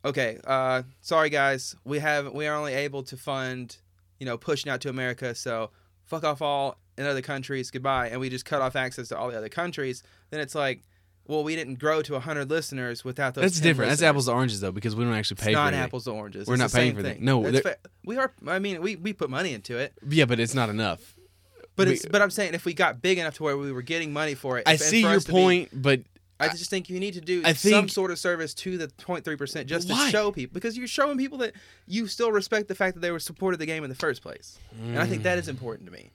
Speaker 2: okay, uh, sorry guys, we have we are only able to fund, you know, pushing out to America. So fuck off all in other countries, goodbye, and we just cut off access to all the other countries. Then it's like, well, we didn't grow to 100 listeners without those.
Speaker 1: That's
Speaker 2: 10
Speaker 1: different. That's
Speaker 2: listeners.
Speaker 1: apples to oranges though, because we don't actually pay
Speaker 2: It's not
Speaker 1: for it.
Speaker 2: apples to oranges.
Speaker 1: We're
Speaker 2: It's
Speaker 1: not
Speaker 2: the
Speaker 1: paying
Speaker 2: same
Speaker 1: for that.
Speaker 2: thing.
Speaker 1: No,
Speaker 2: That's
Speaker 1: there-
Speaker 2: fa- we are. I mean, we, we put money into it.
Speaker 1: Yeah, but it's not enough.
Speaker 2: But
Speaker 1: We-
Speaker 2: it's, but I'm saying if we got big enough to where we were getting money for it,
Speaker 1: I
Speaker 2: if- and
Speaker 1: see
Speaker 2: for
Speaker 1: your
Speaker 2: us to be-
Speaker 1: point, but
Speaker 2: I just think you need to do
Speaker 1: I
Speaker 2: some
Speaker 1: think-
Speaker 2: sort of service to the 0.3 percent just
Speaker 1: Why?
Speaker 2: to show people because you're showing people that you still respect the fact that they were supported the game in the first place, and I think that
Speaker 1: Mm.
Speaker 2: is important to me.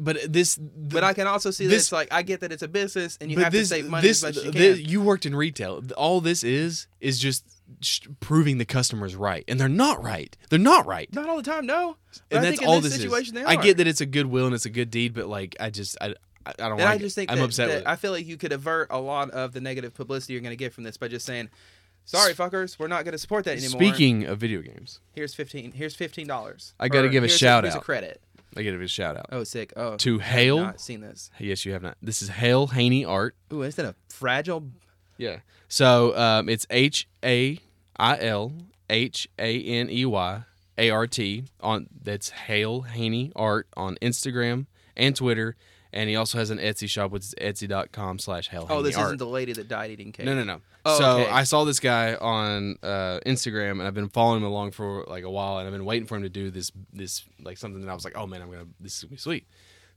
Speaker 1: but this
Speaker 2: But I can also see that
Speaker 1: this-
Speaker 2: it's like I get that it's a business and you
Speaker 1: but
Speaker 2: have
Speaker 1: this,
Speaker 2: to save money
Speaker 1: this,
Speaker 2: as much as you
Speaker 1: this-
Speaker 2: can.
Speaker 1: you worked in retail. All this is is just sh- proving the customers right, and they're not right. They're not right.
Speaker 2: Not all the time, no. But
Speaker 1: and
Speaker 2: I
Speaker 1: that's
Speaker 2: think in
Speaker 1: all
Speaker 2: this
Speaker 1: this
Speaker 2: situation
Speaker 1: is.
Speaker 2: they
Speaker 1: I
Speaker 2: are.
Speaker 1: get that it's a goodwill and it's a good deed, but like I just I I I don't
Speaker 2: And
Speaker 1: like
Speaker 2: I
Speaker 1: it.
Speaker 2: just think
Speaker 1: I'm
Speaker 2: that,
Speaker 1: upset
Speaker 2: that
Speaker 1: with it.
Speaker 2: I feel like you could avert a lot of the negative publicity you're going to get from this by just saying, "Sorry, fuckers, we're not going to support that anymore."
Speaker 1: Speaking of video games,
Speaker 2: here's fifteen. Here's fifteen dollars.
Speaker 1: I gotta give a shout
Speaker 2: Here's a
Speaker 1: out.
Speaker 2: credit.
Speaker 1: I give it a shout out
Speaker 2: Oh, sick. Oh,
Speaker 1: to
Speaker 2: I have
Speaker 1: Hale.
Speaker 2: Not seen this.
Speaker 1: Yes, you have not. This is Hale Haney Art.
Speaker 2: Ooh, is that a fragile?
Speaker 1: Yeah. So um, it's H A I L H A N E Y A R T on that's Hale Haney Art on Instagram and Twitter, and he also has an Etsy shop which is Etsy.com slash Hale
Speaker 2: Oh,
Speaker 1: Haney
Speaker 2: this
Speaker 1: Art.
Speaker 2: isn't the lady that died eating cake.
Speaker 1: No, no, no.
Speaker 2: Oh,
Speaker 1: so
Speaker 2: okay.
Speaker 1: I saw this guy on uh, Instagram, and I've been following him along for like a while, and I've been waiting for him to do this, this like something that I was like, oh man, I'm gonna, this is gonna be sweet.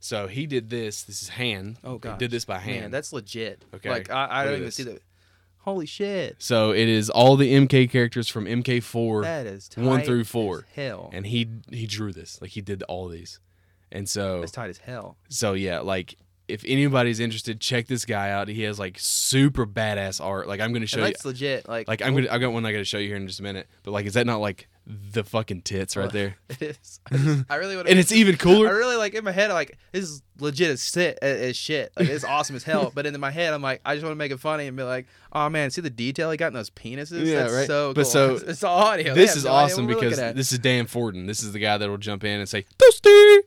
Speaker 1: So he did this. This is hand.
Speaker 2: Oh god.
Speaker 1: He did this by hand.
Speaker 2: Man, that's legit.
Speaker 1: Okay,
Speaker 2: Like I, I
Speaker 1: look
Speaker 2: don't
Speaker 1: at
Speaker 2: even
Speaker 1: this.
Speaker 2: see that. Holy shit.
Speaker 1: so it is all the MK characters from MK4
Speaker 2: That is tight
Speaker 1: one through
Speaker 2: as
Speaker 1: four,
Speaker 2: Hell.
Speaker 1: and he he drew this. Like he did all these, and so
Speaker 2: That's tight as hell.
Speaker 1: so yeah, like. If anybody's interested, check this guy out. He has like super badass art. Like I'm gonna show
Speaker 2: And
Speaker 1: you.
Speaker 2: that's legit. Like
Speaker 1: Like I'm gonna, I got one I gotta show you here in just a minute. But like, is that not like the fucking tits right there?
Speaker 2: [laughs] it is. I, just- I really
Speaker 1: [laughs]
Speaker 2: want
Speaker 1: And it's even
Speaker 2: [laughs] I
Speaker 1: cooler.
Speaker 2: really like in my head. I'm Like this is legit as shit. As shit. Like it's awesome
Speaker 1: [laughs]
Speaker 2: as hell. But in my head, I'm like, I just want to make it funny and be like, oh man, see the detail he got in those penises.
Speaker 1: Yeah,
Speaker 2: That's
Speaker 1: right.
Speaker 2: So
Speaker 1: But
Speaker 2: cool.
Speaker 1: so
Speaker 2: [laughs] it's, it's all audio.
Speaker 1: This
Speaker 2: They
Speaker 1: is
Speaker 2: have no idea
Speaker 1: awesome
Speaker 2: what we're
Speaker 1: because
Speaker 2: looking at.
Speaker 1: this is Dan Forden. This is the guy that'll jump in and say toasty.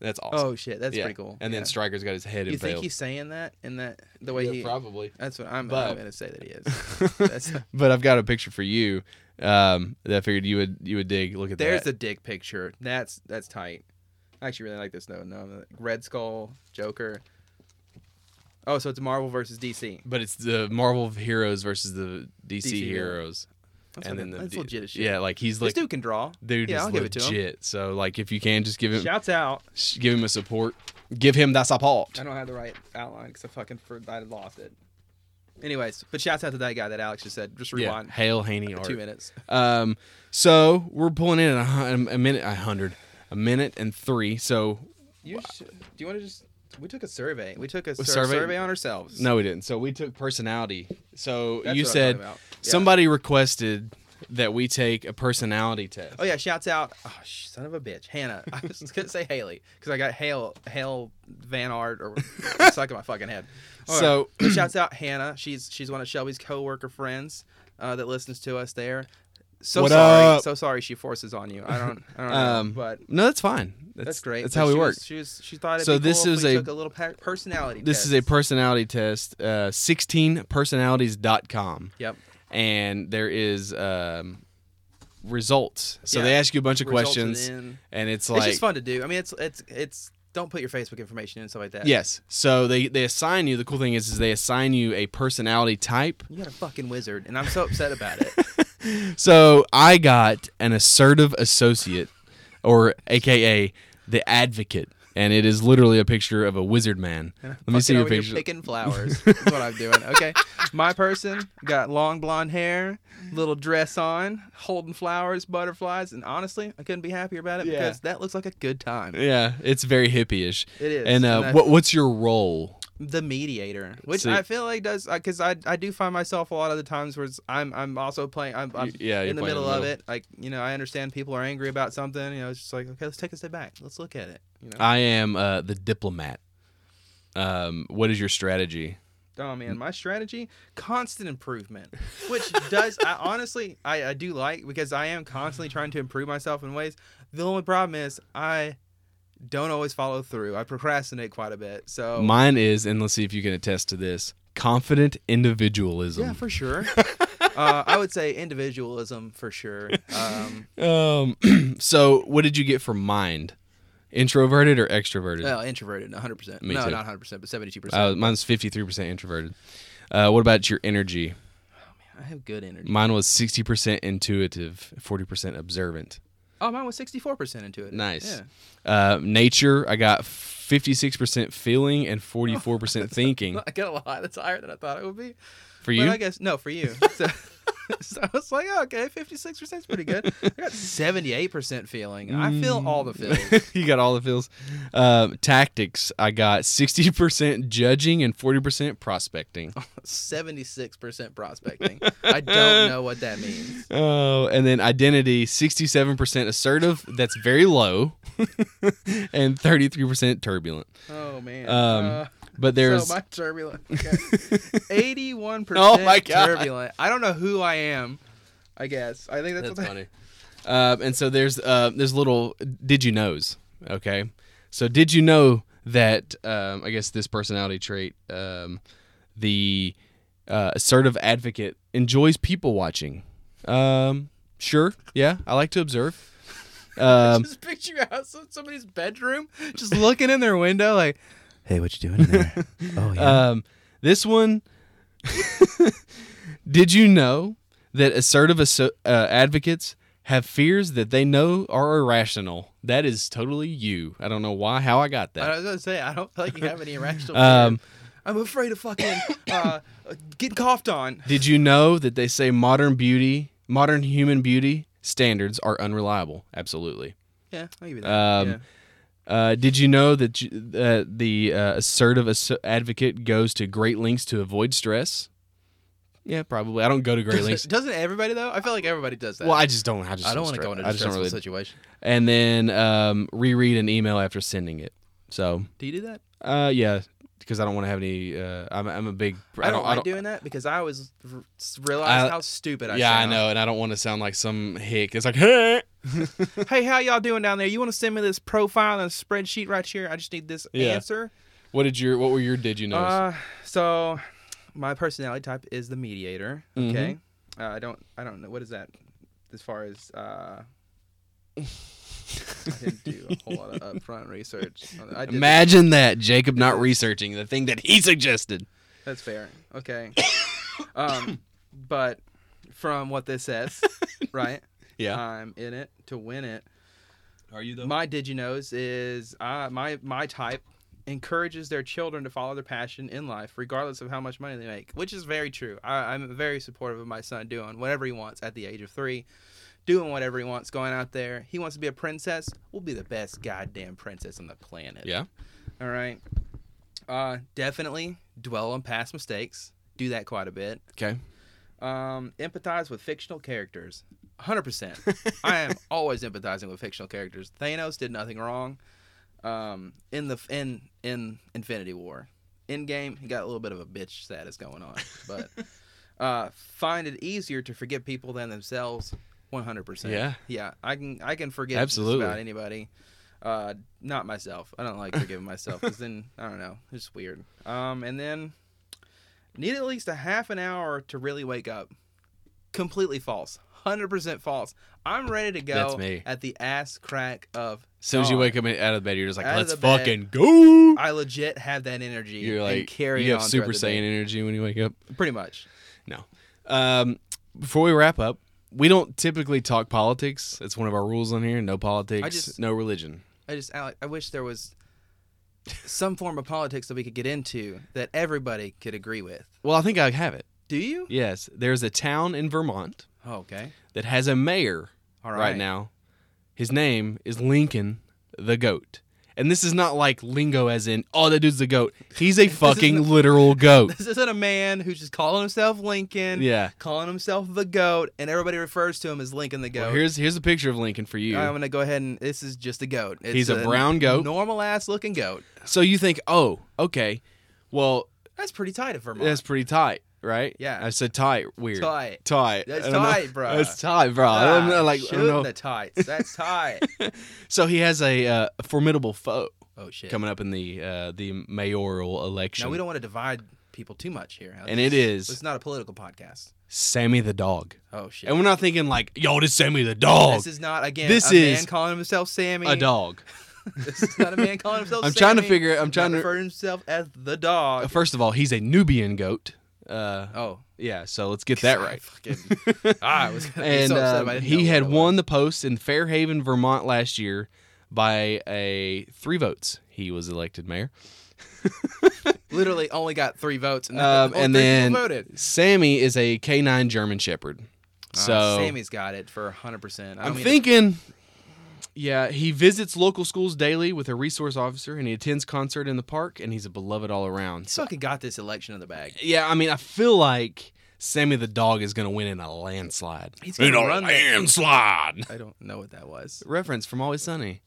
Speaker 1: That's awesome.
Speaker 2: Oh shit, that's
Speaker 1: Yeah.
Speaker 2: pretty cool.
Speaker 1: And then
Speaker 2: Yeah.
Speaker 1: Striker's got his head
Speaker 2: you think
Speaker 1: impaled.
Speaker 2: he's saying that in that the way
Speaker 1: Yeah,
Speaker 2: he.
Speaker 1: probably.
Speaker 2: That's what I'm,
Speaker 1: But-
Speaker 2: I'm gonna say that he [laughs] is. That's,
Speaker 1: but I've got a picture for you um, that I figured you would you would dig. Look at
Speaker 2: there's
Speaker 1: that.
Speaker 2: the dick picture. That's that's tight. I actually really like this though. No, Red Skull, Joker. Oh, so it's Marvel versus DC.
Speaker 1: but it's the Marvel heroes versus the DC,
Speaker 2: DC
Speaker 1: heroes.
Speaker 2: That's,
Speaker 1: and then the
Speaker 2: that's
Speaker 1: D-
Speaker 2: legit as shit.
Speaker 1: Yeah, like he's
Speaker 2: this
Speaker 1: like
Speaker 2: dude can draw.
Speaker 1: dude
Speaker 2: yeah,
Speaker 1: is
Speaker 2: I'll give
Speaker 1: legit.
Speaker 2: it to him.
Speaker 1: So like if you can just give him
Speaker 2: Shouts out.
Speaker 1: sh- give him a support. Give him that support.
Speaker 2: I don't have the right outline because I fucking for, I lost it. Anyways, but shouts out to that guy that Alex just said. Just
Speaker 1: Yeah,
Speaker 2: rewind
Speaker 1: Hail Haney art.
Speaker 2: two minutes.
Speaker 1: Um, so we're pulling in a, hun- a minute, a hundred, a minute and three. So
Speaker 2: You sh- do you want to just? We took a survey. We took a sur-
Speaker 1: survey?
Speaker 2: survey? on ourselves.
Speaker 1: no, we didn't. So we took personality. So
Speaker 2: That's
Speaker 1: you
Speaker 2: what I'm
Speaker 1: said
Speaker 2: talking about. Yeah.
Speaker 1: somebody requested that we take a personality test.
Speaker 2: Oh yeah, shouts out. Oh, sh- son of a bitch, Hannah. [laughs] I was gonna say Haley because I got Hale Hale Van
Speaker 1: [laughs]
Speaker 2: Art or it's stuck in my fucking head. All right.
Speaker 1: So-
Speaker 2: But shouts out Hannah. She's she's one of Shelby's coworker friends uh, that listens to us there. So
Speaker 1: What
Speaker 2: sorry,
Speaker 1: up?
Speaker 2: so sorry. She forces on you. I don't I don't
Speaker 1: Um,
Speaker 2: know, but.
Speaker 1: no, that's fine. That's,
Speaker 2: That's great.
Speaker 1: That's
Speaker 2: But
Speaker 1: how we
Speaker 2: she
Speaker 1: work.
Speaker 2: was- she was she thought it'd
Speaker 1: So
Speaker 2: be
Speaker 1: this
Speaker 2: cool if
Speaker 1: is
Speaker 2: we
Speaker 1: a-
Speaker 2: took a little pa- personality.
Speaker 1: This
Speaker 2: test.
Speaker 1: is a personality test. Uh, 16personalities.com.
Speaker 2: Yep.
Speaker 1: and there is um, results. So
Speaker 2: Yeah.
Speaker 1: they ask you a bunch of
Speaker 2: Results and
Speaker 1: questions,
Speaker 2: then-
Speaker 1: and it's
Speaker 2: It's
Speaker 1: like
Speaker 2: just fun to do. I mean, it's it's it's don't put your Facebook information in and stuff like that.
Speaker 1: yes. So they they assign you. The cool thing is, is they assign you a personality type.
Speaker 2: You got a fucking wizard, and I'm so upset about it.
Speaker 1: So I got an assertive associate, or AKA the advocate, and it is literally a picture of a wizard man. Let me
Speaker 2: Fucking
Speaker 1: see your
Speaker 2: over here
Speaker 1: picture.
Speaker 2: Picking
Speaker 1: [laughs]
Speaker 2: flowers. That's what I'm doing. Okay. My person got long blonde hair, little dress on, holding flowers, butterflies, and honestly, I couldn't be happier about it
Speaker 1: Yeah.
Speaker 2: because that looks like a good time.
Speaker 1: Yeah, it's very hippie-ish.
Speaker 2: It is,
Speaker 1: And,
Speaker 2: and
Speaker 1: uh,
Speaker 2: I-
Speaker 1: what what's your role?
Speaker 2: the mediator, which
Speaker 1: See-
Speaker 2: I feel like does because I I do find myself a lot of the times where it's, I'm I'm also playing I'm, I'm
Speaker 1: Y- yeah, you're
Speaker 2: in the
Speaker 1: playing in the
Speaker 2: middle of
Speaker 1: middle.
Speaker 2: it like you know I understand people are angry about something you know it's just like okay let's take a step back let's look at it you know
Speaker 1: I am uh, the diplomat. Um, what is your strategy?
Speaker 2: oh man my strategy constant
Speaker 1: [laughs]
Speaker 2: improvement which does I honestly I, I do like because I am constantly trying to improve myself in ways the only problem is I don't always follow through I procrastinate quite a bit so
Speaker 1: Mine is, and let's see if you can attest to this confident individualism.
Speaker 2: yeah for
Speaker 1: [laughs]
Speaker 2: sure uh, I would say individualism
Speaker 1: [laughs]
Speaker 2: for sure. Um,
Speaker 1: Um, [clears throat] so, what did you get for mind? Introverted or extroverted?
Speaker 2: Well, introverted, 100%.
Speaker 1: Me
Speaker 2: no,
Speaker 1: too.
Speaker 2: not 100%, but 72%.
Speaker 1: Uh, mine's 53% introverted. Uh, what about your energy?
Speaker 2: I have good energy.
Speaker 1: Mine was 60% intuitive, 40% observant.
Speaker 2: Oh, mine was 64% into it.
Speaker 1: Nice.
Speaker 2: Yeah.
Speaker 1: Uh, nature, I got 56% feeling
Speaker 2: [laughs] Oh,
Speaker 1: and 44% thinking.
Speaker 2: I got a lot. That's higher than I thought it would be.
Speaker 1: For
Speaker 2: But
Speaker 1: you?
Speaker 2: I guess, no, for you. So, [laughs] so I was like, "Oh, okay, fifty six percent is pretty good. I got seventy eight percent feeling. I feel all the
Speaker 1: [laughs] [laughs]
Speaker 2: feels.
Speaker 1: you got all the feels. Um, tactics. I got sixty percent judging and forty percent prospecting.
Speaker 2: Oh. Seventy six percent prospecting. I don't know what that means.
Speaker 1: Oh, and then identity. Sixty-seven percent assertive. That's very
Speaker 2: [laughs]
Speaker 1: low, [laughs] and thirty-three percent turbulent.
Speaker 2: Oh man.
Speaker 1: Um, But there's
Speaker 2: so my turbulent.
Speaker 1: [laughs]
Speaker 2: Eighty-one percent.
Speaker 1: Oh, my God.
Speaker 2: Turbulent. I don't know who I am. I guess. I think that's,
Speaker 1: That's
Speaker 2: what
Speaker 1: funny. Um, and so there's uh, there's little did you knows. Okay, so did you know that um, I guess this personality trait, um, the uh, assertive advocate enjoys people watching. Um, sure, yeah, I like to observe. Um,
Speaker 2: [laughs] just picture you out some, somebody's bedroom,
Speaker 1: [laughs]
Speaker 2: just looking in their window, like, "Hey, what you doing in there? oh yeah,
Speaker 1: um, this one, [laughs] did you know that assertive asso- uh, advocates have fears that they know are irrational? That is totally you. I don't know why, how I got that.
Speaker 2: I was gonna say, I don't feel like you have any irrational.
Speaker 1: Um,
Speaker 2: fear. I'm afraid of fucking uh, getting coughed on.
Speaker 1: Did you know that they say modern beauty, modern human beauty standards are unreliable? Absolutely.
Speaker 2: Yeah, I'll give you that.
Speaker 1: Um,
Speaker 2: yeah.
Speaker 1: Uh, did you know that you, uh, the uh, assertive ass- advocate goes to great lengths to avoid stress? Yeah, probably. I don't go to
Speaker 2: [laughs]
Speaker 1: great lengths.
Speaker 2: Doesn't, doesn't everybody though? I feel like everybody does that.
Speaker 1: Well, I just don't. I just
Speaker 2: I don't want to
Speaker 1: stre-
Speaker 2: go into
Speaker 1: I
Speaker 2: a
Speaker 1: just don't
Speaker 2: stressful
Speaker 1: really.
Speaker 2: situation.
Speaker 1: And then um, reread an email after sending it. So,
Speaker 2: Do you do that?
Speaker 1: uh, yeah, because I don't want to have any. Uh, I'm, I'm a big.
Speaker 2: I don't, like doing that because I always r- realize
Speaker 1: I-
Speaker 2: how stupid I.
Speaker 1: yeah, I
Speaker 2: sound.
Speaker 1: know, and I don't want to sound like some hick. It's like, hey.
Speaker 2: hey, how y'all doing down there? You want to send me this profile and spreadsheet right here? I just need this
Speaker 1: Yeah.
Speaker 2: answer.
Speaker 1: what did your? What were your? Did you know?
Speaker 2: Uh, so my personality type is the mediator.
Speaker 1: Mm-hmm.
Speaker 2: Okay. Uh, I don't. I don't know what is that as far as. Uh, I didn't do a whole lot of upfront research. on
Speaker 1: [laughs]
Speaker 2: that. I did,
Speaker 1: Imagine that, Jacob not researching the thing that he suggested.
Speaker 2: That's fair. Okay. Um, but from what this says, right? I'm in it to win it.
Speaker 1: Are you
Speaker 2: Uh, My did you knows is uh, my my type encourages their children to follow their passion in life, regardless of how much money they make, which is very true. I, I'm very supportive of my son doing whatever he wants at the age of three, doing whatever he wants, going out there. He wants to be a princess. We'll be the best goddamn princess on the planet.
Speaker 1: Yeah.
Speaker 2: All right. Uh, definitely dwell on past mistakes. Do that quite a bit.
Speaker 1: Okay.
Speaker 2: Um, empathize with fictional characters. 100%.
Speaker 1: [laughs]
Speaker 2: I am always empathizing with fictional characters. Thanos did nothing wrong. Um, in the in in Infinity War, in game, he got a little bit of a bitch status going on,
Speaker 1: [laughs]
Speaker 2: but uh, find it easier to forgive people than themselves. 100%.
Speaker 1: Yeah.
Speaker 2: Yeah, I can I can forgive just
Speaker 1: Absolutely.
Speaker 2: about anybody. Uh, not myself. I don't like forgiving myself because then I don't know. It's just weird. Um, and then need at least a half an hour to really wake up. Completely false. Hundred percent false. I'm ready to go
Speaker 1: That's me.
Speaker 2: at the ass crack of.
Speaker 1: As soon as you
Speaker 2: dawn.
Speaker 1: wake up in- out of bed, you're just like,
Speaker 2: Out of
Speaker 1: let's
Speaker 2: the bed.
Speaker 1: fucking go.
Speaker 2: I legit have that energy.
Speaker 1: You're
Speaker 2: and
Speaker 1: like,
Speaker 2: carry
Speaker 1: you
Speaker 2: on
Speaker 1: have Super
Speaker 2: throughout the
Speaker 1: Saiyan
Speaker 2: day.
Speaker 1: energy when you wake up.
Speaker 2: Pretty much.
Speaker 1: No. Um, before we wrap up, we don't typically talk politics. That's one of our rules on here. No politics,
Speaker 2: just-
Speaker 1: no religion.
Speaker 2: I just, Alec, I wish there was some form of politics that we could get into that everybody could agree with.
Speaker 1: Well, I think I have it.
Speaker 2: Do you?
Speaker 1: Yes. There's a town in Vermont
Speaker 2: Oh, okay.
Speaker 1: that has a mayor
Speaker 2: All
Speaker 1: right.
Speaker 2: right.
Speaker 1: now. His name is Lincoln the Goat. And this is not like lingo as in, oh, that dude's the goat. He's
Speaker 2: [laughs]
Speaker 1: a fucking
Speaker 2: isn't-
Speaker 1: literal
Speaker 2: [laughs]
Speaker 1: goat.
Speaker 2: This isn't a man who's just calling himself Lincoln.
Speaker 1: Yeah.
Speaker 2: Calling himself the goat, and everybody refers to him as Lincoln the goat.
Speaker 1: Well, here's here's a picture of Lincoln for you.
Speaker 2: I'm gonna go ahead and this is just a goat. It's
Speaker 1: He's a brown goat.
Speaker 2: normal ass looking goat.
Speaker 1: so you think, oh, okay, well
Speaker 2: That's pretty tight of Vermont.
Speaker 1: that's pretty tight, right?
Speaker 2: Yeah.
Speaker 1: I said tight, weird.
Speaker 2: Tight.
Speaker 1: tight.
Speaker 2: That's
Speaker 1: I don't know.
Speaker 2: tight, bro.
Speaker 1: That's tight, bro. I
Speaker 2: Ah,
Speaker 1: don't know, like, I
Speaker 2: shooting
Speaker 1: don't know.
Speaker 2: the tights. That's
Speaker 1: [laughs]
Speaker 2: tight.
Speaker 1: So he has a uh, formidable foe
Speaker 2: oh shit.
Speaker 1: coming up in the uh, the mayoral election.
Speaker 2: Now we don't want to divide people too much here.
Speaker 1: And it is-
Speaker 2: It's not a political podcast.
Speaker 1: Sammy the dog.
Speaker 2: Oh shit.
Speaker 1: And we're not thinking like, yo, this Sammy the dog.
Speaker 2: this is not again
Speaker 1: This
Speaker 2: a man
Speaker 1: is
Speaker 2: calling himself Sammy.
Speaker 1: a
Speaker 2: [laughs]
Speaker 1: dog.
Speaker 2: This is not a man calling
Speaker 1: [laughs]
Speaker 2: himself.
Speaker 1: I'm trying to
Speaker 2: Sammy.
Speaker 1: figure- I'm
Speaker 2: He's
Speaker 1: trying
Speaker 2: not
Speaker 1: to-
Speaker 2: refer to himself as the dog.
Speaker 1: First of all, he's a Nubian goat. Uh,
Speaker 2: Oh,
Speaker 1: Yeah, so let's get that right.
Speaker 2: [laughs] Fucking, I was [laughs] gonna be
Speaker 1: and
Speaker 2: so upset
Speaker 1: um,
Speaker 2: if I didn't know
Speaker 1: he
Speaker 2: what
Speaker 1: had
Speaker 2: it was.
Speaker 1: won the post in Fairhaven, Vermont last year by a three votes. He was elected
Speaker 2: [laughs]
Speaker 1: mayor.
Speaker 2: Literally only got three votes, and,
Speaker 1: Um,
Speaker 2: only
Speaker 1: and
Speaker 2: three people
Speaker 1: then
Speaker 2: voted.
Speaker 1: Sammy is a canine German Shepherd. So
Speaker 2: Sammy's got it for 100%. I
Speaker 1: I'm
Speaker 2: don't mean to-
Speaker 1: thinking. Yeah, he visits local schools daily with a resource officer, and he attends concert in the park, and he's a beloved all around.
Speaker 2: He's
Speaker 1: So
Speaker 2: fucking got this election in the bag.
Speaker 1: yeah, I mean, I feel like Sammy the dog is gonna win in a landslide.
Speaker 2: He's gonna run that-
Speaker 1: landslide.
Speaker 2: I don't know what that was.
Speaker 1: Reference from Always Sunny.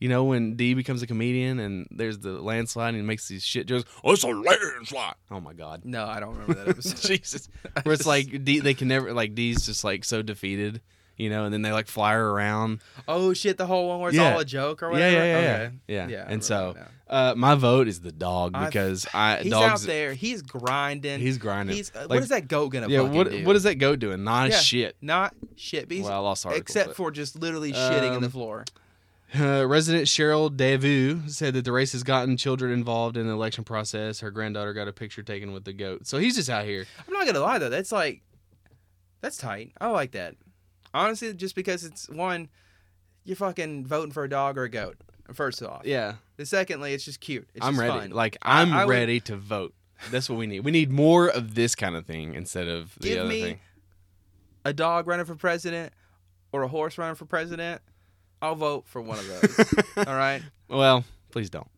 Speaker 1: You know when D becomes a comedian and there's the landslide and he makes these shit jokes. Oh, it's a landslide. Oh my god.
Speaker 2: No, I don't remember that
Speaker 1: [laughs]
Speaker 2: episode.
Speaker 1: Jesus. Where it's like D, they can never like D's just like so defeated, you know, and then they like fly her around.
Speaker 2: [laughs] oh shit, the whole one where it's
Speaker 1: Yeah.
Speaker 2: all a joke or
Speaker 1: Yeah,
Speaker 2: whatever.
Speaker 1: yeah, yeah, yeah.
Speaker 2: Okay.
Speaker 1: yeah.
Speaker 2: Yeah, I
Speaker 1: and
Speaker 2: remember
Speaker 1: so,
Speaker 2: that
Speaker 1: uh, my vote is the dog
Speaker 2: I've-
Speaker 1: because I
Speaker 2: [laughs] He's
Speaker 1: dogs.
Speaker 2: out there. He's grinding.
Speaker 1: He's grinding.
Speaker 2: He's uh,
Speaker 1: Like-
Speaker 2: what is that goat gonna
Speaker 1: yeah.
Speaker 2: fucking
Speaker 1: What
Speaker 2: do?
Speaker 1: what is that goat doing? Not a
Speaker 2: Yeah.
Speaker 1: shit.
Speaker 2: not shit? But he's,
Speaker 1: Well, I lost article,
Speaker 2: except
Speaker 1: but-
Speaker 2: for just literally shitting in the
Speaker 1: Um,
Speaker 2: floor.
Speaker 1: [laughs] Uh, resident Cheryl Devu said that the race has gotten children involved in the election process. Her granddaughter got a picture taken with the goat, so he's just out here.
Speaker 2: I'm not gonna lie though. That's like, that's tight. I like that. Honestly, just because it's one, you're fucking voting for a dog or a goat. First off,
Speaker 1: Yeah,
Speaker 2: The secondly, it's just cute. It's
Speaker 1: I'm
Speaker 2: just
Speaker 1: ready.
Speaker 2: fun.
Speaker 1: Like
Speaker 2: I-
Speaker 1: I'm
Speaker 2: I would-
Speaker 1: ready to vote. That's what we need. We need more of this kind of thing instead of the
Speaker 2: give
Speaker 1: other
Speaker 2: me
Speaker 1: thing.
Speaker 2: a dog running for president or a horse running for president.
Speaker 1: [laughs]
Speaker 2: I'll vote for one of those. All right.
Speaker 1: Well, please don't.